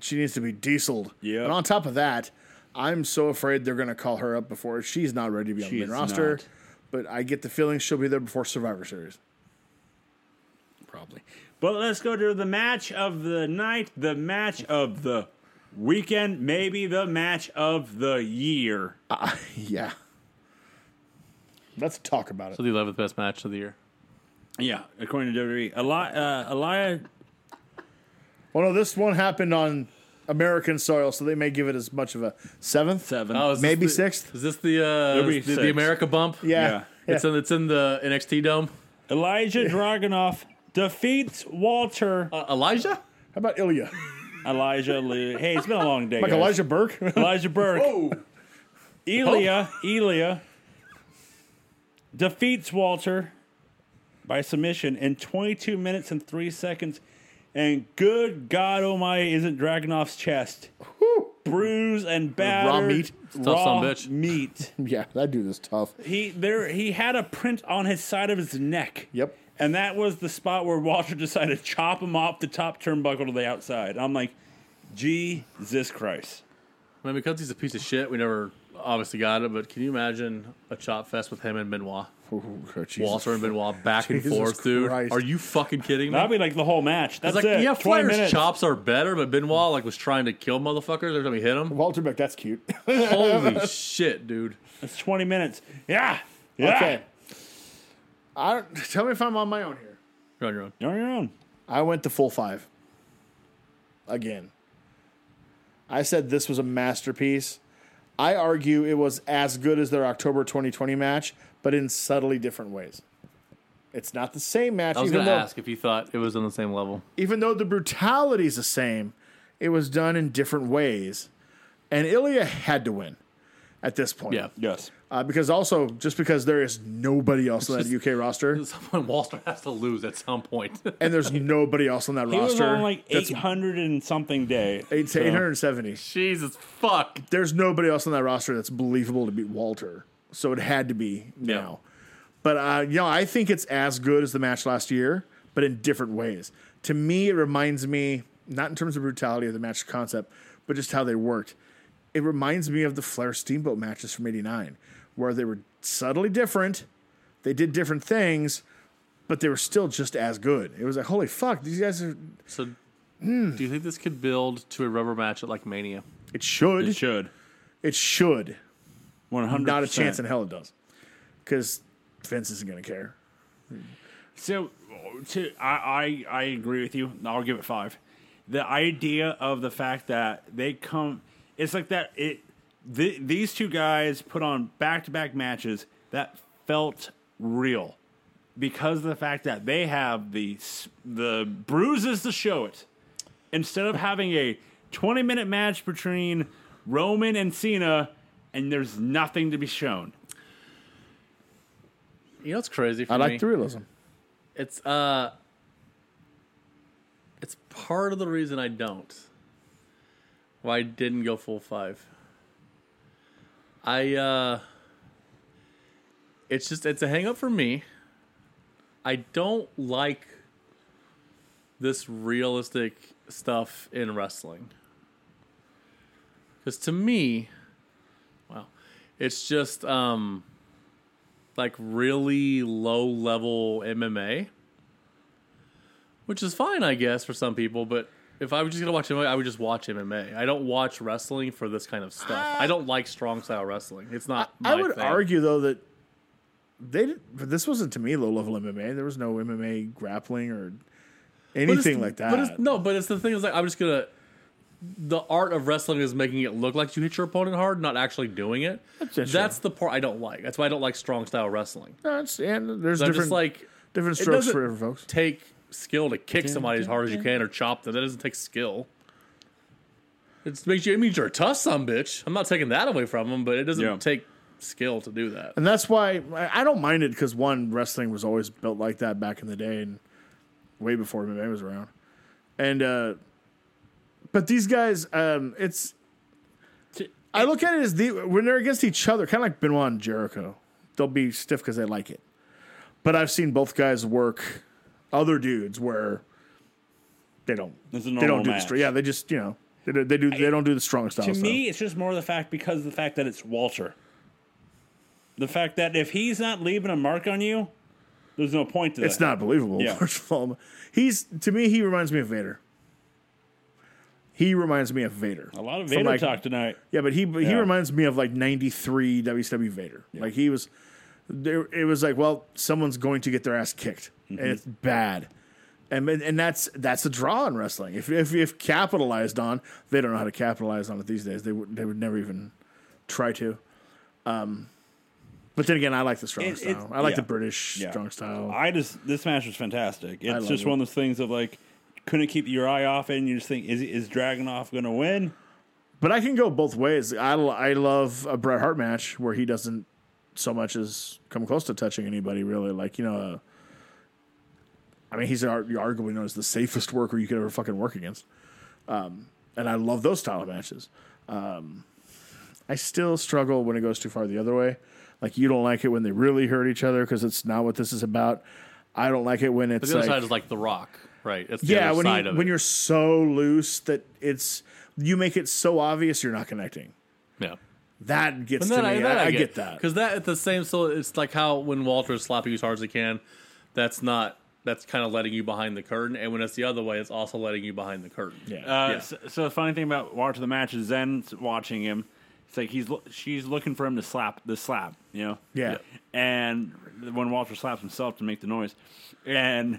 Speaker 3: she needs to be dieseled.
Speaker 1: Yeah.
Speaker 3: And on top of that, I'm so afraid they're going to call her up before she's not ready to be on the main
Speaker 1: She's
Speaker 3: roster.
Speaker 1: not.
Speaker 3: But I get the feeling she'll be there before Survivor Series.
Speaker 1: probably. But let's go to the match of the night, the match of the weekend, maybe the match of the year.
Speaker 3: Ah, Yeah. Let's talk about it.
Speaker 2: So the 11th best match of the year.
Speaker 1: Yeah, according to WWE, Eli- uh, Elia.
Speaker 3: Well, no, this one happened on American soil, so they may give it as much of a seventh,
Speaker 1: Seven.
Speaker 2: Oh, is this
Speaker 3: Maybe
Speaker 2: the-
Speaker 3: sixth?
Speaker 2: Is this the uh,
Speaker 1: It'll be
Speaker 2: the, the
Speaker 1: six.
Speaker 2: America bump?
Speaker 3: Yeah. yeah.
Speaker 2: It's in it's in the NXT dome.
Speaker 1: Elijah Dragunov defeats Walter
Speaker 2: Uh, Elijah?
Speaker 3: How about Ilya?
Speaker 1: Elijah. Lee. Hey, it's been a long day.
Speaker 3: Like
Speaker 1: guys.
Speaker 3: Elijah Burke?
Speaker 1: Elijah Burke. Elia, Elia defeats Walter by submission in 22 minutes and 3 seconds. And good God almighty, isn't Dragunov's chest bruised and battered.
Speaker 3: meat.
Speaker 2: tough
Speaker 1: raw
Speaker 2: son of a bitch.
Speaker 1: meat.
Speaker 3: yeah, that dude is tough.
Speaker 1: He, there, he had a print on his side of his neck.
Speaker 3: Yep.
Speaker 1: And that was the spot where Walter decided to chop him off the top turnbuckle to the outside. I'm like, Jesus Christ.
Speaker 2: I mean, because he's a piece of shit, we never obviously got it. But can you imagine a chop fest with him and Benoit, Walter and Benoit, back and
Speaker 3: Jesus
Speaker 2: forth, dude?
Speaker 3: Christ.
Speaker 2: Are you fucking kidding me?
Speaker 1: That'd be like the whole match. That's
Speaker 2: It's like,
Speaker 1: it.
Speaker 2: yeah,
Speaker 1: 20
Speaker 2: Flair's
Speaker 1: minutes.
Speaker 2: chops are better, but Benoit like was trying to kill motherfuckers every time he hit him.
Speaker 3: Walter Beck, that's cute.
Speaker 2: Holy shit, dude!
Speaker 1: It's 20 minutes. Yeah. Yeah.
Speaker 3: Okay. I don't, tell me if I'm on my own here.
Speaker 2: You're on your own.
Speaker 1: You're on your own.
Speaker 3: I went to full five. Again. I said this was a masterpiece. I argue it was as good as their October 2020 match, but in subtly different ways. It's not the same match,
Speaker 2: I was
Speaker 3: even
Speaker 2: gonna
Speaker 3: though,
Speaker 2: ask if you thought it was on the same level.
Speaker 3: even though the brutality is the same, it was done in different ways. And Ilya had to win at this point.
Speaker 2: Yeah.
Speaker 1: Yes.
Speaker 3: Uh, because also, just because there is nobody else on that
Speaker 2: just-
Speaker 3: UK roster.
Speaker 2: At some point, Walter has to lose at some point.
Speaker 3: and there's nobody else on that
Speaker 1: He was
Speaker 3: roster.
Speaker 1: on like
Speaker 3: that's
Speaker 1: 800 and something day.
Speaker 3: eight to 870.
Speaker 2: Jesus fuck!
Speaker 3: There's nobody else on that roster that's believable to beat Walter. So it had to be now. But uh, you know, I think it's as good as the match last year, but in different ways. To me, it reminds me not in terms of brutality of the match concept, but just how they worked. It reminds me of the Flair Steamboat matches from '89, where they were subtly different. They did different things, but they were still just as good. It was like, holy fuck, these guys are.
Speaker 2: So,
Speaker 3: Hmm.
Speaker 2: do you think this could build to a rubber match at like Mania?
Speaker 3: It should.
Speaker 1: It should.
Speaker 3: It should.
Speaker 1: 100
Speaker 3: Not a chance in hell it does. Because Vince isn't going to care.
Speaker 1: So, to, I, I I agree with you. I'll give it five. The idea of the fact that they come, it's like that. It th- these two guys put on back to back matches that felt real because of the fact that they have the s- the bruises to show it. Instead of having a twenty minute match between Roman and Cena, and there's nothing to be shown.
Speaker 2: You know, it's crazy. For
Speaker 3: I
Speaker 2: me.
Speaker 3: like the realism.
Speaker 2: It's uh, it's part of the reason I don't. Why I didn't go full five. I uh it's just it's a hang up for me. I don't like this realistic stuff in wrestling. Cuz to me, well, it's just um like really low level MMA. Which is fine, I guess, for some people, but if I was just gonna watch MMA, I would just watch MMA. I don't watch wrestling for this kind of stuff. I don't like strong style wrestling. It's not.
Speaker 3: Ah. I
Speaker 2: my
Speaker 3: would
Speaker 2: thing.
Speaker 3: argue though that they didn't, but this wasn't to me low level MMA. There was no MMA grappling or
Speaker 2: But it's-
Speaker 3: anything like that.
Speaker 2: But it's, no, but it's the thing is like I'm just gonna. The art of wrestling is making it look like you hit your opponent hard, not actually doing it.
Speaker 3: just-
Speaker 2: That's the part I don't like. That's why I don't like strong style wrestling.
Speaker 3: No, it's- and there's
Speaker 2: So I'm
Speaker 3: different
Speaker 2: just like
Speaker 3: different strokes
Speaker 2: doesn't-
Speaker 3: for different folks.
Speaker 2: take skill to kick somebody as hard as you can or chop them. That doesn't take skill. It makes you. It means you're a tough some bitch. I'm not taking that away from them, but it doesn't
Speaker 1: Yeah.
Speaker 2: take skill to do that.
Speaker 3: And that's why I- I don't mind it because one, wrestling was always built like that back in the day and way before MMA was around. And uh but these guys, um it's I look at it as the when they're against each other, kind of like Benoit and Jericho, they'll be stiff because they like it. But I've seen both guys work other dudes where they don't.
Speaker 1: It's a
Speaker 3: they
Speaker 1: normal
Speaker 3: don't do the
Speaker 1: match.
Speaker 3: str- yeah. They just you know they do they do they don't do the strong style.
Speaker 1: To
Speaker 3: stuff.
Speaker 1: me, it's just more of the fact because of the fact that it's Walter. The fact that if he's not leaving a mark on you, there's no point to
Speaker 3: It's
Speaker 1: that.
Speaker 3: not believable.
Speaker 1: Yeah.
Speaker 3: First of all, he's to me he reminds me of Vader. He reminds me of Vader.
Speaker 1: a lot of
Speaker 3: From,
Speaker 1: Vader
Speaker 3: like-
Speaker 1: talk tonight.
Speaker 3: Yeah, but he he
Speaker 1: Yeah.
Speaker 3: reminds me of like '93 WCW E Vader. Like he was, there. It was like, well, someone's going to get their ass kicked,
Speaker 1: Mm-hmm.
Speaker 3: and it's bad. And, and that's that's a draw in wrestling. If, if if capitalized on, they don't know how to capitalize on it these days. They would they would never even try to. Um, but then again, I like the strong
Speaker 1: It- it-
Speaker 3: style. I like
Speaker 1: yeah.
Speaker 3: the British
Speaker 1: Yeah.
Speaker 3: strong style.
Speaker 1: I just this match was fantastic. It's
Speaker 3: love
Speaker 1: just
Speaker 3: it.
Speaker 1: one of those things of like couldn't keep your eye off it, and you just think is is Dragonoff going to win?
Speaker 3: But I can go both ways. I, I love a Bret Hart match where he doesn't so much as come close to touching anybody, really. Like, you know, uh, I mean, he's ar- arguably known as the safest worker you could ever fucking work against. Um, and I love those style of matches. Um, I still struggle when it goes too far the other way. Like, you don't like it when they really hurt each other because it's not what this is about. I don't like it when it's
Speaker 2: The other
Speaker 3: like,
Speaker 2: side is like The Rock, right? It's the
Speaker 3: yeah,
Speaker 2: other
Speaker 3: when
Speaker 2: side
Speaker 3: you,
Speaker 2: of
Speaker 3: when
Speaker 2: it.
Speaker 3: you're so loose that it's you make it so obvious you're not connecting.
Speaker 2: yeah.
Speaker 3: That gets to
Speaker 2: And
Speaker 3: me.
Speaker 2: then
Speaker 3: I, I get that.
Speaker 2: because that at the same so it's like how when Walter's slapping you as hard as he can, that's not that's kind of letting you behind the curtain, and when it's the other way, it's also letting you behind the curtain.
Speaker 3: Yeah.
Speaker 1: Uh,
Speaker 2: Yeah.
Speaker 1: so, so the funny thing about watching the match is Zen's watching him. It's like he's lo- she's looking for him to slap the slap, you know.
Speaker 3: Yeah.
Speaker 1: And when Walter slaps himself to make the noise, and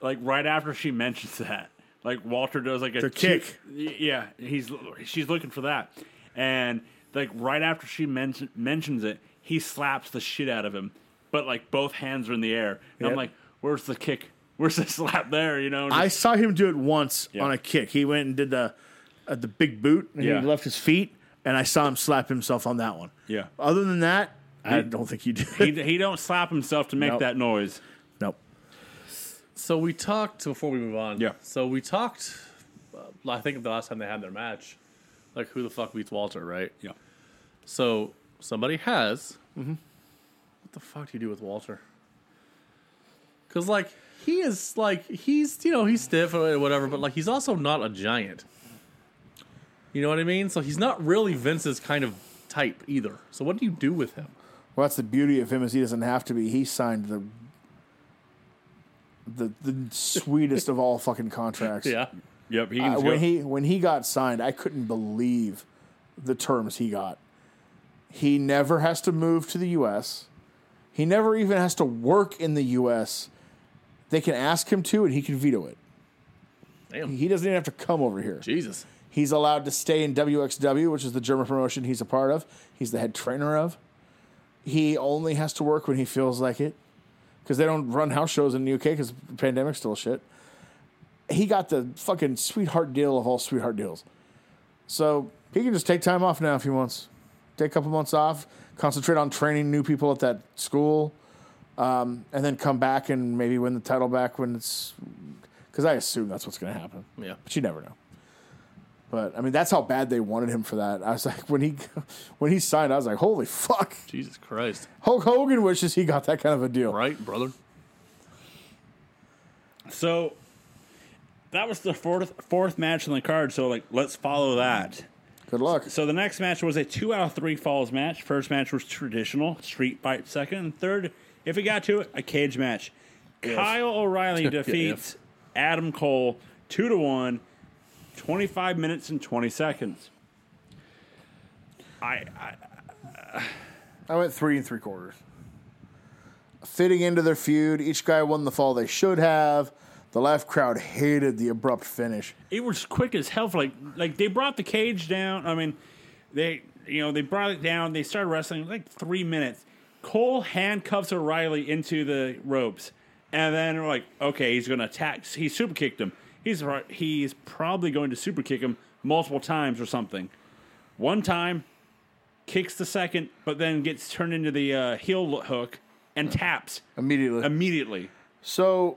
Speaker 1: like right after she mentions that, like Walter does like a
Speaker 3: The
Speaker 1: two-
Speaker 3: kick.
Speaker 1: y- yeah, he's she's looking for that, and like right after she mention, mentions it, he slaps the shit out of him, but like both hands are in the air. And I'm
Speaker 3: Yep.
Speaker 1: like, where's the kick? Where's the slap there? You know.
Speaker 3: I saw him do it once
Speaker 1: Yeah.
Speaker 3: on a kick. He went and did the uh, the big boot and
Speaker 1: Yeah.
Speaker 3: he left his feet, and I saw him slap himself on that one.
Speaker 1: yeah.
Speaker 3: Other than that, I don't think he did.
Speaker 1: he, he don't slap himself to make
Speaker 3: Nope.
Speaker 1: that noise.
Speaker 3: nope.
Speaker 2: So we talked before we move on.
Speaker 1: Yeah.
Speaker 2: So we talked. Uh, I think the last time they had their match, like who the fuck beats Walter, right?
Speaker 1: Yeah.
Speaker 2: So somebody has. What the fuck do you do with Walter? Because like he is like he's you know he's stiff or whatever, but like he's also not a giant. You know what I mean? So he's not really Vince's kind of type either. So what do you do with him?
Speaker 3: Well, that's the beauty of him is he doesn't have to be. He signed the the the sweetest of all fucking contracts.
Speaker 2: Yeah. Uh,
Speaker 1: Yep. He
Speaker 3: I-
Speaker 1: can just go-
Speaker 3: when he when he got signed, I couldn't believe the terms he got. He never has to move to the U.S. He never even has to work in the U.S. They can ask him to, and he can veto it.
Speaker 2: Damn.
Speaker 3: He doesn't even have to come over here.
Speaker 2: Jesus.
Speaker 3: He's allowed to stay in WXW, which is the German promotion he's a part of. He's the head trainer of. He only has to work when he feels like it because they don't run house shows in the UK because pandemic's still shit. He got the fucking sweetheart deal of all sweetheart deals. So he can just take time off now if he wants. Take a couple months off, concentrate on training new people at that school, um, and then come back and maybe win the title back when it's. Because I assume that's what's going to happen.
Speaker 2: Yeah.
Speaker 3: But you never know. But I mean, that's how bad they wanted him for that. I was like, when he when he signed, I was like, holy fuck!
Speaker 2: Jesus Christ.
Speaker 3: Hulk Hogan wishes he got that kind of a deal.
Speaker 2: Right, brother?
Speaker 1: So that was the fourth fourth match on the card. So like, let's follow that.
Speaker 3: Good luck.
Speaker 1: So the next match was a two out of three falls match. First match was traditional street fight. Second and third, if it got to it, a cage match. Kyle O'Reilly defeats Adam Cole two to one, 25 minutes and twenty seconds. I, I
Speaker 3: I went three and three quarters. Fitting into their feud, each guy won the fall they should have. The left crowd hated the abrupt finish.
Speaker 1: it was quick as hell. For like like they brought the cage down. I mean, they you know they brought it down. They started wrestling like three minutes. Cole handcuffs O'Reilly into the ropes, and then we're like, okay, he's going to attack. He super kicked him. He's ri- he's probably going to super kick him multiple times or something. One time, kicks the second, but then gets turned into the uh, heel hook and taps
Speaker 3: Immediately.
Speaker 1: immediately.
Speaker 3: So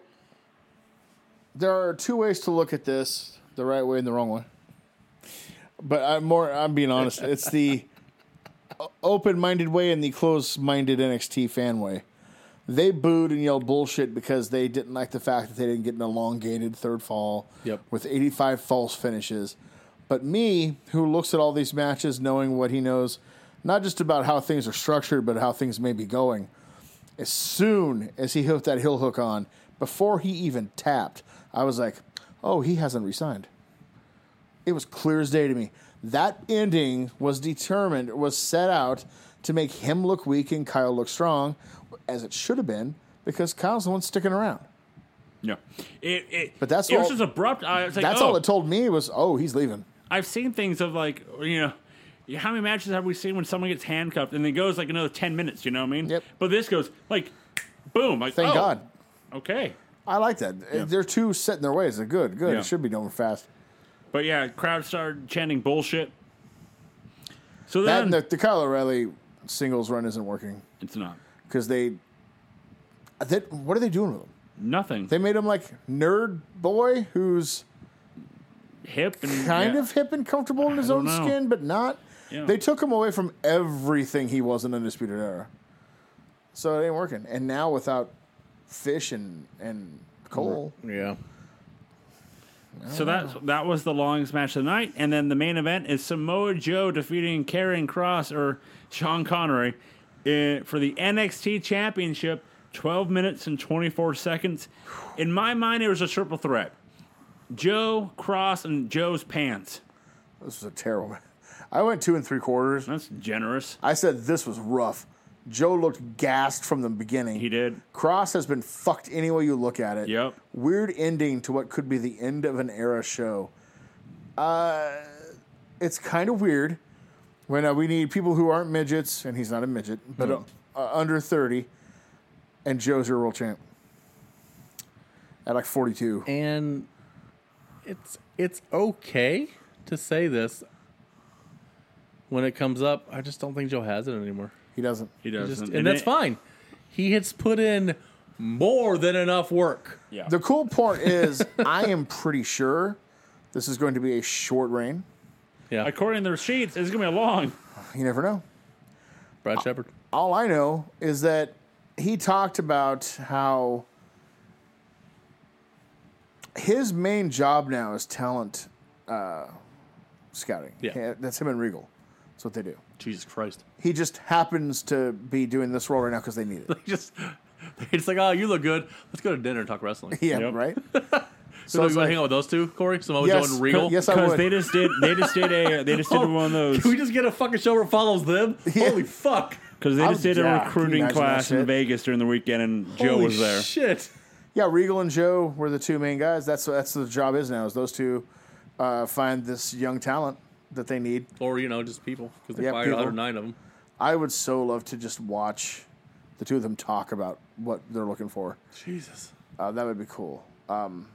Speaker 3: there are two ways to look at this: the right way and the wrong way. But I'm more. I'm being honest. It's the o- open-minded way and the closed-minded NXT fan way. They booed and yelled bullshit because they didn't like the fact that they didn't get an elongated third fall
Speaker 2: Yep.
Speaker 3: with 85 false finishes. But me, who looks at all these matches knowing what he knows, not just about how things are structured, but how things may be going, as soon as he hooked that heel hook on, before he even tapped, I was like, oh, he hasn't resigned. It was clear as day to me. That ending was determined, was set out to make him look weak and Kyle look strong, as it should have been, because Kyle's the one sticking around.
Speaker 1: Yeah, it, it
Speaker 3: But that's
Speaker 1: it was
Speaker 3: all-
Speaker 1: just abrupt. I was like,
Speaker 3: That's
Speaker 1: oh.
Speaker 3: all it told me was, oh, he's leaving.
Speaker 1: I've seen things of like you know. How many matches have we seen when someone gets handcuffed and it goes like another ten minutes? You know what I mean?
Speaker 3: Yep.
Speaker 1: But this goes like, boom! Like,
Speaker 3: Thank
Speaker 1: oh,
Speaker 3: God.
Speaker 1: Okay.
Speaker 3: I like that. They're two set in their ways. They're good, good.
Speaker 1: Yeah.
Speaker 3: It should be done fast.
Speaker 1: But yeah, crowd started chanting bullshit. So
Speaker 3: That
Speaker 1: then
Speaker 3: and the, the Kyle O'Reilly singles run isn't working
Speaker 1: it's not
Speaker 3: because they, they. What are they doing with him?
Speaker 1: nothing.
Speaker 3: They made him like nerd boy who's
Speaker 1: hip and
Speaker 3: kind
Speaker 1: yeah.
Speaker 3: of hip and comfortable in his own
Speaker 1: don't know.
Speaker 3: skin, but not.
Speaker 1: Yeah.
Speaker 3: They took him away from everything he was in Undisputed Era. So it ain't working. And now without Fish and, and Cole,
Speaker 2: Yeah.
Speaker 1: So that that was the longest match of the night, and then the main event is Samoa Joe defeating Karrion Cross or Sean Connery uh, for the NXT Championship. Twelve minutes and twenty four seconds. In my mind, it was a triple threat: Joe, Cross, and Joe's pants.
Speaker 3: this was a terrible. I went two and three quarters.
Speaker 1: That's generous.
Speaker 3: I said this was rough. Joe looked gassed from the beginning.
Speaker 1: He did.
Speaker 3: Cross has been fucked any way you look at it.
Speaker 1: Yep.
Speaker 3: Weird ending to what could be the end of an era show. Uh, it's kind of weird when uh, we need people who aren't midgets, and he's not a midget,
Speaker 1: Hmm.
Speaker 3: but uh, uh, under 30, and Joe's your world champ at like 42.
Speaker 2: And it's it's okay to say this when it comes up. I just don't think Joe has it anymore.
Speaker 3: He doesn't.
Speaker 1: He
Speaker 2: He
Speaker 1: does,
Speaker 2: just- and, that's fine. He has put in more than enough work.
Speaker 1: Yeah.
Speaker 3: The cool part is, I am pretty sure this is going to be a short reign.
Speaker 2: Yeah.
Speaker 1: According to the sheets, it's gonna be a long.
Speaker 3: You never know.
Speaker 2: Brad Shepard.
Speaker 3: all I know is that he talked about how his main job now is talent uh, scouting.
Speaker 2: Yeah.
Speaker 3: that's him and Regal. That's what they do.
Speaker 2: Jesus Christ.
Speaker 3: He just happens to be doing this role right now because they need it.
Speaker 2: Just it's like, oh, you look good. Let's go to dinner and talk wrestling.
Speaker 3: Yeah,
Speaker 1: Yep.
Speaker 3: right.
Speaker 2: So,
Speaker 3: I
Speaker 2: you
Speaker 3: was
Speaker 2: want to
Speaker 3: like,
Speaker 2: hang out with those two, Corey? Samoa Joe
Speaker 3: yes,
Speaker 2: and Regal. Oh,
Speaker 3: yes, I
Speaker 1: Because
Speaker 3: would.
Speaker 1: they just did. They just did a. They just did one of those.
Speaker 2: Can we just get a fucking show where it follows them?
Speaker 3: Yeah.
Speaker 2: Holy fuck.
Speaker 1: Because they just
Speaker 3: I'm-
Speaker 1: did
Speaker 3: yeah,
Speaker 1: a
Speaker 3: can you
Speaker 1: recruiting
Speaker 3: imagine that
Speaker 1: class in
Speaker 3: shit?
Speaker 1: Vegas during the weekend, and Joe
Speaker 2: Holy
Speaker 1: was there.
Speaker 2: Shit.
Speaker 3: yeah, Regal and Joe were the two main guys. That's that's the job is now is those two uh, find this young talent that they need.
Speaker 2: Or, you know, just people. Because they
Speaker 3: Yeah,
Speaker 2: fired
Speaker 3: people.
Speaker 2: 109 of them.
Speaker 3: I would so love to just watch the two of them talk about what they're looking for.
Speaker 2: Jesus.
Speaker 3: Uh, that would be cool.
Speaker 2: Well,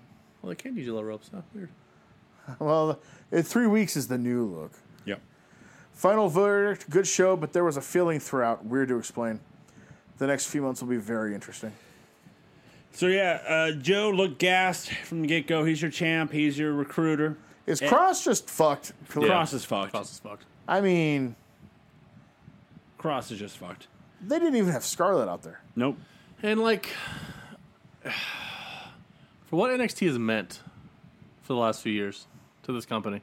Speaker 2: they can use yellow ropes. Huh? Weird.
Speaker 3: Well, in three weeks is the new look.
Speaker 1: Yep.
Speaker 3: Final verdict, good show, but there was a feeling throughout. Weird to explain. The next few months will be very interesting.
Speaker 1: So yeah, uh, Joe looked gassed from the get go. He's your champ. He's your recruiter.
Speaker 7: Is Cross just fucked?
Speaker 1: Cross is fucked.
Speaker 2: Cross is fucked.
Speaker 7: I mean,
Speaker 1: Cross is just fucked.
Speaker 7: they didn't even have Scarlet out there.
Speaker 1: Nope.
Speaker 2: And like, for what NXT has meant for the last few years to this company,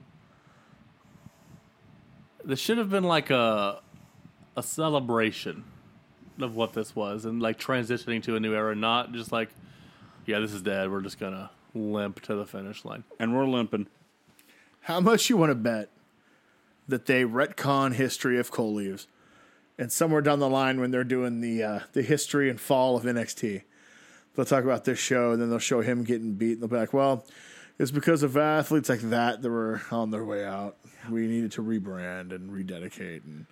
Speaker 2: this should have been like a a celebration of what this was, and like transitioning to a new era, not just like, yeah, this is dead. We're just gonna limp to the finish line.
Speaker 1: And we're limping.
Speaker 3: How much you want to bet that they retcon history of coal leaves, and somewhere down the line when they're doing the uh, the history and fall of NXT, they'll talk about this show and then they'll show him getting beat and they'll be like, "Well, it's because of athletes like that that were on their way out. We needed to rebrand and rededicate, and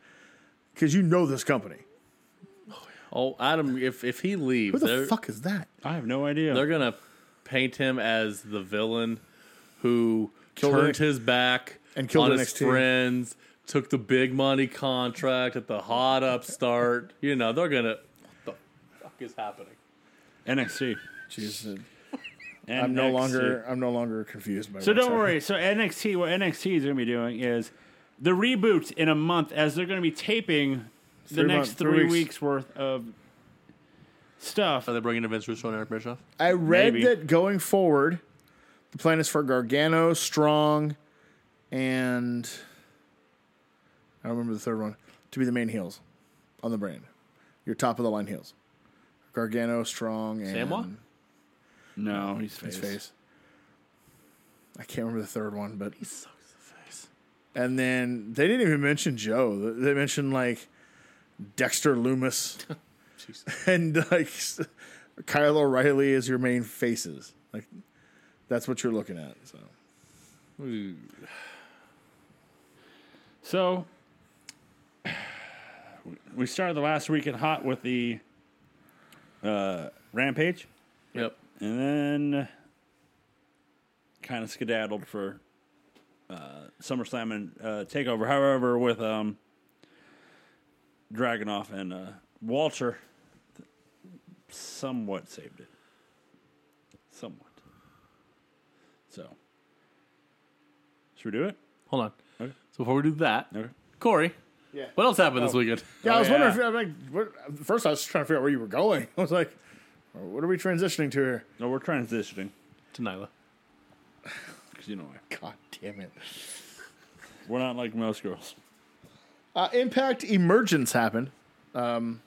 Speaker 3: because you know this company,
Speaker 2: Oh, Adam, if if he leaves,
Speaker 3: who the
Speaker 2: they're-
Speaker 3: fuck is that?
Speaker 1: I have no idea.
Speaker 2: They're gonna paint him as the villain who
Speaker 3: Killed
Speaker 2: turned
Speaker 3: Nick-
Speaker 2: his back
Speaker 3: and killed
Speaker 2: on his
Speaker 3: NXT.
Speaker 2: friends, took the big money contract at the hot upstart. you know, they're gonna. What the fuck is happening?
Speaker 1: NXT.
Speaker 3: Jesus,
Speaker 1: NXT.
Speaker 3: I'm no longer I'm no longer confused by.
Speaker 1: So
Speaker 3: what's
Speaker 1: don't
Speaker 3: happening.
Speaker 1: worry. So NXT, what NXT is going to be doing is the reboot in a month, as they're going to be taping the
Speaker 3: Three
Speaker 1: next
Speaker 3: month- three
Speaker 1: three,
Speaker 3: weeks.
Speaker 1: weeks. worth of stuff.
Speaker 2: Are they bringing in Vince Russo and Eric Bischoff?
Speaker 3: I read
Speaker 1: Maybe.
Speaker 3: that going forward, the plan is for Gargano, Strong, and I don't remember the third one to be the main heels on the brand. Your top of the line heels, Gargano, Strong, and
Speaker 2: Samoa?
Speaker 1: No, he's
Speaker 3: his
Speaker 1: face.
Speaker 3: face. I can't remember the third one, but
Speaker 2: Sucks the face.
Speaker 3: and then they didn't even mention Joe. They mentioned like Dexter Loomis
Speaker 2: Jesus.
Speaker 3: and like s- Kyle O'Reilly is your main faces. Like that's what you're looking at. So
Speaker 1: So we started the last week in hot with the uh, rampage,
Speaker 2: Yep.
Speaker 1: and then kind of skedaddled for uh, SummerSlam and uh, Takeover. However, with um, Dragonoff and uh, Walter, somewhat saved it. Somewhat. So, should we do it?
Speaker 2: Hold on.
Speaker 1: Okay.
Speaker 2: So before we do that,
Speaker 1: Okay.
Speaker 2: Corey,
Speaker 7: Yeah.
Speaker 2: what else happened this weekend?
Speaker 3: Oh, Yeah, I was
Speaker 1: yeah.
Speaker 3: wondering. If, I'm like, what, at first, I was trying to figure out where you were going. I was like, "What are we transitioning to here?"
Speaker 1: No, we're transitioning
Speaker 2: To Nyla.
Speaker 1: because you know why.
Speaker 3: God damn it!
Speaker 1: We're not like most girls.
Speaker 3: Uh, Impact Emergence happened. Um,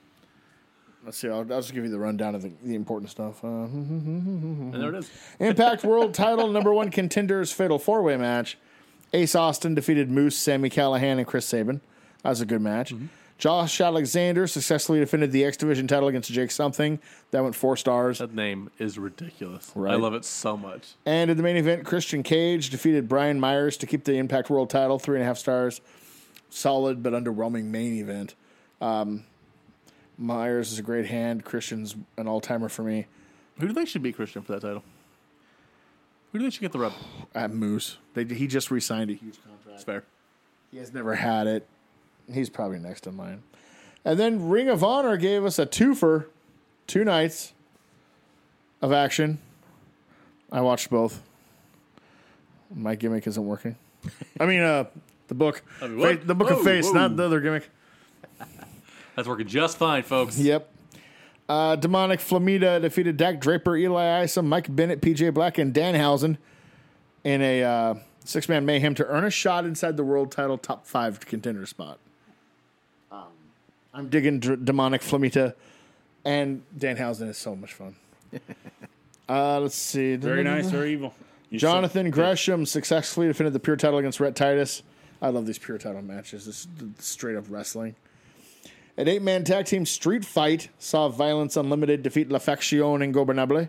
Speaker 3: let's see. I'll, I'll just give you the rundown of the, the important stuff. Uh,
Speaker 2: And there it is.
Speaker 3: Impact World Title Number One Contenders Fatal Four Way Match. Ace Austin defeated Moose, Sammy Callahan, and Chris Sabin. That was a good match. Josh Alexander successfully defended the X Division title against Jake Something. That went four stars.
Speaker 2: That name is ridiculous. I
Speaker 3: Right.
Speaker 2: love it so much.
Speaker 3: And in the main event, Christian Cage defeated Brian Myers to keep the Impact World title, three and a half stars. Solid but underwhelming main event. Um, Myers is a great hand. Christian's an all timer for me.
Speaker 2: Who do they should beat Christian for that title? Who do they should get the rub?
Speaker 3: At Moose, they, he just re signed a huge
Speaker 2: It's
Speaker 3: contract.
Speaker 2: fair.
Speaker 3: He has never had it. He's probably next in line. And then Ring of Honor gave us a twofer, two nights of action. I watched both. My gimmick isn't working. I mean, uh, the book,
Speaker 2: mean, what?
Speaker 3: Fa- the book
Speaker 2: Whoa,
Speaker 3: of face,
Speaker 2: whoa.
Speaker 3: not the other gimmick.
Speaker 2: That's working just fine, folks.
Speaker 3: Yep. Uh, Demonic Flamita defeated Dak Draper, Eli Isom, Mike Bennett, PJ Black, and Danhausen in a uh, six man mayhem to earn a shot inside the world title top five contender spot. I'm digging Dr- Demonic Flamita, and Danhausen is so much fun. uh, let's see.
Speaker 1: Very nice. Very evil. You
Speaker 3: Jonathan Gresham successfully defended the pure title against Rhett Titus. I love these pure title matches. This is straight up wrestling. An eight man tag team street fight saw Violence Unlimited defeat La Faction Ingobernable.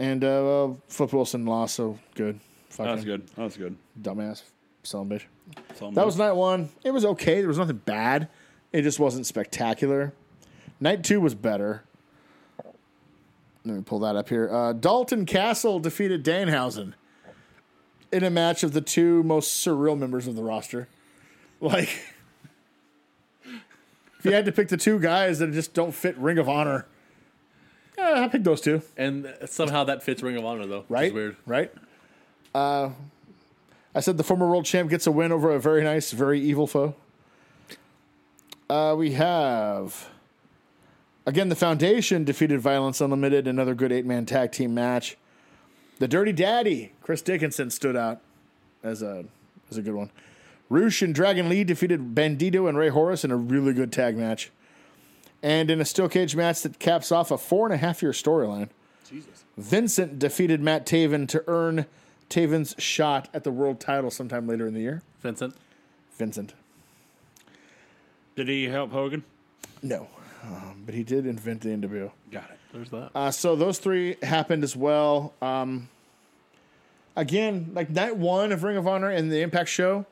Speaker 3: And uh, well, Flip Wilson lost, so good.
Speaker 1: That was
Speaker 3: Fucking
Speaker 1: good. That was good.
Speaker 3: dumbass. Son of a bitch.
Speaker 1: Some
Speaker 3: That was night one. It was okay. There was nothing bad. It just wasn't spectacular. Night two was better. Let me pull that up here. Uh, Dalton Castle defeated Danhausen in a match of the two most surreal members of the roster. Like, if you had to pick the two guys that just don't fit Ring of Honor, yeah, I picked those two.
Speaker 2: And somehow that fits Ring of Honor, though. which is
Speaker 3: Right?
Speaker 2: weird.
Speaker 3: Right? Uh, I said the former world champ gets a win over a very nice, very evil foe. Uh, we have again the Foundation defeated Violence Unlimited, another good eight man tag team match. The Dirty Daddy, Chris Dickinson, stood out as a as a good one. Roosh and Dragon Lee defeated Bandito and Ray Horace in a really good tag match. And in a steel cage match that caps off a four and a half year storyline, Vincent defeated Matt Taven to earn Taven's shot at the world title sometime later in the year.
Speaker 2: Vincent.
Speaker 3: Vincent.
Speaker 1: Did he help Hogan?
Speaker 3: No. Um, but he did invent the NWO.
Speaker 1: Got it.
Speaker 2: There's that.
Speaker 3: Uh, so those three happened as well. Um, again, like night one of Ring of Honor and the Impact show,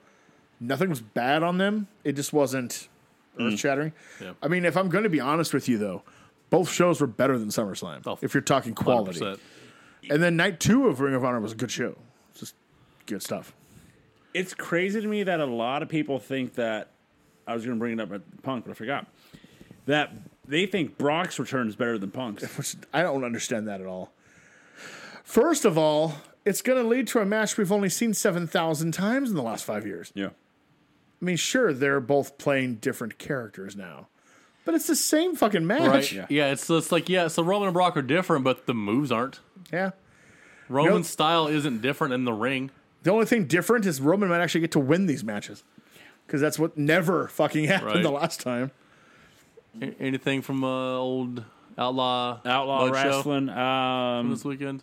Speaker 3: nothing was bad on them. It just wasn't earth shattering.
Speaker 2: Yeah.
Speaker 3: I mean, if I'm going to be honest with you, though, both shows were better than SummerSlam
Speaker 2: Oh,
Speaker 3: if you're talking quality.
Speaker 2: 100%.
Speaker 3: And then night two of Ring of Honor was a good show. Just good stuff.
Speaker 1: It's crazy to me that a lot of people think that I was going to bring it up at Punk, but I forgot that they think Brock's return is better than Punk's.
Speaker 3: which I don't understand that at all. First of all, it's going to lead to a match we've only seen 7,000 times in the last five years.
Speaker 1: yeah.
Speaker 3: I mean, sure, they're both playing different characters now, but it's the same fucking match.
Speaker 2: Right.
Speaker 1: Yeah.
Speaker 2: Yeah. It's it's like yeah. So Roman and Brock are different, but the moves aren't.
Speaker 3: Yeah.
Speaker 2: Roman's
Speaker 3: Nope.
Speaker 2: style isn't different in the ring.
Speaker 3: The only thing different is Roman might actually get to win these matches because that's what never fucking happened
Speaker 2: Right.
Speaker 3: the last time.
Speaker 2: A- Anything from uh, old Outlaw
Speaker 1: Outlaw
Speaker 2: Mud Show
Speaker 1: wrestling. Um,
Speaker 2: this weekend?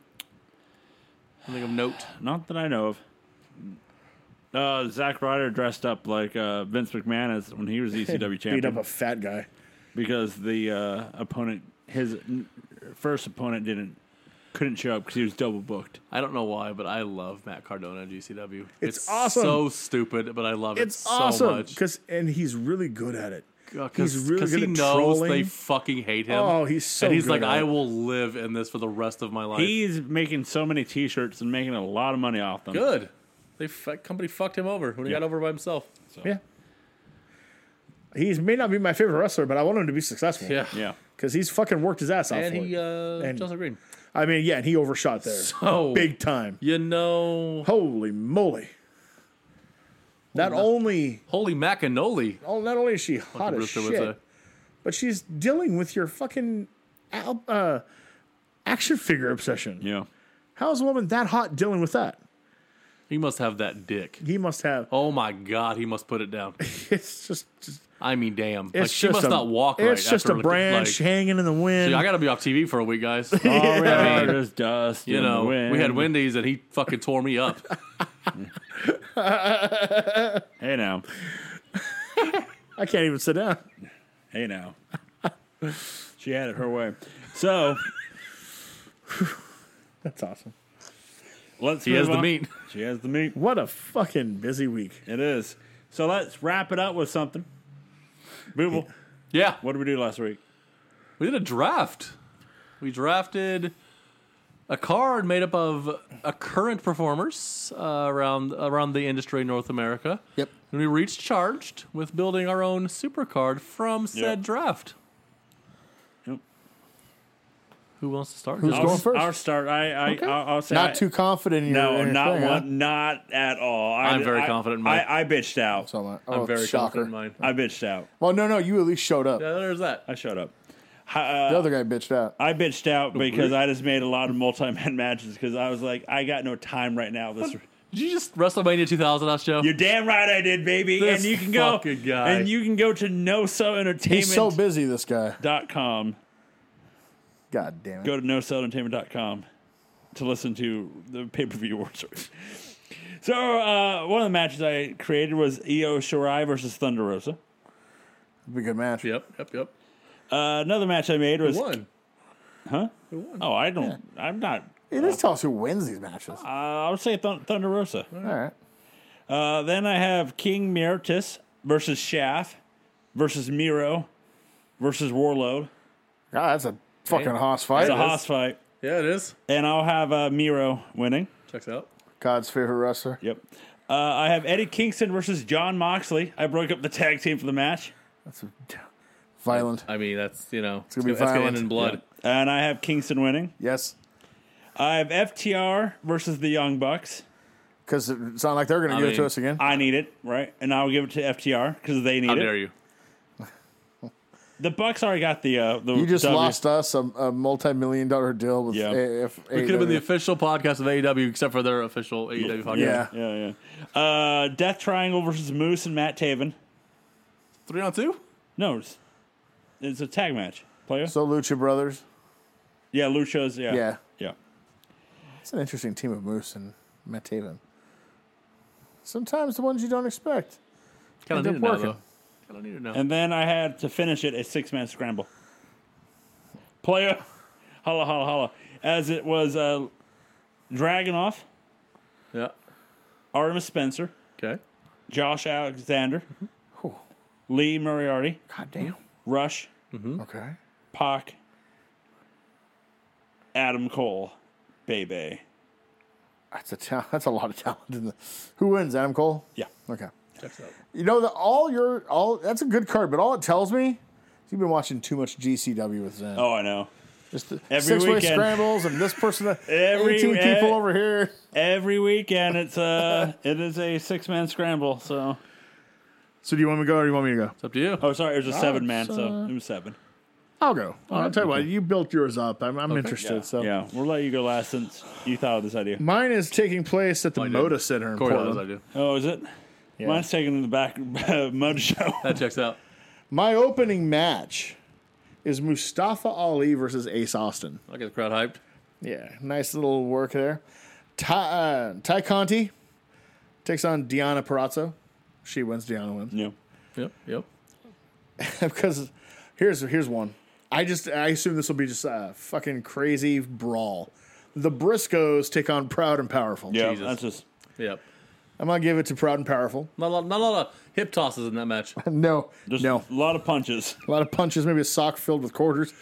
Speaker 2: Anything of note?
Speaker 1: not that I know of. Uh, Zack Ryder dressed up like uh, Vince McMahon as when he was ECW
Speaker 3: Beat up
Speaker 1: champion
Speaker 3: a fat guy.
Speaker 1: because the uh, opponent, his n- first opponent, didn't couldn't show up because he was double booked.
Speaker 2: I don't know why, but I love Matt Cardona in GCW.
Speaker 3: It's awesome.
Speaker 2: So stupid, but I love it
Speaker 3: It's
Speaker 2: so
Speaker 3: awesome
Speaker 2: much.
Speaker 3: because and he's really good at it.
Speaker 2: Because
Speaker 3: he's really good
Speaker 2: he
Speaker 3: at
Speaker 2: knows they
Speaker 3: trolling.
Speaker 2: fucking hate him.
Speaker 3: Oh, he's so
Speaker 2: and he's
Speaker 3: good
Speaker 2: like,
Speaker 3: at
Speaker 2: I
Speaker 3: it."
Speaker 2: will live in this for the rest of my life.
Speaker 1: He's making so many T-shirts and making a lot of money off them.
Speaker 2: good. They f- company fucked him over when he got over by himself.
Speaker 3: Yeah. He may not be my favorite wrestler, but I want him to be successful.
Speaker 2: Yeah,
Speaker 1: Yeah.
Speaker 3: because he's fucking worked his ass off.
Speaker 2: And
Speaker 3: for
Speaker 2: he,
Speaker 3: it.
Speaker 2: uh,
Speaker 3: And-
Speaker 2: Chelsea Green.
Speaker 3: I mean, yeah, and he overshot there,
Speaker 2: So
Speaker 3: big time.
Speaker 2: You know,
Speaker 3: Holy moly! Not only,
Speaker 2: holy macanoli.
Speaker 3: oh, not only is she hot as
Speaker 2: Brewster would say.
Speaker 3: shit, but she's dealing with your fucking al- uh, action figure obsession.
Speaker 1: Yeah.
Speaker 3: How is a woman that hot dealing with that?
Speaker 2: He must have that dick.
Speaker 3: He must have.
Speaker 2: Oh my god, he must put it down.
Speaker 3: It's just, just
Speaker 2: I mean, damn. like
Speaker 3: it's
Speaker 2: she
Speaker 3: just
Speaker 2: must
Speaker 3: a,
Speaker 2: not walk right.
Speaker 3: It's just
Speaker 2: after
Speaker 3: a
Speaker 2: looking-
Speaker 3: branch
Speaker 2: like-
Speaker 3: hanging in the wind.
Speaker 2: Dude, I got to be off TV for a week, guys.
Speaker 1: Yeah,
Speaker 2: mean,
Speaker 1: there's dust.
Speaker 2: You
Speaker 1: in the
Speaker 2: know, we had
Speaker 1: wind.
Speaker 2: Wendy's and he fucking tore me up.
Speaker 1: Hey now,
Speaker 3: I can't even sit down.
Speaker 1: hey now. she had it her way. So
Speaker 3: That's awesome.
Speaker 1: let's.
Speaker 2: He has
Speaker 1: move
Speaker 2: the
Speaker 1: on.
Speaker 2: meat.
Speaker 1: She has the meat.
Speaker 3: What a fucking busy week.
Speaker 1: It is. So let's wrap it up with something. Booble,
Speaker 2: Yeah,
Speaker 1: what did we do last week?
Speaker 2: we did a draft. We drafted a card made up of a current performers uh, around around the industry in North America.
Speaker 3: Yep.
Speaker 2: And we were each charged with building our own super card from said
Speaker 1: Yep.
Speaker 2: draft.
Speaker 1: Yep.
Speaker 2: Who wants to start?
Speaker 3: Who's
Speaker 1: I'll,
Speaker 3: going first?
Speaker 1: I'll start. I, I, I'll, I'll say I-
Speaker 3: Not too confident in your in
Speaker 1: No,
Speaker 3: your
Speaker 1: not
Speaker 3: thing, huh?
Speaker 1: one. Not at all. I,
Speaker 2: I'm very
Speaker 1: I-
Speaker 2: confident in mine.
Speaker 1: I, I bitched out.
Speaker 3: So I'm, like,
Speaker 2: I'm
Speaker 3: oh,
Speaker 2: very
Speaker 3: shocker.
Speaker 2: confident in mine.
Speaker 1: I bitched out.
Speaker 3: Well, no, no, you at least showed up.
Speaker 2: Yeah, Uh, there's that.
Speaker 1: I shut up. Hi- uh,
Speaker 3: The other guy bitched out.
Speaker 1: I bitched out because I just made a lot of multi-man matches because I was like, I got no time right now. This.
Speaker 2: Did you just WrestleMania 2000 us, Joe?
Speaker 1: You're damn right I did, baby.
Speaker 2: This
Speaker 1: and you can go
Speaker 2: fucking guy.
Speaker 1: and you can go to
Speaker 3: He's so
Speaker 1: nosoentertainment.com.
Speaker 3: busy, this guy.
Speaker 1: com.
Speaker 3: God damn it.
Speaker 1: go to nocellentertainment.com to listen to the pay-per-view awards. so uh, one of the matches I created was Io Shirai versus Thunder Rosa.
Speaker 3: It'd be a good match.
Speaker 2: Yep, yep, yep.
Speaker 1: Uh, another match I made was
Speaker 2: One.
Speaker 1: oh I don't I'm not
Speaker 3: It is tell us who wins these matches.
Speaker 1: uh, I would say Thun Thunder Rosa.
Speaker 3: All right.
Speaker 1: Uh, then I have King Meritus versus Shaft versus Miro versus Warlord.
Speaker 3: God, that's a fucking
Speaker 2: Damn.
Speaker 3: hoss fight.
Speaker 1: It's a
Speaker 2: It is.
Speaker 1: hoss fight,
Speaker 2: Yeah, it is.
Speaker 1: and I'll have uh, Miro winning.
Speaker 2: Checks out.
Speaker 3: God's favorite wrestler.
Speaker 1: Yep. Uh, I have Eddie Kingston versus John Moxley. I broke up the tag team for the match.
Speaker 3: That's a, violent.
Speaker 2: I mean, that's you know, it's
Speaker 3: gonna be
Speaker 2: gonna, that's gonna end
Speaker 3: violent.
Speaker 2: in blood.
Speaker 1: And I have Kingston winning.
Speaker 3: Yes.
Speaker 1: I have FTR versus the Young Bucks.
Speaker 7: because it's not like they're going to
Speaker 2: I
Speaker 7: give it to
Speaker 2: mean,
Speaker 7: us again.
Speaker 1: I need it, right? And I'll give it to FTR because they need
Speaker 2: How
Speaker 1: it.
Speaker 2: dare you?
Speaker 1: The Bucks already got the uh, the
Speaker 7: you just
Speaker 1: W.
Speaker 7: lost us a, a multi-million dollar deal with
Speaker 1: Yeah.
Speaker 7: AF.
Speaker 2: We could have been the official podcast of AEW, except for their official AEW podcast.
Speaker 7: E Yeah.
Speaker 1: Yeah, yeah. Uh, Death Triangle versus Moose and Matt Taven.
Speaker 2: Three on two?
Speaker 1: No, it's, it's a tag match. Player.
Speaker 7: so Lucha Brothers.
Speaker 1: yeah, Lucha's. Yeah.
Speaker 7: Yeah.
Speaker 1: Yeah.
Speaker 7: It's an interesting team of Moose and Matt Taven. Sometimes the ones you don't expect.
Speaker 2: Kind of
Speaker 7: End up
Speaker 2: need it now,
Speaker 7: working.
Speaker 2: though. Kind of need it now.
Speaker 1: And then I had to finish it a six man scramble. Player, holla holla holla, as it was uh, Dragonoff,
Speaker 2: yeah.
Speaker 1: Artemis Spencer,
Speaker 2: Okay.
Speaker 1: Josh Alexander,
Speaker 7: Mm-hmm.
Speaker 1: Lee Moriarty,
Speaker 7: God damn.
Speaker 1: Rush,
Speaker 2: Hmm?
Speaker 7: Okay.
Speaker 1: Pac, Adam Cole, Bebe.
Speaker 7: That's a ta- that's a lot of talent. In the- Who wins? Adam Cole.
Speaker 1: Yeah.
Speaker 7: Okay. You know the all your all that's a good card, but all it tells me is you've been watching too much GCW with Zen.
Speaker 1: Oh, I know.
Speaker 7: Just the
Speaker 1: every
Speaker 7: six way
Speaker 1: weekend.
Speaker 7: scrambles and this person, that-
Speaker 1: Every-
Speaker 7: eighteen people
Speaker 1: eh.
Speaker 7: over here.
Speaker 1: Every weekend it's uh it is a six man scramble. So
Speaker 3: So do you want me to go or do you want me to go?
Speaker 2: It's up to you.
Speaker 1: oh sorry, it was a seven man. So it was seven.
Speaker 3: I'll go. I'll tell you what. You built yours up. I'm, I'm interested. So
Speaker 1: Yeah, we'll let you go last since you thought of this idea.
Speaker 3: mine is taking place at the
Speaker 2: did.
Speaker 3: Moda Center in
Speaker 2: Corey knows I
Speaker 3: Portland.
Speaker 2: do.
Speaker 1: Oh, is it? Mine's taken in the back mud show.
Speaker 2: That checks out.
Speaker 3: My opening match is Mustafa Ali versus Ace Austin.
Speaker 2: I get the crowd hyped.
Speaker 7: Yeah.
Speaker 3: Nice little work there.
Speaker 7: Ty, uh, Ty Conti.
Speaker 3: Takes on Diana Perazzo. She wins. Diana wins.
Speaker 1: yeah.
Speaker 2: Yep. Yep.
Speaker 3: because here's here's one. I just I assume this will be just a fucking crazy brawl. The Briscoes take on Proud and Powerful.
Speaker 1: Yeah,
Speaker 2: Jesus.
Speaker 1: that's just
Speaker 2: Yep.
Speaker 3: I'm gonna give it to Proud and Powerful.
Speaker 2: Not a lot, not a lot of hip tosses in that match.
Speaker 7: No.
Speaker 1: there's
Speaker 3: No.
Speaker 1: a lot of punches.
Speaker 3: A lot of punches, maybe a sock filled with quarters.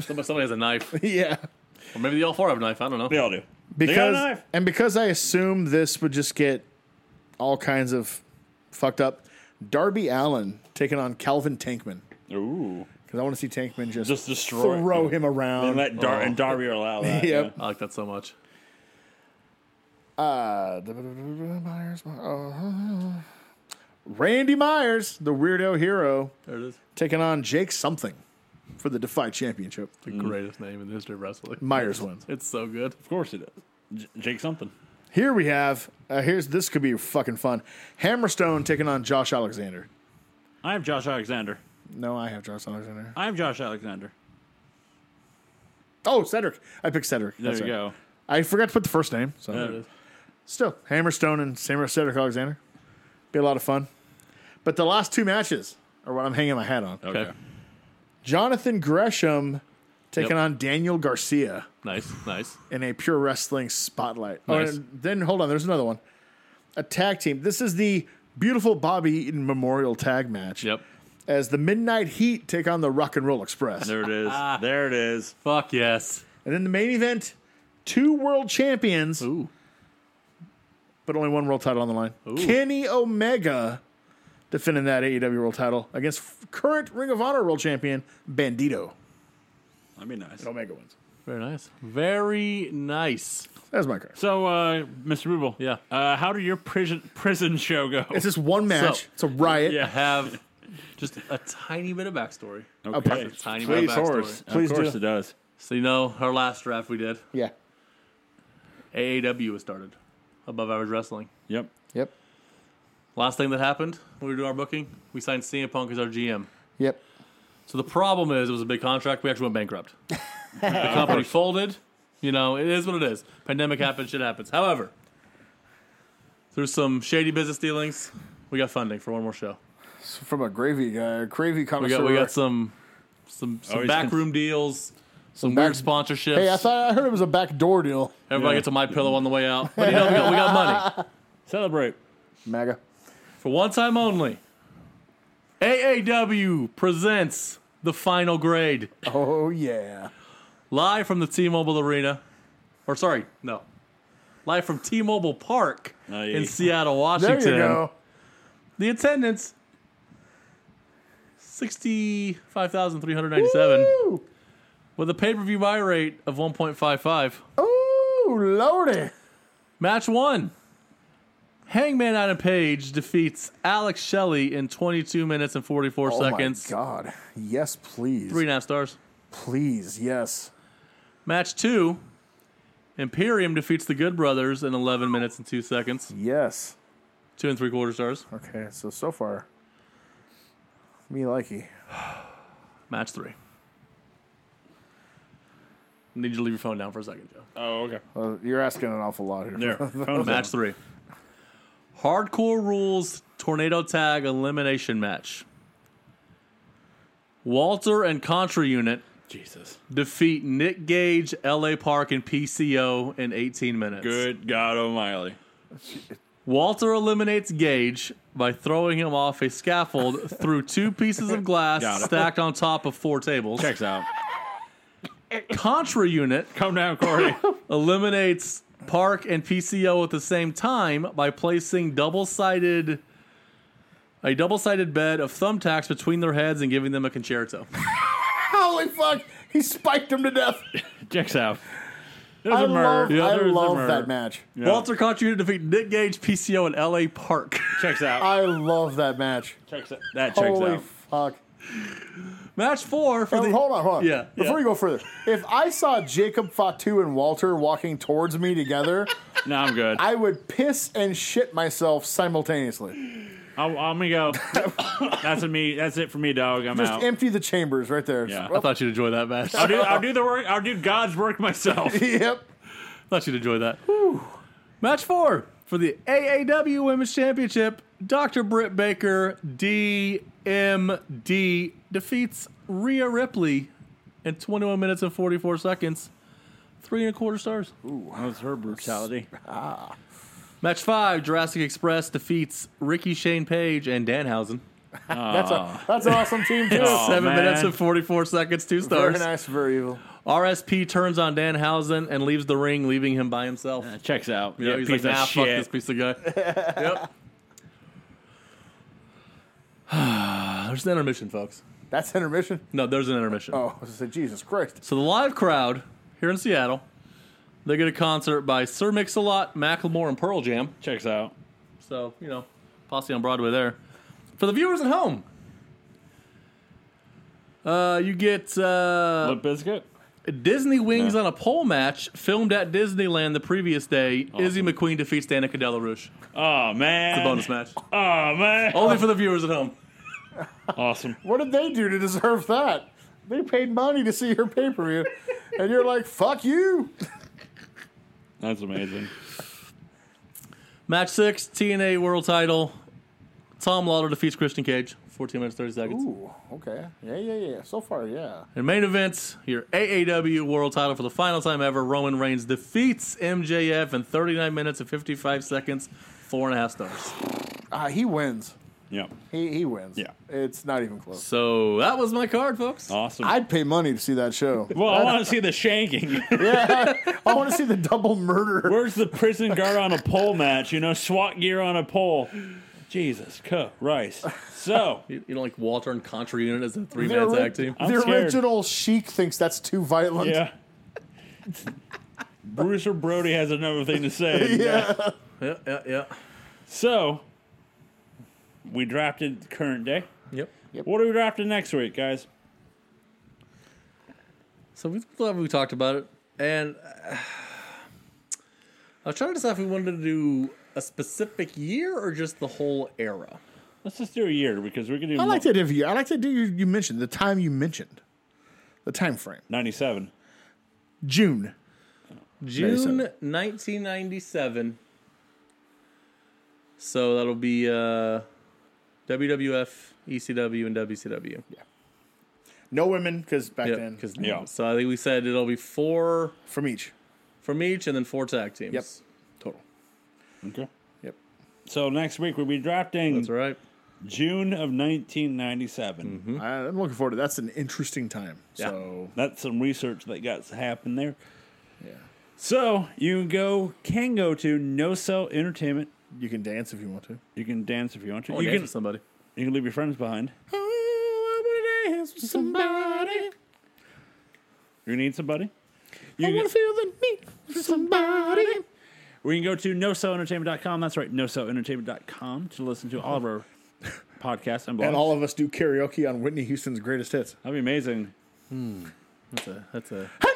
Speaker 2: Somebody, somebody has a knife, or
Speaker 3: yeah,
Speaker 2: maybe they all four have a knife. I don't know.
Speaker 1: They all do. They got a
Speaker 3: because
Speaker 1: knife.
Speaker 3: and because I assume this would just get all kinds of fucked up. Darby Allen taking on Calvin Tankman
Speaker 1: Ooh.
Speaker 3: because I want to see Tankman just,
Speaker 1: Just destroy
Speaker 3: throw him
Speaker 1: and
Speaker 3: around.
Speaker 1: let Dar- and Darby allow that.
Speaker 3: Yep.
Speaker 1: yeah.
Speaker 2: I like that so much.
Speaker 7: Uh, Myers. Oh,
Speaker 3: Randy Myers, the weirdo hero,
Speaker 2: There it is.
Speaker 3: taking on Jake something for the Defy Championship.
Speaker 2: The
Speaker 7: Mm.
Speaker 2: greatest name in the history of wrestling.
Speaker 3: Myers wins.
Speaker 2: It's so good.
Speaker 1: Of course it is. J- Jake something.
Speaker 3: Here we have. Uh, here's this could be fucking fun. Hammerstone taking on Josh Alexander.
Speaker 1: I have Josh Alexander.
Speaker 3: No, I have Josh Alexander.
Speaker 1: I have Josh Alexander.
Speaker 3: Oh, Cedric. I picked Cedric.
Speaker 1: There
Speaker 3: That's
Speaker 1: you
Speaker 3: right.
Speaker 1: go.
Speaker 3: I forgot to put the first name. So
Speaker 1: Yeah.
Speaker 2: There it is.
Speaker 3: still Hammerstone and Samurai Cedric Alexander. Be a lot of fun. But the last two matches are what I'm hanging my hat on.
Speaker 1: Okay.
Speaker 3: Jonathan Gresham taking
Speaker 2: Yep.
Speaker 3: on Daniel Garcia
Speaker 2: Nice. Nice.
Speaker 3: in a pure wrestling spotlight. Oh,
Speaker 2: Nice.
Speaker 3: and then hold on, there's another one. A tag team. This is the beautiful Bobby Eaton Memorial Tag Match.
Speaker 2: Yep.
Speaker 3: as the Midnight Heat take on the Rock and Roll Express.
Speaker 1: There it is. there it is.
Speaker 2: Fuck yes.
Speaker 3: And in the main event, two world champions,
Speaker 2: Ooh.
Speaker 3: but only one world title on the line. Kenny Omega defending that AEW world title against f- current Ring of Honor world champion Bandito.
Speaker 1: That'd be nice.
Speaker 3: Omega wins.
Speaker 2: Very nice. Very nice.
Speaker 3: That's my card.
Speaker 1: So, uh, Mr. Rubel.
Speaker 2: Yeah.
Speaker 1: Uh, how did your prison prison show go?
Speaker 3: It's just one match.
Speaker 2: So-
Speaker 3: it's a riot.
Speaker 1: Yeah.
Speaker 2: Have just a tiny bit of backstory.
Speaker 1: Okay.
Speaker 2: A tiny
Speaker 7: please,
Speaker 2: bit of backstory.
Speaker 7: horse.
Speaker 1: Of
Speaker 7: Please
Speaker 1: course
Speaker 7: do.
Speaker 1: it does.
Speaker 2: So you know, our last draft we did,
Speaker 7: Yeah.
Speaker 2: AAW was started, Above Average Wrestling.
Speaker 1: Yep.
Speaker 7: Yep.
Speaker 2: Last thing that happened, when we were doing our booking, we signed CM Punk as our GM.
Speaker 7: Yep.
Speaker 2: So the problem is, it was a big contract. We actually went bankrupt. the company folded. You know, it is what it is. Pandemic happens, shit happens. However, through some shady business dealings, we got funding for one more show.
Speaker 7: From a gravy guy, gravy
Speaker 2: We
Speaker 7: connoisseur.
Speaker 2: got we got some some, some
Speaker 1: he's
Speaker 2: backroom deals, some, weird sponsorships.
Speaker 7: Hey, I thought I heard it was a backdoor deal.
Speaker 2: Everybody gets a my pillow on the way out. But you know, we got, we got money
Speaker 1: Celebrate.
Speaker 7: MAGA.
Speaker 2: for one time only. AAW presents the final grade.
Speaker 7: Oh yeah.
Speaker 2: live from the T-Mobile Arena, or sorry, no, live from T-Mobile Park
Speaker 1: Aye.
Speaker 2: in Seattle,
Speaker 7: There
Speaker 2: Washington.
Speaker 7: you go.
Speaker 2: The attendance sixty-five thousand three hundred ninety-seven
Speaker 7: Ooh,
Speaker 2: with a pay-per-view buy rate of one point five five.
Speaker 7: ooh, lordy.
Speaker 2: Match one. Hangman Adam Page defeats Alex Shelley in 22 minutes and 44
Speaker 7: Oh
Speaker 2: seconds.
Speaker 7: my God. Yes, please.
Speaker 2: Three and a half stars.
Speaker 7: Please, yes.
Speaker 2: Match two. Imperium defeats the Good Brothers in 11 minutes and two seconds.
Speaker 7: Yes.
Speaker 2: Two and three quarter stars.
Speaker 7: Okay, so so far, me likey.
Speaker 2: Match three. Need you to leave your phone down for a second, Joe.
Speaker 1: Oh, okay.
Speaker 7: Well, Uh, you're asking an awful lot here.
Speaker 1: There. Phone's
Speaker 2: Match
Speaker 1: on.
Speaker 2: three. Hardcore rules tornado tag elimination match. Walter and Contra Unit
Speaker 1: Jesus.
Speaker 2: defeat Nick Gage, LA Park, and PCO in 18 minutes.
Speaker 1: Good God O'Malley.
Speaker 2: Walter eliminates Gage by throwing him off a scaffold through two pieces of
Speaker 1: Got
Speaker 2: glass
Speaker 1: it.
Speaker 2: stacked on top of four tables.
Speaker 1: Checks out.
Speaker 2: Contra Unit
Speaker 1: Come down, Corey.
Speaker 2: eliminates Park and PCO at the same time by placing double sided a double sided bed of thumbtacks between their heads and giving them a concerto.
Speaker 7: Holy fuck! He spiked him to death.
Speaker 1: Checks out. There's
Speaker 7: I
Speaker 1: a
Speaker 7: love,
Speaker 1: murder.
Speaker 7: I
Speaker 1: There's a
Speaker 7: love
Speaker 1: murder.
Speaker 7: that match.
Speaker 1: Yeah.
Speaker 2: Walter Contra Unit defeat Nick Gage, PCO, and LA Park.
Speaker 1: Checks out.
Speaker 7: I love that match.
Speaker 1: checks out. That checks
Speaker 7: Holy
Speaker 1: out.
Speaker 7: fuck!
Speaker 2: Match four for
Speaker 7: Oh,
Speaker 2: the
Speaker 7: hold on, hold on.
Speaker 2: Yeah,
Speaker 7: Before
Speaker 2: yeah.
Speaker 7: you go further, if I saw Jacob Fatu and Walter walking towards me together,
Speaker 1: no, I'm good. I,
Speaker 7: I would piss and shit myself simultaneously.
Speaker 1: am I'm gonna go. that's a me. That's it for me, dog. I'm
Speaker 7: Just
Speaker 1: out.
Speaker 7: empty the chambers right there.
Speaker 1: Yeah.
Speaker 2: I thought you'd enjoy that match.
Speaker 1: I'll
Speaker 2: I
Speaker 1: do, I'll do the work. I'll do God's work myself.
Speaker 7: yep.
Speaker 2: thought you'd enjoy that. Match four for the AAW Women's Championship. Dr. Britt Baker, DMD, defeats Rhea Ripley in 21 minutes and 44 seconds. Three and a quarter stars.
Speaker 1: That was her brutality.
Speaker 2: Match five, Jurassic Express defeats Ricky Shane Page and Danhausen.
Speaker 7: That's a that's an awesome team too.
Speaker 1: Oh,
Speaker 2: Seven
Speaker 1: man.
Speaker 2: minutes and 44 seconds, two
Speaker 7: very
Speaker 2: stars.
Speaker 7: nice, very evil.
Speaker 2: RSP turns on Danhausen and leaves the ring, leaving him by himself.
Speaker 1: Checks out.
Speaker 2: You know,
Speaker 1: Yeah,
Speaker 2: he's
Speaker 1: piece
Speaker 2: like, nah,
Speaker 1: of
Speaker 2: fuck
Speaker 1: shit.
Speaker 2: this piece of guy. yep. there's an intermission, folks.
Speaker 7: That's intermission.
Speaker 2: No, there's an intermission.
Speaker 7: Oh, I said Jesus Christ.
Speaker 2: So the live crowd here in Seattle, they get a concert by Sir Mix-a-Lot, Macklemore, and Pearl Jam.
Speaker 1: Checks out.
Speaker 2: So, you know, posse on Broadway there. For the viewers at home, uh, you get uh,
Speaker 1: Lip biscuit.
Speaker 2: Disney Wings on a pole match filmed at Disneyland the previous day. Izzy McQueen defeats Danica De La Rouche.
Speaker 1: Oh man.
Speaker 2: The bonus match.
Speaker 1: Oh man.
Speaker 2: Only for the viewers at home.
Speaker 1: Awesome.
Speaker 7: What did they do to deserve that? They paid money to see her pay per view, and you're like, fuck you.
Speaker 1: That's amazing.
Speaker 2: Match six, TNA World Title. Tom Lawler defeats Christian Cage. 14 minutes, 30 seconds.
Speaker 7: Ooh, okay. Yeah, yeah, yeah. So far, yeah.
Speaker 2: And main events, your AAW World Title for the final time ever. Roman Reigns defeats MJF in 39 minutes and 55 seconds. Four and a half stars.
Speaker 7: Uh, he wins.
Speaker 1: Yeah.
Speaker 7: He he wins.
Speaker 1: Yeah.
Speaker 7: It's not even close.
Speaker 2: So that was my card, folks.
Speaker 1: Awesome.
Speaker 7: I'd pay money to see that show.
Speaker 1: well, I want to see the shanking.
Speaker 7: I want to see the double murder.
Speaker 1: Where's the prison guard on a pole match? You know, SWAT gear on a pole. Jesus Christ. So,
Speaker 2: You, you don't like Walter and Contra Unit as a three
Speaker 7: The
Speaker 2: man
Speaker 7: ori-
Speaker 2: tag team?
Speaker 1: I'm
Speaker 7: the
Speaker 1: scared.
Speaker 7: original Sheik thinks that's too violent.
Speaker 1: yeah. Bruce or Brody has another thing to say. yeah.
Speaker 2: Yeah, yeah, yeah.
Speaker 1: So, we drafted current day.
Speaker 2: Yep.
Speaker 1: What are we drafting next week, guys?
Speaker 2: So we glad we talked about it, and uh, I was trying to decide if we wanted to do a specific year or just the whole era.
Speaker 1: Let's just do a year because we can do
Speaker 3: I like that interview. I like that you, you mentioned the time you mentioned, the time frame,
Speaker 1: 97.
Speaker 3: June.
Speaker 2: June 1997. So that'll be uh, WWF, ECW, E and WCW.
Speaker 3: No women because back
Speaker 2: Yeah,
Speaker 3: then
Speaker 2: 'cause-
Speaker 1: Yeah.
Speaker 2: So I think we said it'll be four
Speaker 3: from each.
Speaker 2: from each, and then four tag teams.
Speaker 3: Yep. Total.
Speaker 1: Okay.
Speaker 3: Yep.
Speaker 1: So, next week we'll be drafting
Speaker 2: That's right. Mm-hmm.
Speaker 1: June of 1997.
Speaker 3: I, I'm looking forward to. That's an interesting time.
Speaker 2: Yeah.
Speaker 3: So
Speaker 1: That's some research that got to happen there. So you can go can go to No Cell Entertainment.
Speaker 3: you can dance if you want to.
Speaker 1: You can dance if you want to.
Speaker 2: Or
Speaker 1: you
Speaker 2: Oh, dance
Speaker 1: can
Speaker 2: with somebody.
Speaker 1: you can leave your friends behind.
Speaker 3: Somebody,
Speaker 1: You need somebody.
Speaker 3: I
Speaker 1: You
Speaker 3: want to
Speaker 1: can,
Speaker 3: feel the need for somebody.
Speaker 1: We can go to nosoentertainment.com. That's right, nosoentertainment.com to listen to all of our podcasts and blogs.
Speaker 7: And all of us do karaoke on Whitney Houston's greatest hits.
Speaker 1: That'd be amazing.
Speaker 2: That's a that's uh, a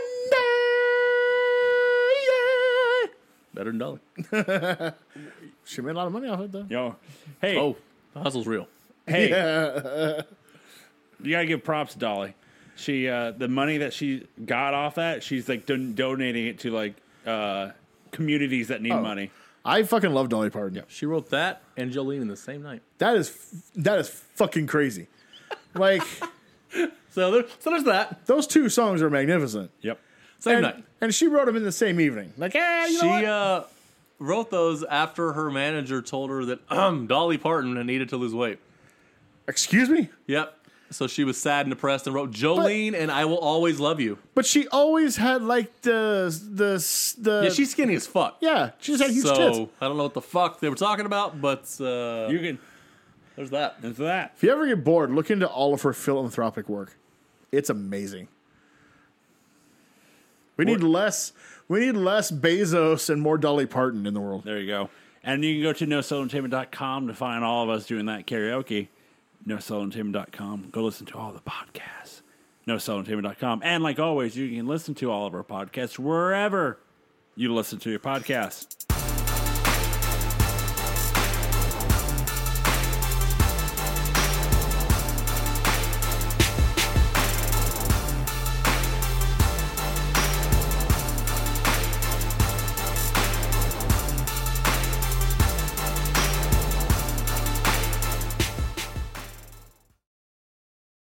Speaker 2: better than dollar.
Speaker 7: She made a lot of money off it, though.
Speaker 1: Yo, hey,
Speaker 2: Oh, the hustle's real.
Speaker 1: hey, you gotta give props to Dolly. She uh, the money that she got off that, she's like don- donating it to like uh, communities that need money.
Speaker 7: I fucking love Dolly Parton.
Speaker 2: She wrote that and Jolene in the same night.
Speaker 7: That is f- that is fucking crazy. like
Speaker 2: So there, so there's that
Speaker 7: those two songs are magnificent.
Speaker 1: Yep.
Speaker 2: same
Speaker 7: And,
Speaker 2: night.
Speaker 7: and she wrote them in the same evening. Like, eh, you know
Speaker 2: she
Speaker 7: what?
Speaker 2: uh, wrote those after her manager told her that um, Dolly Parton needed to lose weight.
Speaker 7: Excuse me?
Speaker 2: Yep. So she was sad and depressed and wrote Jolene and I will always love you.
Speaker 7: But she always had like the the the
Speaker 2: Yeah, she's skinny as fuck.
Speaker 7: yeah, she just had huge
Speaker 2: so
Speaker 7: tits.
Speaker 2: I don't know what the fuck they were talking about, but uh,
Speaker 1: You can
Speaker 2: there's that.
Speaker 1: it's that.
Speaker 7: If you ever get bored, look into all of her philanthropic work. It's amazing. We need less we need less Bezos and more Dolly Parton in the world.
Speaker 1: There you go. And you can go to nosolentertainment.com to find all of us doing that karaoke. Nosolentertainment.com. Go listen to all the podcasts. Nosolentertainment.com. And like always, you can listen to all of our podcasts wherever you listen to your podcast.